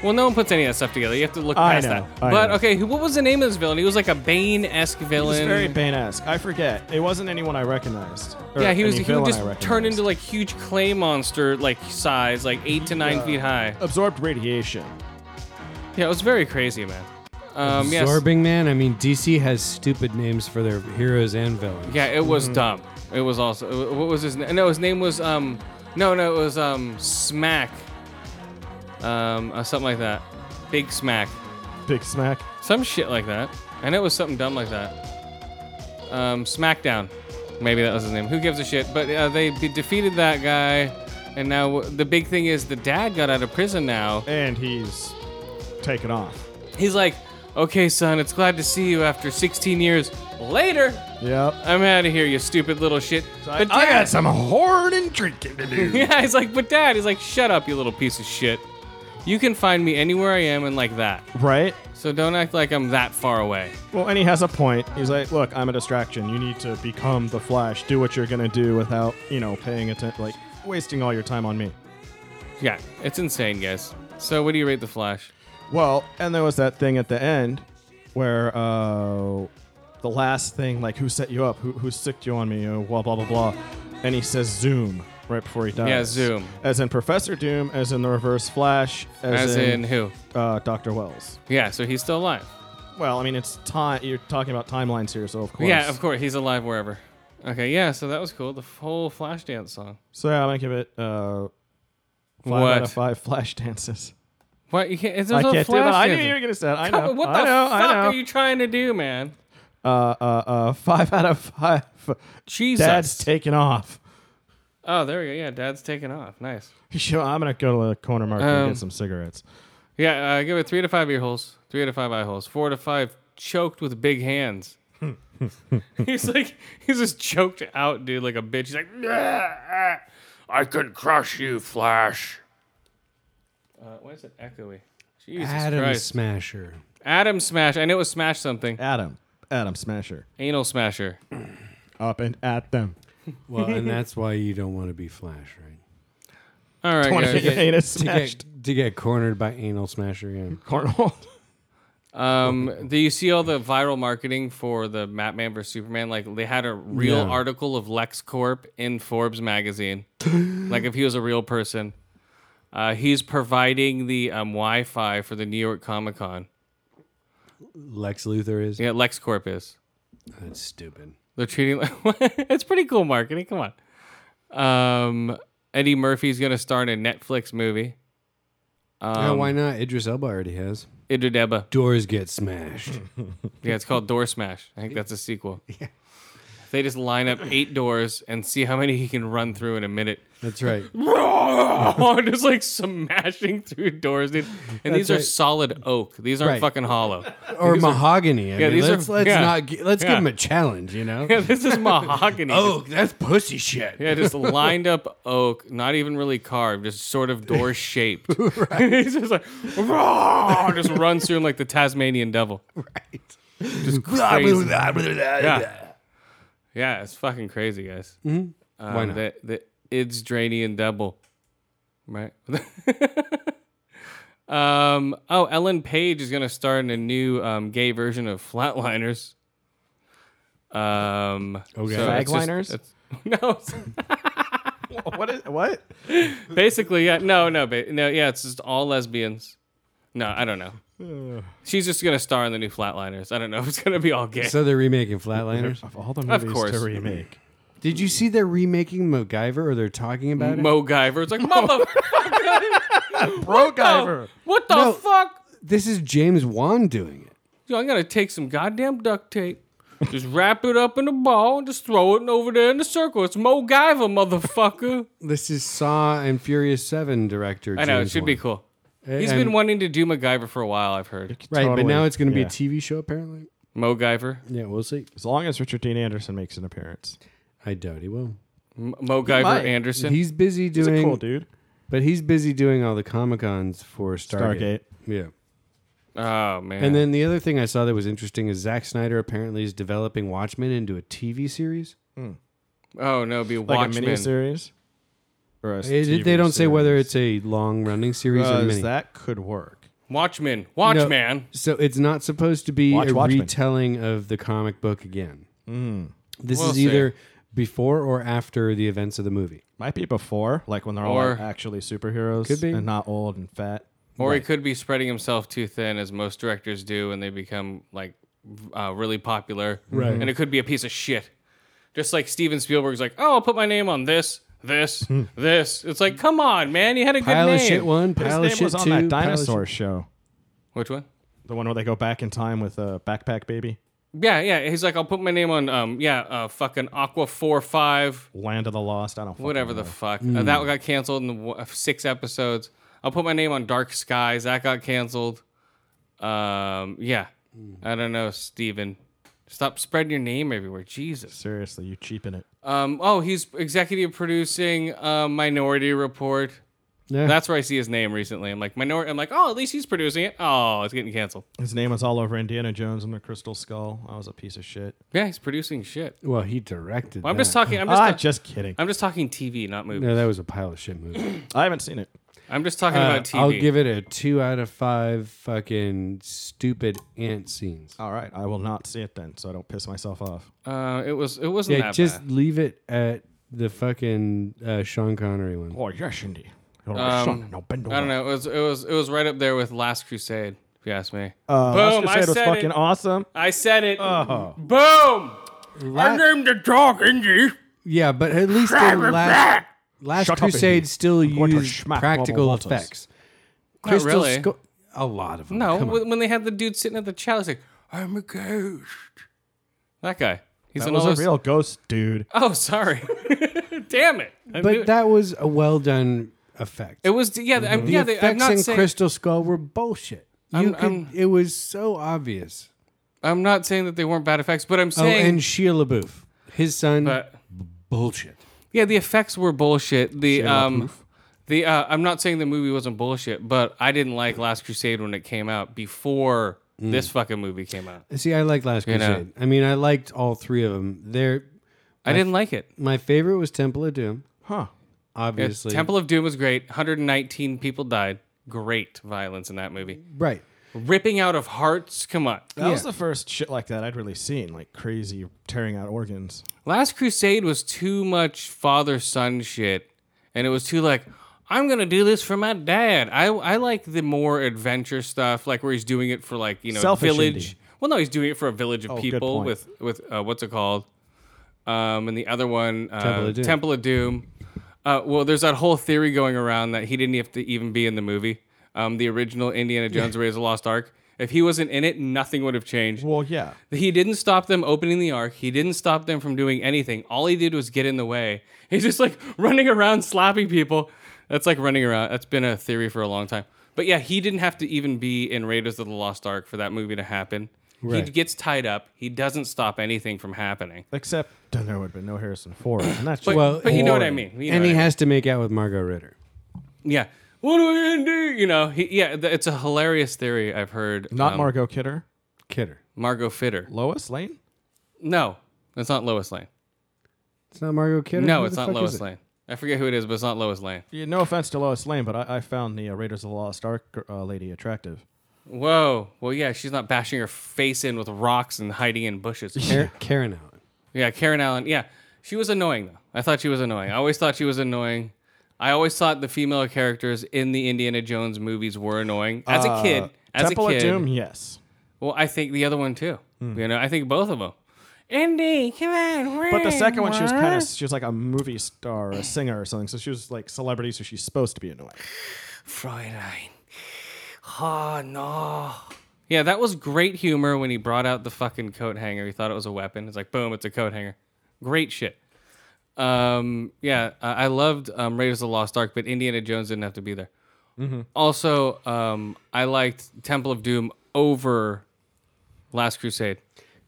[SPEAKER 1] well, no one puts any of that stuff together. You have to look
[SPEAKER 4] I
[SPEAKER 1] past
[SPEAKER 4] know,
[SPEAKER 1] that.
[SPEAKER 4] I
[SPEAKER 1] but
[SPEAKER 4] know.
[SPEAKER 1] okay, who, what was the name of this villain? He was like a Bane-esque
[SPEAKER 4] He was
[SPEAKER 1] villain.
[SPEAKER 4] very Bane-esque. I forget. It wasn't anyone I recognized. or
[SPEAKER 1] yeah, he was.
[SPEAKER 4] any
[SPEAKER 1] He would
[SPEAKER 4] villain I
[SPEAKER 1] just turn
[SPEAKER 4] recognized.
[SPEAKER 1] into like huge clay monster, like size, like eight to nine feet high.
[SPEAKER 4] absorbed radiation.
[SPEAKER 1] Yeah, it was very crazy, man. Um, yes.
[SPEAKER 2] Absorbing Man. I mean, DC has stupid names for their heroes and villains.
[SPEAKER 1] Yeah, it was
[SPEAKER 4] Mm-hmm.
[SPEAKER 1] dumb. It was also uh, what was his name? No, his name was um, no, no, it was um, Smack, um, uh, something like that, Big Smack,
[SPEAKER 4] Big smack.
[SPEAKER 1] some shit like that. I know it was something dumb like that. Um, Smackdown, maybe that was his name. Who gives a shit? But uh, they be- defeated that guy, and now w- the big thing is the dad got out of prison now.
[SPEAKER 4] And he's taken off.
[SPEAKER 1] He's like, okay, son, it's glad to see you after 16 years. Later,
[SPEAKER 4] Yep.
[SPEAKER 1] I'm out of here, you stupid little shit. But
[SPEAKER 4] I
[SPEAKER 1] Dad-
[SPEAKER 4] got some horn and drinking to do.
[SPEAKER 1] Yeah, he's like, but dad, he's like, shut up, you little piece of shit. You can find me anywhere I am and like that.
[SPEAKER 4] right?
[SPEAKER 1] So don't act like I'm that far away.
[SPEAKER 4] Well, and he has a point. He's like, look, I'm a distraction. You need to become the Flash. Do what you're going to do without, you know, paying attention, like wasting all your time on me.
[SPEAKER 1] Yeah, it's insane, guys. So what do you rate the Flash?
[SPEAKER 4] Well, and there was that thing at the end where uh, the last thing, like, who set you up? Who, who sicked you on me? Oh, blah, blah, blah, blah. And he says Zoom right before he dies.
[SPEAKER 1] Yeah, Zoom.
[SPEAKER 4] As in Professor Doom, as in the Reverse Flash, as,
[SPEAKER 1] As in who?
[SPEAKER 4] uh, Dr. Wells.
[SPEAKER 1] Yeah, so he's still alive.
[SPEAKER 4] Well, I mean, it's time. You're talking about timelines here, so of course.
[SPEAKER 1] Yeah, of course, he's alive wherever. Okay, yeah, so that was cool. The whole Flashdance song.
[SPEAKER 4] So yeah, I'm gonna give it uh, five
[SPEAKER 1] What?
[SPEAKER 4] out of five flash dances.
[SPEAKER 1] What? You can't, it's
[SPEAKER 4] I
[SPEAKER 1] not
[SPEAKER 4] can't do that. I knew
[SPEAKER 1] Flashdance.
[SPEAKER 4] you were gonna say that. I
[SPEAKER 1] Come
[SPEAKER 4] know.
[SPEAKER 1] on, What the
[SPEAKER 4] I know.
[SPEAKER 1] fuck
[SPEAKER 4] I know.
[SPEAKER 1] are you trying to do, man?
[SPEAKER 4] Uh, uh, uh, five out of five.
[SPEAKER 1] Jesus.
[SPEAKER 4] Dad's taking off.
[SPEAKER 1] oh, there we go. Yeah, dad's taking off. Nice.
[SPEAKER 4] Sure, I'm gonna go to the corner market and
[SPEAKER 1] Um,
[SPEAKER 4] get some cigarettes.
[SPEAKER 1] Yeah, uh, give it three to five ear holes, three to five eye holes, four to five choked with big hands. he's like, he's just choked out, dude, like a bitch. He's like,
[SPEAKER 6] I could crush you, Flash.
[SPEAKER 1] uh, why is it echoey? Jesus
[SPEAKER 2] Adam
[SPEAKER 1] Christ.
[SPEAKER 2] Smasher.
[SPEAKER 1] Adam Smash. I knew it was Smash something.
[SPEAKER 4] Adam, Adam Smasher,
[SPEAKER 1] Anal Smasher.
[SPEAKER 4] up and at them.
[SPEAKER 2] Well, and that's why you don't want to be Flash, right?
[SPEAKER 1] All right,
[SPEAKER 4] Want to
[SPEAKER 1] guys.
[SPEAKER 4] get your anus
[SPEAKER 2] To
[SPEAKER 4] smashed?
[SPEAKER 2] get, to get cornered by Anal Smasher, yeah.
[SPEAKER 4] Cornhole.
[SPEAKER 1] Um, do you see all the viral marketing for the Batman vs Superman? Like they had a real
[SPEAKER 2] Yeah.
[SPEAKER 1] article of LexCorp in Forbes magazine. like if he was a real person, uh, he's providing the um, Wi-Fi for the New York Comic Con.
[SPEAKER 2] Lex Luthor is.
[SPEAKER 1] Yeah, LexCorp is.
[SPEAKER 2] That's stupid.
[SPEAKER 1] They're treating it's pretty cool marketing. Come on. Um, Eddie Murphy's gonna star in a Netflix movie. Um,
[SPEAKER 2] yeah, why not? Idris Elba already has.
[SPEAKER 1] Idris Elba.
[SPEAKER 2] Doors get smashed.
[SPEAKER 1] Yeah, it's called Door Smash. I think that's a sequel. Yeah. They just line up eight doors and see how many he can run through in a minute.
[SPEAKER 2] That's right.
[SPEAKER 1] just like smashing through doors, dude. And these are
[SPEAKER 2] right.
[SPEAKER 1] solid oak. These aren't
[SPEAKER 2] Right.
[SPEAKER 1] fucking hollow.
[SPEAKER 2] Or mahogany. I
[SPEAKER 1] yeah,
[SPEAKER 2] mean,
[SPEAKER 1] these are-
[SPEAKER 2] let's let's
[SPEAKER 1] yeah.
[SPEAKER 2] not gi- let's
[SPEAKER 1] Yeah.
[SPEAKER 2] give him a challenge. You know.
[SPEAKER 1] Yeah, this is mahogany.
[SPEAKER 2] Oh, that's pussy shit.
[SPEAKER 1] Yeah, just lined up oak, not even really carved, just sort of door shaped. He's just like, "Roar," just runs through him like the Tasmanian devil.
[SPEAKER 2] Right.
[SPEAKER 1] Crazy.
[SPEAKER 2] yeah. Mm-hmm.
[SPEAKER 1] Yeah. Yeah, it's fucking crazy, guys. Um,
[SPEAKER 2] Why not?
[SPEAKER 1] The, the Idsdranian double, right? um. Oh, Ellen Page is gonna star in a new um, gay version of Flatliners. Um.
[SPEAKER 2] Okay.
[SPEAKER 1] it's just-
[SPEAKER 4] Fagliners?
[SPEAKER 1] it's- No, it's-
[SPEAKER 4] what is what?
[SPEAKER 1] basically, yeah. No, no, ba- no. Yeah, it's just all lesbians. No, I don't know.
[SPEAKER 2] Uh.
[SPEAKER 1] She's just gonna star in the new Flatliners. I don't know if it's gonna be all gay.
[SPEAKER 2] So they're remaking Flatliners.
[SPEAKER 4] Of all the movies
[SPEAKER 1] course.
[SPEAKER 4] to remake.
[SPEAKER 2] Did you see they're remaking MacGyver, or they're talking about it?
[SPEAKER 1] Mo Guyver. It's like motherfucker.
[SPEAKER 4] Bro Guyver.
[SPEAKER 1] What the
[SPEAKER 2] No.
[SPEAKER 1] fuck?
[SPEAKER 2] this is James Wan doing it.
[SPEAKER 1] Yo, I'm gonna take some goddamn duct tape, just wrap it up in a ball, and just throw it over there in the circle. It's Mo Guyver, motherfucker.
[SPEAKER 2] This is Saw and Furious Seven director.
[SPEAKER 1] I know it
[SPEAKER 2] James
[SPEAKER 1] should be
[SPEAKER 2] Wan.
[SPEAKER 1] cool.
[SPEAKER 2] A-
[SPEAKER 1] He's
[SPEAKER 2] and-
[SPEAKER 1] been wanting to do MacGyver for a while. I've heard
[SPEAKER 2] right, but
[SPEAKER 4] Totally.
[SPEAKER 2] now it's going to
[SPEAKER 4] Yeah.
[SPEAKER 2] be a TV show apparently.
[SPEAKER 1] Mo Guyver.
[SPEAKER 2] Yeah, we'll see.
[SPEAKER 4] As long as Richard Dean Anderson makes an appearance.
[SPEAKER 2] I doubt he will.
[SPEAKER 1] M- Mo Guyver
[SPEAKER 4] might.
[SPEAKER 1] Anderson.
[SPEAKER 2] He's busy
[SPEAKER 4] He's
[SPEAKER 2] doing,
[SPEAKER 4] a cool dude.
[SPEAKER 2] but he's busy doing all the comic cons for Stargate.
[SPEAKER 4] Stargate.
[SPEAKER 2] Yeah.
[SPEAKER 1] oh man.
[SPEAKER 2] And then the other thing I saw that was interesting is Zack Snyder apparently is developing Watchmen into a TV series.
[SPEAKER 1] oh no, it'd be
[SPEAKER 4] Like a
[SPEAKER 1] Watchmen.
[SPEAKER 4] miniseries. Or a
[SPEAKER 2] It-
[SPEAKER 4] TV
[SPEAKER 2] they don't say whether
[SPEAKER 4] series.
[SPEAKER 2] it's a long running series or
[SPEAKER 4] Because
[SPEAKER 2] mini.
[SPEAKER 4] that could work.
[SPEAKER 1] Watchmen.
[SPEAKER 2] No,
[SPEAKER 1] Watchman.
[SPEAKER 2] so it's not supposed to be
[SPEAKER 4] Watch
[SPEAKER 2] a
[SPEAKER 4] Watchmen. Hmm.
[SPEAKER 2] retelling of the comic book again. This
[SPEAKER 1] We'll
[SPEAKER 2] is
[SPEAKER 1] see.
[SPEAKER 2] either before or after the events of the movie.
[SPEAKER 4] Might be before, like when they're all
[SPEAKER 1] Or-
[SPEAKER 4] like, actually superheroes
[SPEAKER 2] Could be.
[SPEAKER 4] and not old and fat.
[SPEAKER 1] Or he could be spreading himself too thin, as most directors do, and they become like uh, really popular. Right. And it could be a piece of shit, just like Steven Spielberg's. Like, oh, I'll put my name on this, this, this. It's like, come on, man, you had a good
[SPEAKER 2] Pile
[SPEAKER 1] name.
[SPEAKER 2] of shit one,
[SPEAKER 4] His
[SPEAKER 2] pile of
[SPEAKER 4] name
[SPEAKER 2] shit
[SPEAKER 4] was on
[SPEAKER 2] two.
[SPEAKER 4] that
[SPEAKER 2] pile of
[SPEAKER 4] dinosaur show,
[SPEAKER 1] Which one?
[SPEAKER 4] the one where they go back in time with a backpack baby,
[SPEAKER 1] Yeah, yeah. He's like, I'll put my name on, um, yeah, uh, fucking Aqua Four Five,
[SPEAKER 4] Land of the Lost. I don't. fucking
[SPEAKER 1] whatever the
[SPEAKER 4] know.
[SPEAKER 1] fuck. Uh, that
[SPEAKER 2] Mm.
[SPEAKER 1] got canceled in the w- uh, six episodes. I'll put my name on Dark Skies. That got canceled. Um, yeah.
[SPEAKER 2] Mm.
[SPEAKER 1] I don't know, Steven. Stop spreading your name everywhere, Jesus.
[SPEAKER 4] Seriously, you cheapen it.
[SPEAKER 1] Um, oh, he's executive producing uh, Minority Report.
[SPEAKER 2] Yeah.
[SPEAKER 1] That's where I see his name recently. I'm like minority. I'm like, oh, at least he's producing it. Oh, it's getting canceled.
[SPEAKER 4] His name was all over Indiana Jones and the Crystal Skull. I was a piece of shit.
[SPEAKER 1] Yeah, he's producing shit.
[SPEAKER 2] Well, he directed.
[SPEAKER 1] Well, I'm
[SPEAKER 2] that.
[SPEAKER 1] just talking. I'm just.
[SPEAKER 4] Ah,
[SPEAKER 1] ta-
[SPEAKER 4] just kidding.
[SPEAKER 1] I'm just talking TV, not movies.
[SPEAKER 2] No, that was a pile of shit movie.
[SPEAKER 4] I haven't seen it.
[SPEAKER 1] I'm just talking
[SPEAKER 2] Uh,
[SPEAKER 1] about TV.
[SPEAKER 2] I'll give it a two out of five. Fucking stupid ant
[SPEAKER 1] Oh,
[SPEAKER 2] scenes.
[SPEAKER 4] All right, I will not see it then, so I don't piss myself off.
[SPEAKER 1] Uh, it was. It wasn't
[SPEAKER 2] Yeah,
[SPEAKER 1] that
[SPEAKER 2] just
[SPEAKER 1] bad.
[SPEAKER 2] leave it at the fucking uh, Sean Connery one.
[SPEAKER 4] Oh yes, indeed. You're
[SPEAKER 1] Um,
[SPEAKER 4] a son, no bend
[SPEAKER 1] I don't
[SPEAKER 4] over.
[SPEAKER 1] know. It was. It was. It was right up there with Last Crusade. If you ask me.
[SPEAKER 4] Uh, I was
[SPEAKER 1] Boom,
[SPEAKER 4] gonna
[SPEAKER 1] I
[SPEAKER 4] say it was
[SPEAKER 1] said
[SPEAKER 4] fucking
[SPEAKER 1] it.
[SPEAKER 4] awesome.
[SPEAKER 1] I said it.
[SPEAKER 2] Uh-huh.
[SPEAKER 1] Boom.
[SPEAKER 2] La-
[SPEAKER 6] named the dog Indy.
[SPEAKER 2] yeah, but at least the last Last
[SPEAKER 4] Shut up,
[SPEAKER 2] Crusade
[SPEAKER 4] Iggy.
[SPEAKER 2] still
[SPEAKER 4] going to
[SPEAKER 2] used
[SPEAKER 4] smack
[SPEAKER 2] practical
[SPEAKER 4] Bubba Walters.
[SPEAKER 2] effects.
[SPEAKER 1] Not really.
[SPEAKER 2] Sco- a lot of them.
[SPEAKER 1] No,
[SPEAKER 2] come on.
[SPEAKER 1] when when they had the dude sitting at the chat, he's like, "I'm a ghost." That guy. He's
[SPEAKER 4] That
[SPEAKER 1] in
[SPEAKER 4] was
[SPEAKER 1] all
[SPEAKER 4] a
[SPEAKER 1] those-
[SPEAKER 4] real ghost, dude.
[SPEAKER 1] Oh, sorry. Damn it. I knew
[SPEAKER 2] but
[SPEAKER 1] it.
[SPEAKER 2] that was a well done effect.
[SPEAKER 1] it was yeah. I'm,
[SPEAKER 2] the
[SPEAKER 1] yeah, they,
[SPEAKER 2] effects
[SPEAKER 1] I'm not
[SPEAKER 2] in
[SPEAKER 1] saying
[SPEAKER 2] Crystal Skull were bullshit. You
[SPEAKER 1] I'm-
[SPEAKER 2] could,
[SPEAKER 1] I'm-
[SPEAKER 2] it was so obvious.
[SPEAKER 1] I'm not saying that they weren't bad effects, but I'm saying
[SPEAKER 2] oh, and Sheila LaBeouf, his son,
[SPEAKER 1] but
[SPEAKER 2] bullshit.
[SPEAKER 1] yeah, the effects were bullshit. The um. The uh, I'm not saying the movie wasn't bullshit, but I didn't like Last Crusade when it came out before this fucking movie came out.
[SPEAKER 2] See, I liked Last
[SPEAKER 1] know.
[SPEAKER 2] Crusade. I mean, I liked all three of them. They're,
[SPEAKER 1] I didn't like it.
[SPEAKER 2] my favorite was Temple of Doom,
[SPEAKER 4] Huh?
[SPEAKER 1] It's-
[SPEAKER 2] obviously.
[SPEAKER 1] Temple of Doom was great. 119 people died. Great violence in that movie.
[SPEAKER 2] right.
[SPEAKER 1] ripping out of hearts. Come on.
[SPEAKER 4] That was the first shit like that I'd really seen, like crazy tearing out organs.
[SPEAKER 1] Last Crusade was too much father son shit. And it was too like, I'm going to do this for my dad. I, I like the more adventure stuff, like where he's doing it for like, you know,
[SPEAKER 4] Selfish
[SPEAKER 1] village.
[SPEAKER 4] Indian.
[SPEAKER 1] Well, no, he's doing it for a village of
[SPEAKER 4] good
[SPEAKER 1] people
[SPEAKER 4] point.
[SPEAKER 1] with, with uh, what's it called? um, and the other one uh, Temple
[SPEAKER 2] Temple
[SPEAKER 1] of
[SPEAKER 2] of
[SPEAKER 1] Doom.
[SPEAKER 2] Doom.
[SPEAKER 1] Uh, well, there's that whole theory going around that he didn't have to even be in the movie. Um, the original Indiana Jones Raiders of the Lost Ark. If he wasn't in it, nothing would have changed.
[SPEAKER 4] Well, yeah.
[SPEAKER 1] He didn't stop them opening the ark. He didn't stop them from doing anything. All he did was get in the way. He's just like running around slapping people. That's like running around. That's been a theory for a long time. But yeah, he didn't have to even be in Raiders of the Lost Ark for that movie to happen. He
[SPEAKER 2] Right.
[SPEAKER 1] gets tied up. He doesn't stop anything from happening.
[SPEAKER 4] Except then there would have been no Harrison Ford. And that's just
[SPEAKER 2] Well,
[SPEAKER 1] But you know what I
[SPEAKER 4] boring.
[SPEAKER 1] mean. You know
[SPEAKER 2] and
[SPEAKER 1] what
[SPEAKER 2] he
[SPEAKER 1] I mean.
[SPEAKER 2] has to make out with Margot Ritter.
[SPEAKER 1] yeah. What are we gonna do? You know, he, yeah, th- it's a hilarious theory I've heard.
[SPEAKER 4] Not
[SPEAKER 1] Um,
[SPEAKER 4] Margot Kidder.
[SPEAKER 2] Kidder.
[SPEAKER 1] Margot Fitter.
[SPEAKER 4] Lois Lane?
[SPEAKER 1] No, that's not Lois Lane.
[SPEAKER 2] It's not Margot Kidder.
[SPEAKER 1] No,
[SPEAKER 2] Who
[SPEAKER 1] it's
[SPEAKER 2] the
[SPEAKER 1] not
[SPEAKER 2] fuck is
[SPEAKER 1] Lois
[SPEAKER 2] it?
[SPEAKER 1] Lane. I forget who it is, but it's not Lois Lane.
[SPEAKER 4] Yeah, no offense to Lois Lane, but I, I found the uh, Raiders of the Lost Ark uh, lady attractive.
[SPEAKER 1] Whoa. Well, yeah, she's not bashing her face in with rocks and hiding in bushes.
[SPEAKER 2] Karen, Karen Allen.
[SPEAKER 1] yeah, Karen Allen. Yeah, she was annoying, though. I thought she was annoying. I always thought she was annoying. I always thought the female characters in the Indiana Jones movies were annoying. As a kid, as
[SPEAKER 4] Uh, Temple
[SPEAKER 1] a kid.
[SPEAKER 4] of Doom, yes.
[SPEAKER 1] Well, I think the other one, too. You know, I think both of them.
[SPEAKER 8] Indy, come on. We're
[SPEAKER 4] But the second one, she was kind
[SPEAKER 8] of.
[SPEAKER 4] of she was like a movie star, a singer or something. So she was like celebrity, so she's supposed to be annoying.
[SPEAKER 5] Fräulein. Oh, no.
[SPEAKER 1] Yeah, that was great humor when he brought out the fucking coat hanger. He thought it was a weapon. It's like, boom, it's a coat hanger. Great shit. Um, yeah, I I loved um, Raiders of the Lost Ark, but Indiana Jones didn't have to be there. Also, um, I liked Temple of Doom over Last Crusade.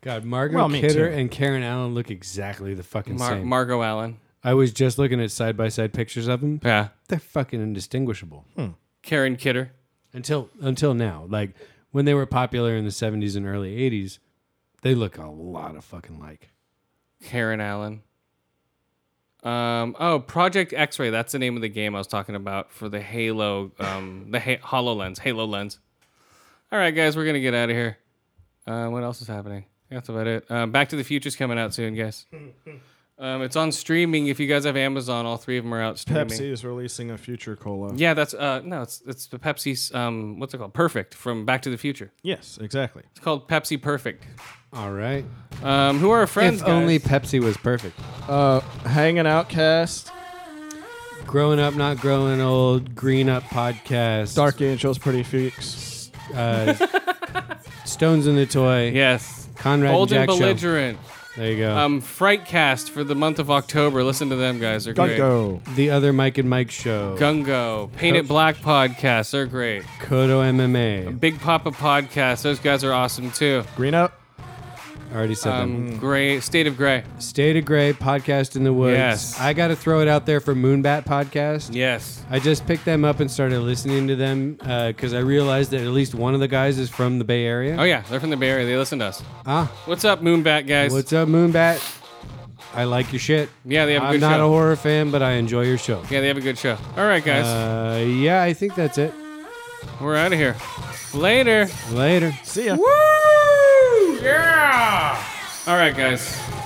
[SPEAKER 2] God, Margot
[SPEAKER 4] Well, me
[SPEAKER 2] Kidder
[SPEAKER 4] too.
[SPEAKER 2] and Karen Allen look exactly the fucking
[SPEAKER 1] Mar-
[SPEAKER 2] same.
[SPEAKER 1] Margot Allen.
[SPEAKER 2] I was just looking at side by side pictures of them.
[SPEAKER 1] Yeah.
[SPEAKER 2] They're fucking indistinguishable
[SPEAKER 4] Hmm.
[SPEAKER 1] Karen Kidder.
[SPEAKER 2] until until now. Like when they were popular in the '70s and early '80s, they look a lot of fucking like.
[SPEAKER 1] Karen Allen. Um, oh, Project X Ray. That's the name of the game I was talking about for the Halo, um, the ha- HoloLens, Halo Lens. All right, guys, we're going to get out of here. Uh, what else is happening? That's about it. Um, Back to the Future's coming out soon, guys. Um, it's on streaming. If you guys have Amazon, all three of them are out streaming.
[SPEAKER 4] Pepsi is releasing a future cola.
[SPEAKER 1] Yeah, that's uh no, it's it's the Pepsi's um what's it called? Perfect from Back to the Future.
[SPEAKER 4] Yes, exactly.
[SPEAKER 1] It's called Pepsi Perfect.
[SPEAKER 2] All right.
[SPEAKER 1] Um, who are our friends?
[SPEAKER 2] if
[SPEAKER 1] guys?
[SPEAKER 2] only Pepsi was perfect.
[SPEAKER 4] Uh, hanging out cast.
[SPEAKER 2] Growing up, not growing old. Green up podcast.
[SPEAKER 4] Dark Angels, Pretty Freaks.
[SPEAKER 2] Uh, Stones in the toy.
[SPEAKER 1] yes,
[SPEAKER 2] Conrad
[SPEAKER 1] Bold and
[SPEAKER 2] and Jack Show.
[SPEAKER 1] belligerent.
[SPEAKER 2] There you go.
[SPEAKER 1] Um, Frightcast for the month of October. Listen to them guys. They're great.
[SPEAKER 4] Gungo.
[SPEAKER 2] the other Mike and Mike show.
[SPEAKER 1] Gungo. Painted Black podcast. They're great.
[SPEAKER 2] Kodo MMA.
[SPEAKER 1] Big Papa podcast. Those guys are awesome too.
[SPEAKER 4] Green up.
[SPEAKER 2] Already said them.
[SPEAKER 1] Um, gray. State of Gray.
[SPEAKER 2] State of Gray podcast in the woods.
[SPEAKER 1] Um, Yes.
[SPEAKER 2] I got to throw it out there for Moonbat podcast.
[SPEAKER 1] Yes.
[SPEAKER 2] I just picked them up and started listening to them because I realized that at least one of the guys is from the Bay Area.
[SPEAKER 1] Oh yeah, they're from the Bay Area. They listen to us.
[SPEAKER 2] Ah,
[SPEAKER 1] What's up, Moonbat guys?
[SPEAKER 2] what's up, Moonbat? I like your shit.
[SPEAKER 1] Yeah, they have a
[SPEAKER 2] I'm
[SPEAKER 1] good
[SPEAKER 2] not
[SPEAKER 1] show.
[SPEAKER 2] a horror fan, but I enjoy your show.
[SPEAKER 1] yeah, they have a good show. All right, guys,
[SPEAKER 2] Uh, yeah, I think that's it.
[SPEAKER 1] we're out of here. Later.
[SPEAKER 2] Later.
[SPEAKER 4] See ya.
[SPEAKER 1] All right, guys.